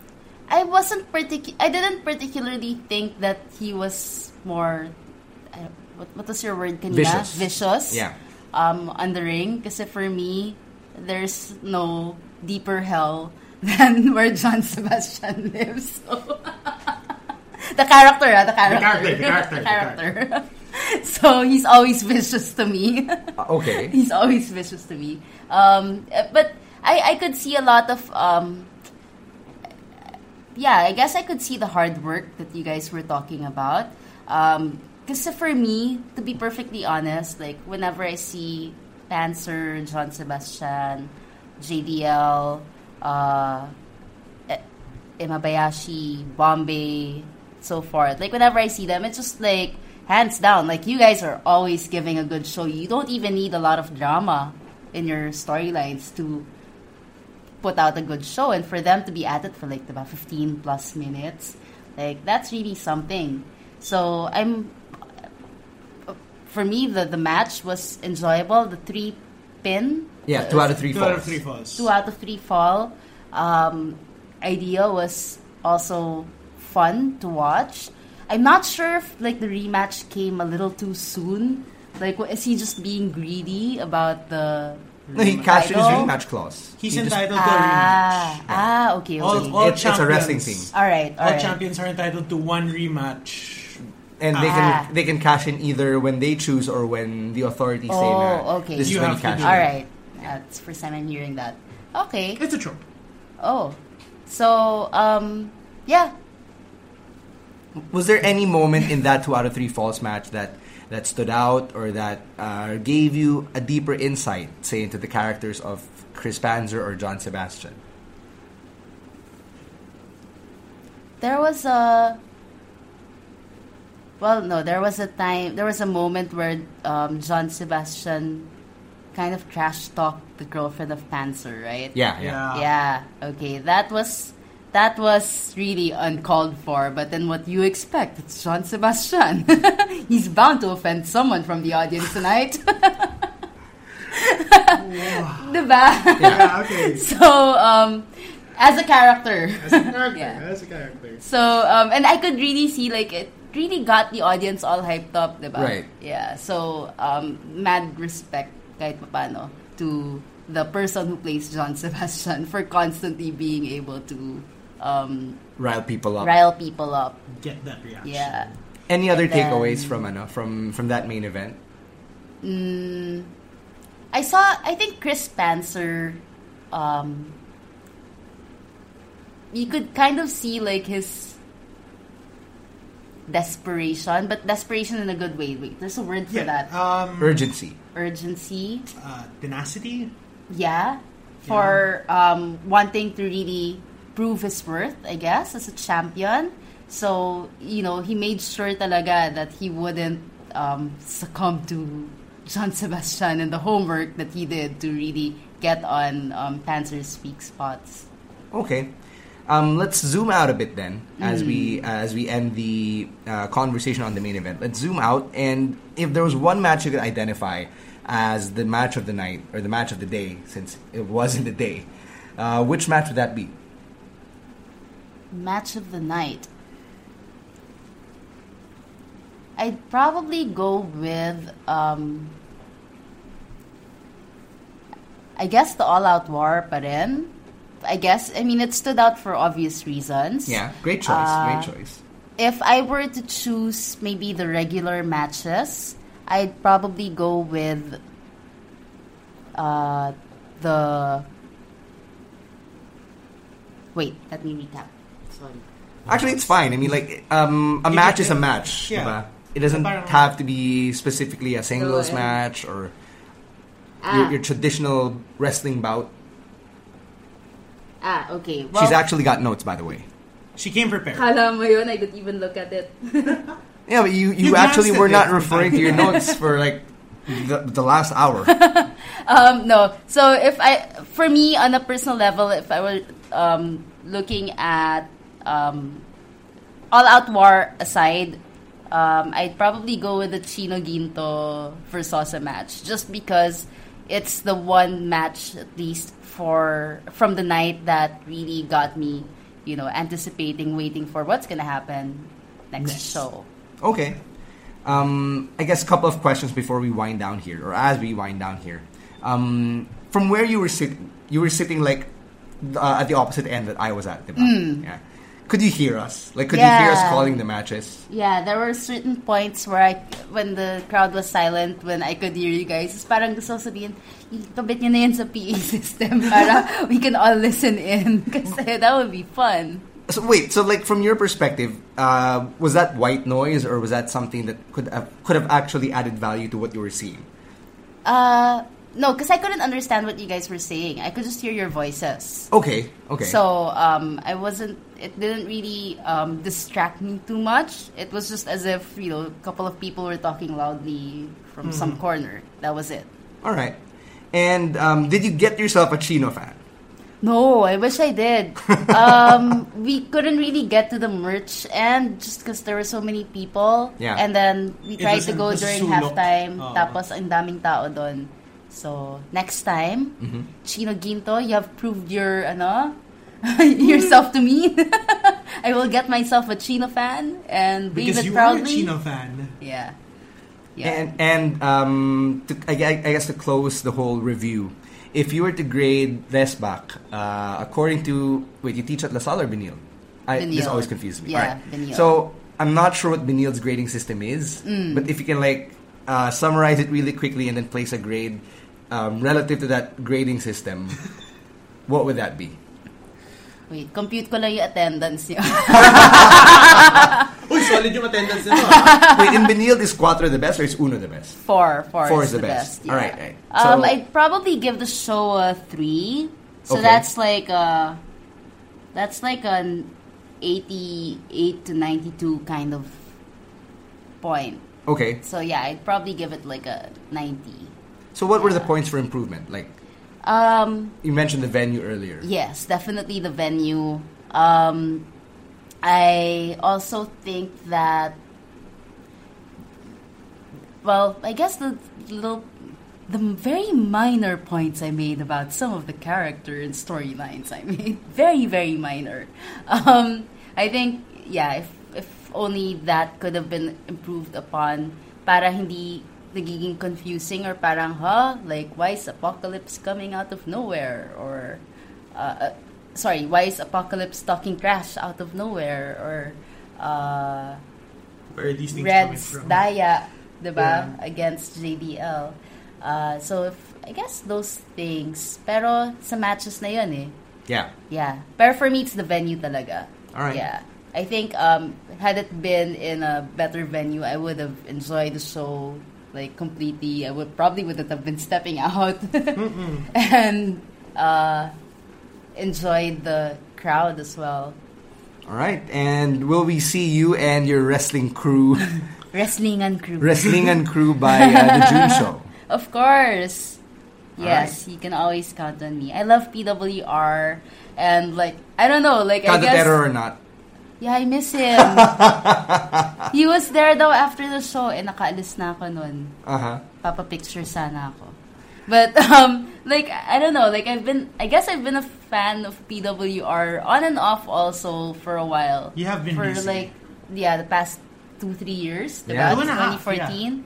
Speaker 5: I wasn't particu- I didn't particularly think that he was more. I don't- What, what was your word? Kanina?
Speaker 3: Vicious.
Speaker 5: Vicious.
Speaker 3: Yeah.
Speaker 5: Um, on the ring, kasi for me, there's no deeper hell than where John Sebastian lives. So- the character, ah, the character,
Speaker 4: character, the character, the
Speaker 5: character. so he's always vicious to me.
Speaker 3: Uh, okay.
Speaker 5: He's always vicious to me. Um, uh, but I, I could see a lot of. Um, yeah, I guess I could see the hard work that you guys were talking about. Because for me, to be perfectly honest, like whenever I see Panzer, John Sebastian, JDL, uh, Imabayashi, Bombay, so forth. Like whenever I see them, it's just like hands down. Like you guys are always giving a good show. You don't even need a lot of drama in your storylines to put out a good show and for them to be at it for like about 15 plus minutes like that's really something so i'm for me the, the match was enjoyable the three pin
Speaker 3: Yeah, two out of three
Speaker 4: Two
Speaker 3: falls.
Speaker 4: out of three falls.
Speaker 5: two out of three fall um, idea was also fun to watch. I'm not sure if like the rematch came a little too soon. Like, wa- is he just being greedy about the?
Speaker 3: No, he cashed in his
Speaker 5: Title.
Speaker 3: rematch clause.
Speaker 4: He's
Speaker 3: He just-
Speaker 4: entitled to a rematch.
Speaker 5: Ah, ah, okay, okay.
Speaker 4: All,
Speaker 5: All,
Speaker 4: all
Speaker 3: It's- it's a wrestling
Speaker 4: champions-
Speaker 3: thing.
Speaker 5: right, all
Speaker 4: All
Speaker 5: right.
Speaker 4: champions are entitled to one rematch.
Speaker 3: and they
Speaker 5: Ah.
Speaker 3: can they can cash in either when they choose or when the authorities say
Speaker 5: Oh,
Speaker 3: that
Speaker 5: okay.
Speaker 3: this
Speaker 4: You
Speaker 3: is when
Speaker 4: have
Speaker 3: you
Speaker 4: to
Speaker 3: cash
Speaker 4: do
Speaker 3: in.
Speaker 5: All right. That's the first time I'm hearing that. Okay.
Speaker 4: It's a trope.
Speaker 5: Oh, so um, yeah.
Speaker 3: Was there any moment in that two out of three falls match that that stood out or that uh, gave you a deeper insight, say, into the characters of Chris Panzer or John Sebastian?
Speaker 5: there was a well no there was a time there was a moment where um, john sebastian kind of trash talked the girlfriend of panzer right
Speaker 3: Yeah, yeah.
Speaker 5: yeah okay that was that was really uncalled for but then what you expect it's john sebastian he's bound to offend someone from the audience tonight diba
Speaker 4: Yeah, okay.
Speaker 5: so um as a character
Speaker 4: That's a character.
Speaker 5: Yeah.
Speaker 4: That's a character.
Speaker 5: So, um, and I could really see like it really got the audience all hyped up, diba?
Speaker 3: Right.
Speaker 5: Yeah. So, um, mad respect kahit papano to the person who plays John Sebastian for constantly being able to um,
Speaker 3: Rile people up.
Speaker 5: rile people up.
Speaker 4: Get that reaction.
Speaker 5: Yeah.
Speaker 3: Any other
Speaker 5: Then-
Speaker 3: takeaways from ano, from from that main event?
Speaker 5: I saw. I think Chris Panzer. Um, you could kind of see like his desperation, but desperation in a good way. Wait, there's a word for
Speaker 4: Yeah.
Speaker 5: that.
Speaker 4: Um,
Speaker 3: Urgency.
Speaker 5: Urgency.
Speaker 4: uh, tenacity.
Speaker 5: Yeah, for um, wanting to really prove his worth, I guess, as a champion. So, you know, he made sure talaga that he wouldn't um, succumb to John Sebastian and the homework that he did to really get on um, Panzer's weak spots.
Speaker 3: Okay. Um, let's zoom out a bit then, as we as we end the uh, conversation on the main event. Let's zoom out, and if there was one match you could identify as the match of the night or the match of the day, since it wasn't the day, uh, which match would that be?
Speaker 5: Match of the night. I'd probably go with, um, I guess, the All Out War, but in. I guess, I mean, it stood out for obvious reasons.
Speaker 3: Yeah, great choice, great choice.
Speaker 5: If I were to choose maybe the regular matches, I'd probably go with uh, the. Wait, let me recap. Sorry.
Speaker 3: Actually, it's fine. I mean, like um, a
Speaker 4: It-
Speaker 3: match
Speaker 4: it-
Speaker 3: is a match.
Speaker 4: yeah.
Speaker 3: diba? It doesn't
Speaker 4: Parang-
Speaker 3: have to be specifically a singles
Speaker 5: eh.
Speaker 3: match or
Speaker 5: Ah.
Speaker 3: your, your traditional wrestling bout.
Speaker 5: Ah, okay. Well,
Speaker 3: She's actually got notes, by the way.
Speaker 4: She came prepared.
Speaker 5: Kala mo yun, I didn't even look at it.
Speaker 3: Yeah, but you, you,
Speaker 4: You glanced
Speaker 3: actually
Speaker 4: at
Speaker 3: were
Speaker 4: it
Speaker 3: not
Speaker 4: from
Speaker 3: referring to
Speaker 4: time
Speaker 3: your
Speaker 4: to time.
Speaker 3: notes for like the, the last hour.
Speaker 5: um, no. So if I, for me, on a personal level, if I were um, looking at um, all out war aside, um, I'd probably go with the Chino Ginto Versosa match just because it's the one match at least for from the night that really got me, you know, anticipating, waiting for what's gonna happen next. show.
Speaker 3: Okay. Um, I guess a couple of questions before we wind down here, or as we wind down here. Um, from where you were sitting, you were sitting like uh, at the opposite end that I was at. diba? Yeah. Could you hear us? Like, could you hear us
Speaker 5: Yeah.
Speaker 3: calling the matches?
Speaker 5: Yeah, there were certain points where I, when the crowd was silent, when I could hear you guys, it's parang gusto ko sabihin, itabit niyo na yan sa PA system para we can all listen in. Kasi that would be fun.
Speaker 3: So wait, so like from your perspective, uh, was that white noise, or was that something that could have, could have actually added value to what you were seeing?
Speaker 5: Uh, no, because I couldn't understand what you guys were saying. I could just hear your voices.
Speaker 3: Okay. Okay.
Speaker 5: So um, I wasn't. It didn't really um, distract me too much. It was just as if you know a couple of people were talking loudly from some corner. That was it.
Speaker 3: All right. And um, did you get yourself a Chino fan?
Speaker 5: No, I wish I did. um, we couldn't really get to the merch and just because there were so many people.
Speaker 3: Yeah.
Speaker 5: And then we
Speaker 4: It
Speaker 5: tried
Speaker 4: was
Speaker 5: to
Speaker 4: in
Speaker 5: go
Speaker 4: the
Speaker 5: during
Speaker 4: sulok.
Speaker 5: halftime.
Speaker 4: Oo.
Speaker 5: Tapos ang daming tao doon. So, next time,
Speaker 3: Mm-hmm.
Speaker 5: Chino Ginto, you have proved your, ano, yourself to me. I will get myself a Chino fan and leave
Speaker 4: Because
Speaker 5: it
Speaker 4: you are a
Speaker 5: proudly.
Speaker 4: Chino fan.
Speaker 5: Yeah. Yeah.
Speaker 3: And, and um, to, I, gue- I guess to close the whole review, if you were to grade Lesbach, uh, according to wait, you teach at LaSalle or Benil? I, This
Speaker 5: Benilde.
Speaker 3: always confuses me. Alright.
Speaker 5: Yeah, Benilde.
Speaker 3: So I'm not sure what Benil's grading system is, but if you can like uh, summarize it really quickly and then place a grade um, relative to that grading system, what would that be?
Speaker 5: Wait, compute ko lang yung attendance niyo.
Speaker 4: Uy, solid yung attendance nito. ah.
Speaker 3: wait, in Benilde is cuatro the best or is uno the best?
Speaker 5: Four. Four,
Speaker 3: Four
Speaker 5: is, the, best.
Speaker 3: All right, all right.
Speaker 5: Um,
Speaker 3: So-
Speaker 5: I'd probably give the show a three. So
Speaker 3: Okay.
Speaker 5: that's like a, that's like an eighty-eight to ninety-two kind of point.
Speaker 3: Okay.
Speaker 5: So yeah, I'd probably give it like a ninety.
Speaker 3: So what were the points for improvement? Like
Speaker 5: Um,
Speaker 3: you mentioned the venue earlier.
Speaker 5: Yes, definitely the venue. Um, I also think that, well, I guess the little, the very minor points I made about some of the character and storylines I made, very very minor. Um, I think yeah, if if only that could have been improved upon para hindi nagiging confusing or parang, huh, like, why is Apocalypse coming out of nowhere? Or, uh, uh, sorry, why is Apocalypse talking trash out of nowhere? Or, uh,
Speaker 4: Where are these things
Speaker 5: Reds
Speaker 4: coming from?
Speaker 5: Daya, diba?
Speaker 4: Yeah.
Speaker 5: Against JBL. Uh, so, if, I guess those things. Pero sa matches na yun eh.
Speaker 3: Yeah.
Speaker 5: Yeah. Pero for me, it's the venue talaga.
Speaker 3: Alright.
Speaker 5: Yeah. I think um, had it been in a better venue, I would have enjoyed the show like completely. I would probably wouldn't have been stepping out and uh, enjoyed the crowd as well.
Speaker 3: All right. And will we see you and your wrestling crew,
Speaker 5: Wrestling and crew.
Speaker 3: wrestling and crew by uh, the June show?
Speaker 5: Of course. Yes, you can always count on me. I love PWR and like I don't know, like I
Speaker 3: Count the
Speaker 5: guess
Speaker 3: terror or not?
Speaker 5: Yeah, I miss him. he was there though after the show eh, nakaalis na ako nun.
Speaker 3: Uh huh.
Speaker 5: Papapicture sana ako. But, um, like, I don't know, like, I've been, I guess I've been a fan of PWR on and off also for a while.
Speaker 4: You have been
Speaker 5: For,
Speaker 4: busy.
Speaker 5: like, yeah, the past two, three years.
Speaker 3: Yeah.
Speaker 5: Yeah.
Speaker 4: Two and a half,
Speaker 5: 2014.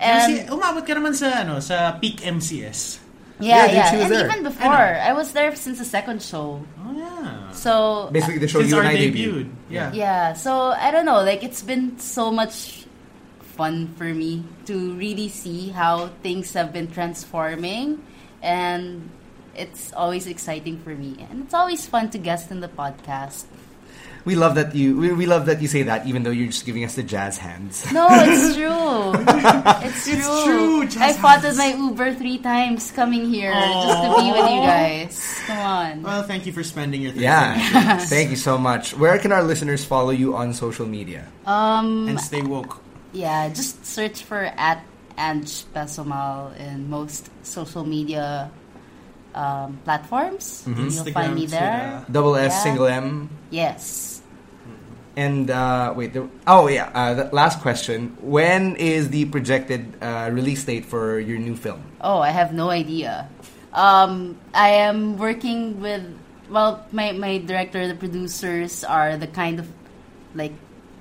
Speaker 4: Kasi
Speaker 5: And,
Speaker 4: umabot ka naman sa, ano, sa peak MCS.
Speaker 3: Yeah,
Speaker 5: yeah,
Speaker 3: then
Speaker 5: yeah.
Speaker 3: she was
Speaker 5: And
Speaker 3: there.
Speaker 5: even before, I was there since the second show.
Speaker 4: Oh, yeah.
Speaker 5: So, uh,
Speaker 3: Basically, the show
Speaker 4: Since
Speaker 3: you and
Speaker 4: our
Speaker 3: I
Speaker 4: debuted.
Speaker 3: debuted.
Speaker 4: Yeah.
Speaker 5: Yeah, so I don't know, like it's been so much fun for me to really see how things have been transforming and it's always exciting for me and it's always fun to guest in the podcast.
Speaker 3: We love that you. We, we love that you say that, even though you're just giving us the jazz hands.
Speaker 5: No, it's true. it's
Speaker 4: true,
Speaker 5: true. I
Speaker 4: just
Speaker 5: fought with my Uber three times coming here just to be with you guys. Come on.
Speaker 4: Well, thank you for spending your Thursday night
Speaker 3: Yeah. Thank you so much. Where can our listeners follow you on social media?
Speaker 4: and stay woke.
Speaker 5: Yeah, just search for at Ange Pesomal in most social media um, platforms. You'll find me there.
Speaker 3: Double S,
Speaker 5: Yeah.
Speaker 3: single M,
Speaker 5: Yes.
Speaker 3: and uh, wait. The, oh yeah. Uh, the last question. When is the projected uh, release date for your new film?
Speaker 5: Oh, I have no idea. Um, I am working with well, my my director, the producers are the kind of like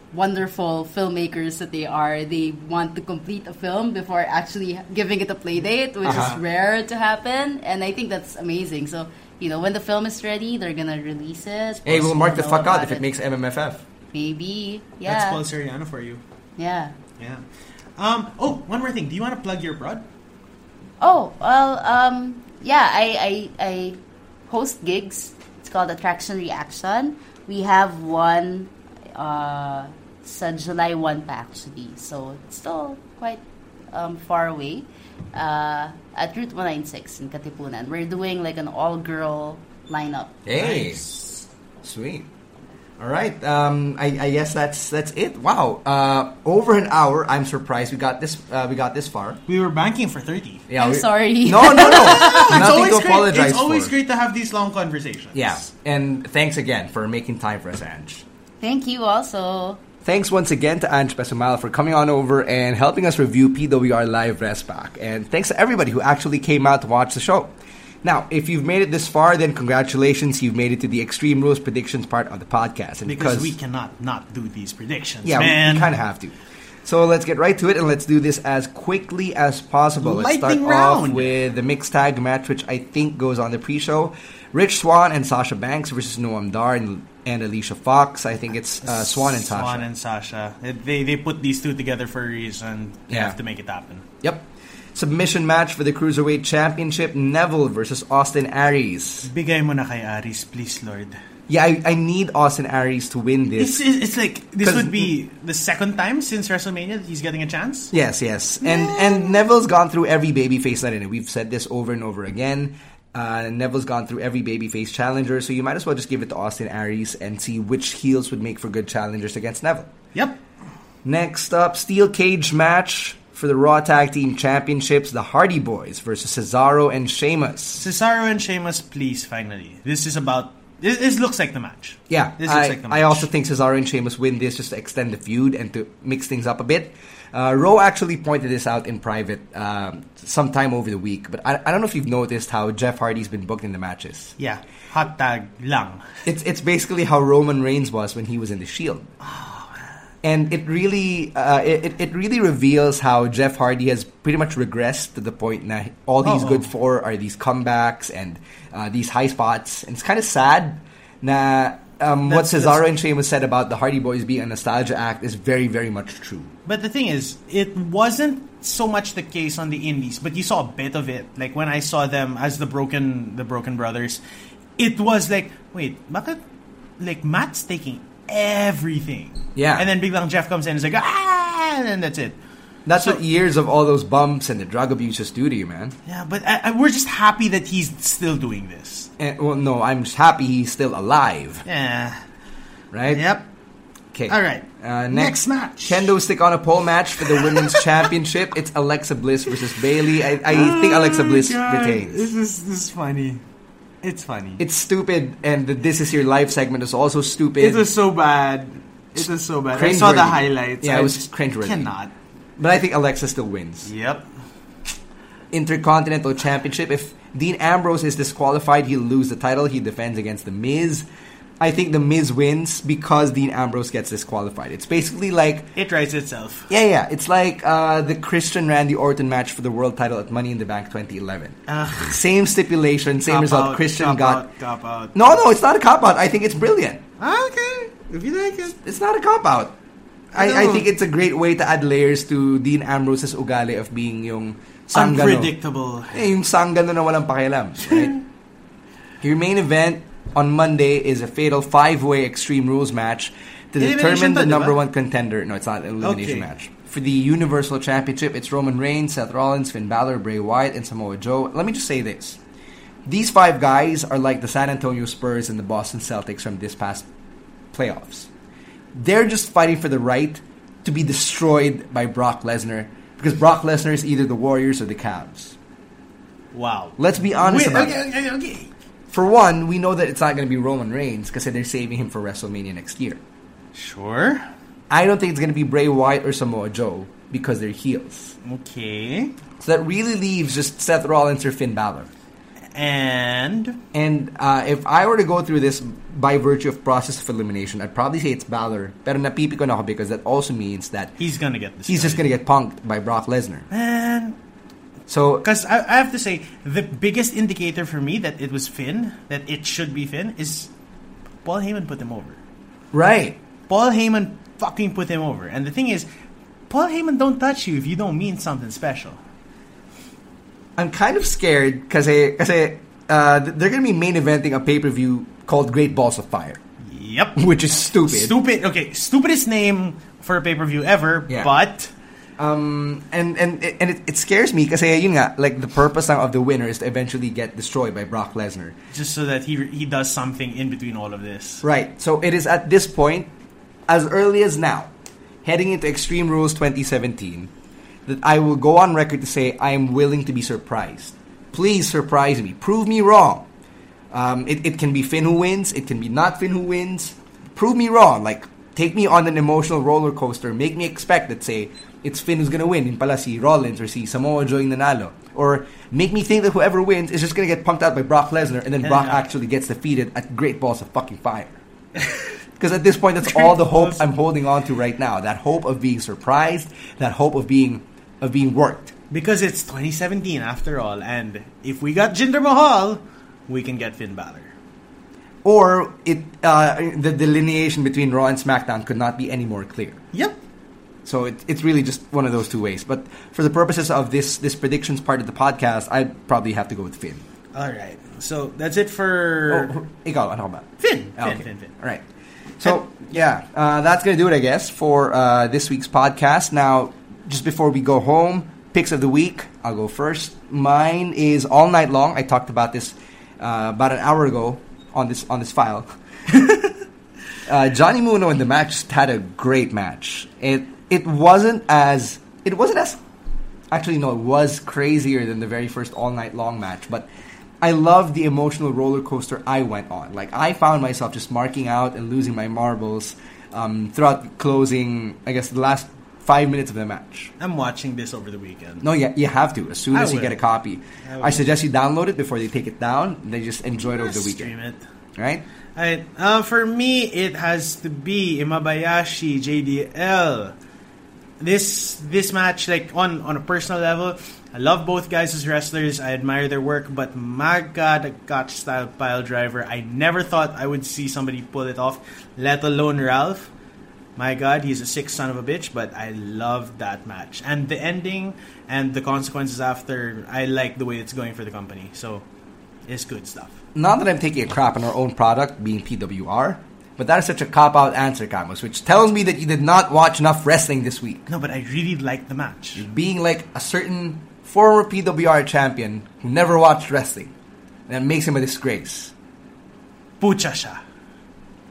Speaker 5: wonderful filmmakers that they are. They want to complete a film before actually giving it a play date, which
Speaker 3: Uh-huh.
Speaker 5: is rare to happen, and I think that's amazing. So you know, when the film is ready, they're gonna release it.
Speaker 3: Hey, we'll mark the
Speaker 5: Know
Speaker 3: fuck out
Speaker 5: about
Speaker 3: if it makes MMFF.
Speaker 5: maybe
Speaker 4: That's
Speaker 5: yeah
Speaker 4: Paul Seriano for you.
Speaker 5: yeah.
Speaker 4: Yeah. Um, oh, one more thing. Do you want to plug your broad?
Speaker 5: Oh well, um, yeah, I, I I host gigs. It's called Attraction Reaction. We have one uh, sa July one pa actually, so it's still quite um, far away. Uh, at Route One Nine Six in Katipunan,
Speaker 3: Eh.
Speaker 5: we're doing like an all girl lineup.
Speaker 3: Hey,
Speaker 4: Nice.
Speaker 3: sweet. All right. Um, I, I guess that's that's it. Wow. Uh, over an hour. I'm surprised we got this. Uh, we got this far.
Speaker 4: We were banking for 30.
Speaker 3: Yeah,
Speaker 5: I'm
Speaker 3: we-
Speaker 5: sorry.
Speaker 3: No, no, no.
Speaker 4: It's
Speaker 3: Nothing
Speaker 4: always,
Speaker 3: to
Speaker 4: great.
Speaker 3: apologize
Speaker 4: it's always
Speaker 3: for.
Speaker 4: great to have these long conversations.
Speaker 3: Yeah, and thanks again for making time for us, Ange.
Speaker 5: Thank you also.
Speaker 3: Thanks once again to Ange Pesumala for coming on over and helping us review PWR Live Respac. And thanks to everybody who actually came out to watch the show. Now, if you've made it this far, then congratulations. You've made it to the Extreme Rules predictions part of the podcast. And
Speaker 4: Because we cannot not do these predictions,
Speaker 3: Yeah, we-
Speaker 4: man.
Speaker 3: we kind of have to. So let's get right to it and let's do this as quickly as possible. Let's
Speaker 4: Lightning
Speaker 3: start off
Speaker 4: round.
Speaker 3: with the mixed tag match, which I think goes on the pre show. Rich Swan and Sasha Banks versus Noam Dar and, and Alicia Fox. I think it's uh, Swan and Sasha.
Speaker 4: Swan and Sasha. They, they put these two together for a reason. They
Speaker 3: Yeah.
Speaker 4: have to make it happen.
Speaker 3: Yep. Submission match for the Cruiserweight Championship Neville versus Austin Aries.
Speaker 4: Bigay mo na kay Aris, please, Lord.
Speaker 3: Yeah, I, I need Austin Aries to win this.
Speaker 4: It's, it's, it's like this
Speaker 3: 'Cause-
Speaker 4: would be the second time since WrestleMania that he's getting a chance.
Speaker 3: Yes, yes. And and Neville's gone through every babyface night, and we've said this over and over again. Uh, Neville's gone through every babyface challenger, so you might as well just give it to Austin Aries and see which heels would make for good challengers against Neville.
Speaker 4: Yep.
Speaker 3: Next up, steel cage match for the Raw Tag Team Championships: the Hardy Boys versus Cesaro and Sheamus.
Speaker 4: Cesaro and Sheamus, please, finally. This is about. This, this looks like the match.
Speaker 3: Yeah,
Speaker 4: This looks
Speaker 3: I,
Speaker 4: like the match.
Speaker 3: I also think Cesaro and Sheamus win this just to extend the feud and to mix things up a bit. Uh, Rowe actually pointed this out in private um, sometime over the week, but I, I don't know if you've noticed how Jeff Hardy's been booked in the matches.
Speaker 4: Yeah. Hot tag lang.
Speaker 3: It's it's basically how Roman Reigns was when he was in the Shield, and it really uh, it it- it really reveals how Jeff Hardy has pretty much regressed to the point now all he's
Speaker 4: Oo.
Speaker 3: good for are these comebacks and uh, these high spots, and it's kind of sad. Na um, what
Speaker 4: That's-
Speaker 3: Cesaro
Speaker 4: that's-
Speaker 3: and Sheamus said about the Hardy Boys being a nostalgia act is very very much true.
Speaker 4: But the thing is, it wasn't so much the case on the indies, but you saw a bit of it. Like when I saw them as the broken the broken brothers, it was like, wait, bakit like Matt's taking everything.
Speaker 3: Yeah.
Speaker 4: And then Big Bang Jeff comes in and is like, ah and then that's it.
Speaker 3: That's
Speaker 4: So-
Speaker 3: what years of all those bumps and the drug abuse just do to you, man.
Speaker 4: Yeah, but I, I, we're just happy that he's still doing this.
Speaker 3: And, well, no, I'm just happy he's still alive,
Speaker 4: Yeah.
Speaker 3: right?
Speaker 4: Yep.
Speaker 3: Okay.
Speaker 4: All right.
Speaker 3: Uh, next,
Speaker 4: Next match.
Speaker 3: Kendo stick on a pole match for the women's championship. It's Alexa Bliss versus Bailey. I, I think Alexa Bliss
Speaker 4: Oh This
Speaker 3: retains.
Speaker 4: is this is funny. It's funny.
Speaker 3: It's stupid, and the "This Is Your Life" segment is also stupid.
Speaker 4: It was so bad. It was so bad. I saw
Speaker 3: Cringeworthy.
Speaker 4: the highlights.
Speaker 3: Yeah,
Speaker 4: I
Speaker 3: it was
Speaker 4: just
Speaker 3: cringeworthy.
Speaker 4: Cannot.
Speaker 3: but I think Alexa still wins.
Speaker 4: Yep.
Speaker 3: Intercontinental Championship. If Dean Ambrose is disqualified, he'll lose the title. He defends against The Miz. I think The Miz wins because Dean Ambrose gets disqualified. It's basically like
Speaker 4: It writes itself.
Speaker 3: Yeah, yeah. It's like uh, the Christian Randy Orton match for the world title at Money in the Bank 2011. Same stipulation, same
Speaker 4: Cop
Speaker 3: result.
Speaker 4: out,
Speaker 3: Christian
Speaker 4: cop
Speaker 3: got.
Speaker 4: out, cop out.
Speaker 3: No, no, it's not a cop out. I think it's brilliant.
Speaker 4: Okay. If you like it.
Speaker 3: It's not a cop out. I, I
Speaker 4: No.
Speaker 3: think it's a great way to add layers to Dean Ambrose's ugali of being yung sanggano.
Speaker 4: Unpredictable.
Speaker 3: Eh, yung sanggano na walang pakialam, right? Your main event on Monday is a fatal five-way Extreme Rules match to determine
Speaker 4: Elimination
Speaker 3: the
Speaker 4: to, di
Speaker 3: number
Speaker 4: ba?
Speaker 3: one contender. No, it's not an elimination
Speaker 4: Okay.
Speaker 3: match. For the Universal Championship, it's Roman Reigns, Seth Rollins, Finn Balor, Bray Wyatt, and Samoa Joe. Let me just say this. These five guys are like the San Antonio Spurs and the Boston Celtics from this past playoffs. They're just fighting for the right to be destroyed by Brock Lesnar because Brock Lesnar is either the Warriors or the Cavs.
Speaker 4: Wow.
Speaker 3: Let's be honest
Speaker 4: Wait,
Speaker 3: about
Speaker 4: okay,
Speaker 3: it.
Speaker 4: okay, okay.
Speaker 3: For one, we know that it's not going to be Roman Reigns because they're saving him for WrestleMania next year.
Speaker 4: Sure.
Speaker 3: I don't think it's going to be Bray Wyatt or Samoa Joe because they're heels.
Speaker 4: Okay.
Speaker 3: So that really leaves just Seth Rollins or Finn Balor.
Speaker 4: And
Speaker 3: And uh, if I were to go through this by virtue of process of elimination, I'd probably say it's Balor. Pero napipi ko na ako because that also means that
Speaker 4: he's gonna get this.
Speaker 3: he's just going to get punked by Brock Lesnar.
Speaker 4: Man,
Speaker 3: So
Speaker 4: because I, I have to say the biggest indicator for me that it was Finn, that it should be Finn, is Paul Heyman put him over.
Speaker 3: right,
Speaker 4: Paul Heyman fucking put him over. And the thing is, Paul Heyman don't touch you if you don't mean something special.
Speaker 3: I'm kind of scared because uh, th- they're going to be main eventing a pay per view called Great Balls of Fire,
Speaker 4: Yep.
Speaker 3: which is stupid.
Speaker 4: Stupid. Okay, stupidest name for a pay per view ever.
Speaker 3: Yeah.
Speaker 4: But
Speaker 3: Um, and and and it, it scares me because yun nga, like the purpose now of the winner is to eventually get destroyed by Brock Lesnar.
Speaker 4: just so that he he does something in between all of this.
Speaker 3: Right. So it is at this point, as early as now, heading into Extreme Rules 2017, that I will go on record to say I am willing to be surprised. Please surprise me. Prove me wrong. Um, it, it can be Finn who wins. It can be not Finn who wins. Prove me wrong. Like, take me on an emotional roller coaster. Make me expect that, say, it's Finn who's going to win. In pala si Rollins or si Samoa Joe yung nanalo. Or make me think that whoever wins is just going to get punked out by Brock Lesnar and then Brock
Speaker 4: yeah.
Speaker 3: actually gets defeated at Great Balls of fucking Fire. Because at this point, that's all the hope I'm holding on to right now. That hope of being surprised. That hope of being of being worked.
Speaker 4: Because it's 2017 after all, and if we got Jinder Mahal, we can get Finn Balor.
Speaker 3: Or it uh, the delineation between Raw and SmackDown could not be any more clear.
Speaker 4: Yep.
Speaker 3: So it, it's really just one of those two ways. But for the purposes of this this predictions part of the podcast, I probably have to go with Finn.
Speaker 4: All right. So that's it
Speaker 3: Oh,
Speaker 4: for
Speaker 3: who- ikaw, ano ka ba?
Speaker 4: Finn.
Speaker 3: Ah,
Speaker 4: Finn,
Speaker 3: okay.
Speaker 4: Finn, Finn.
Speaker 3: All right. So yeah, uh, that's gonna do it, I guess, for uh, this week's podcast. Now, just before we go home, picks of the week. I'll go first. Mine is all night long. I talked about this uh, about an hour ago on this on this file. uh, Johnny Muno and the match just had a great match. It it wasn't as it wasn't as actually no, it was crazier than the very first all night long match, but I loved the emotional roller coaster I went on. Like I found myself just marking out and losing my marbles um, throughout the closing. I guess the last five minutes of the match.
Speaker 4: I'm watching this over the weekend.
Speaker 3: No, yeah, you have to as soon
Speaker 4: I
Speaker 3: as you get
Speaker 4: will.
Speaker 3: a copy.
Speaker 4: I
Speaker 3: I,
Speaker 4: will.
Speaker 3: suggest you download it before they take it down. They just enjoy it over the
Speaker 4: Stream
Speaker 3: weekend,
Speaker 4: it.
Speaker 3: right?
Speaker 4: All right. Uh, for me, it has to be Imabayashi JDL. This this match, like on on a personal level, I love both guys as wrestlers. I admire their work, but my god, a gotch style pile driver! I never thought I would see somebody pull it off, let alone Ralph. My god, he's a sick son of a bitch, but I love that match. And the ending and the consequences after, I like the way it's going for the company. So, it's good stuff.
Speaker 3: Not that I'm taking a crap on our own product, being PWR, but that is such a cop out answer, Camus, which tells me that you did not watch enough wrestling this week.
Speaker 4: No, but I really like the match.
Speaker 3: being like a certain former PWR champion who never watched wrestling. That makes him a disgrace.
Speaker 4: Pucha siya.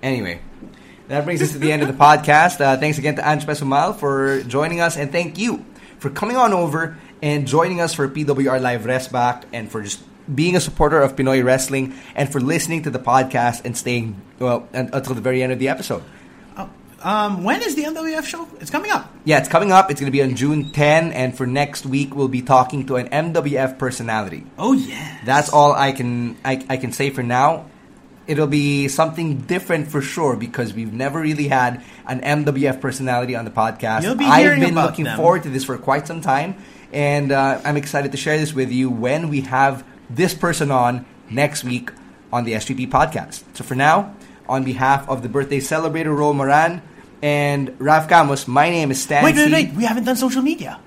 Speaker 3: Anyway, that brings us to the end of the podcast. Uh, thanks again to Ange Pesumal for joining us, and thank you for coming on over and joining us for PWR Live Resback and for just being a supporter of Pinoy Wrestling and for listening to the podcast and staying, well, un- until the very end of the episode.
Speaker 4: Oh, um, when is the MWF show? It's coming up.
Speaker 3: Yeah, it's coming up. It's going to be on June 10, and for next week, we'll be talking to an MWF personality.
Speaker 4: Oh yeah.
Speaker 3: That's all I can I, I can say for now. It'll be something different for sure because we've never really had an MWF personality on the podcast.
Speaker 4: You'll be
Speaker 3: I've
Speaker 4: hearing
Speaker 3: been
Speaker 4: about
Speaker 3: looking
Speaker 4: them.
Speaker 3: forward to this for quite some time, and uh, I'm excited to share this with you when we have this person on next week on the SGP podcast. So for now, on behalf of the birthday celebrator Ro Moran and Raf Camus, my name is Stan.
Speaker 4: wait, wait,
Speaker 3: C.
Speaker 4: wait. We haven't done social media.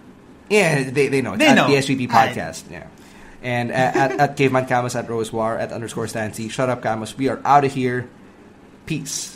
Speaker 3: Yeah, they, they know. It's
Speaker 4: They
Speaker 3: at
Speaker 4: know.
Speaker 3: the SVP
Speaker 4: Alright.
Speaker 3: podcast. Yeah. And at, at, at Caveman Camus, at Rose War, at underscore Stancy. Shut up, Camus. We are out of here. Peace.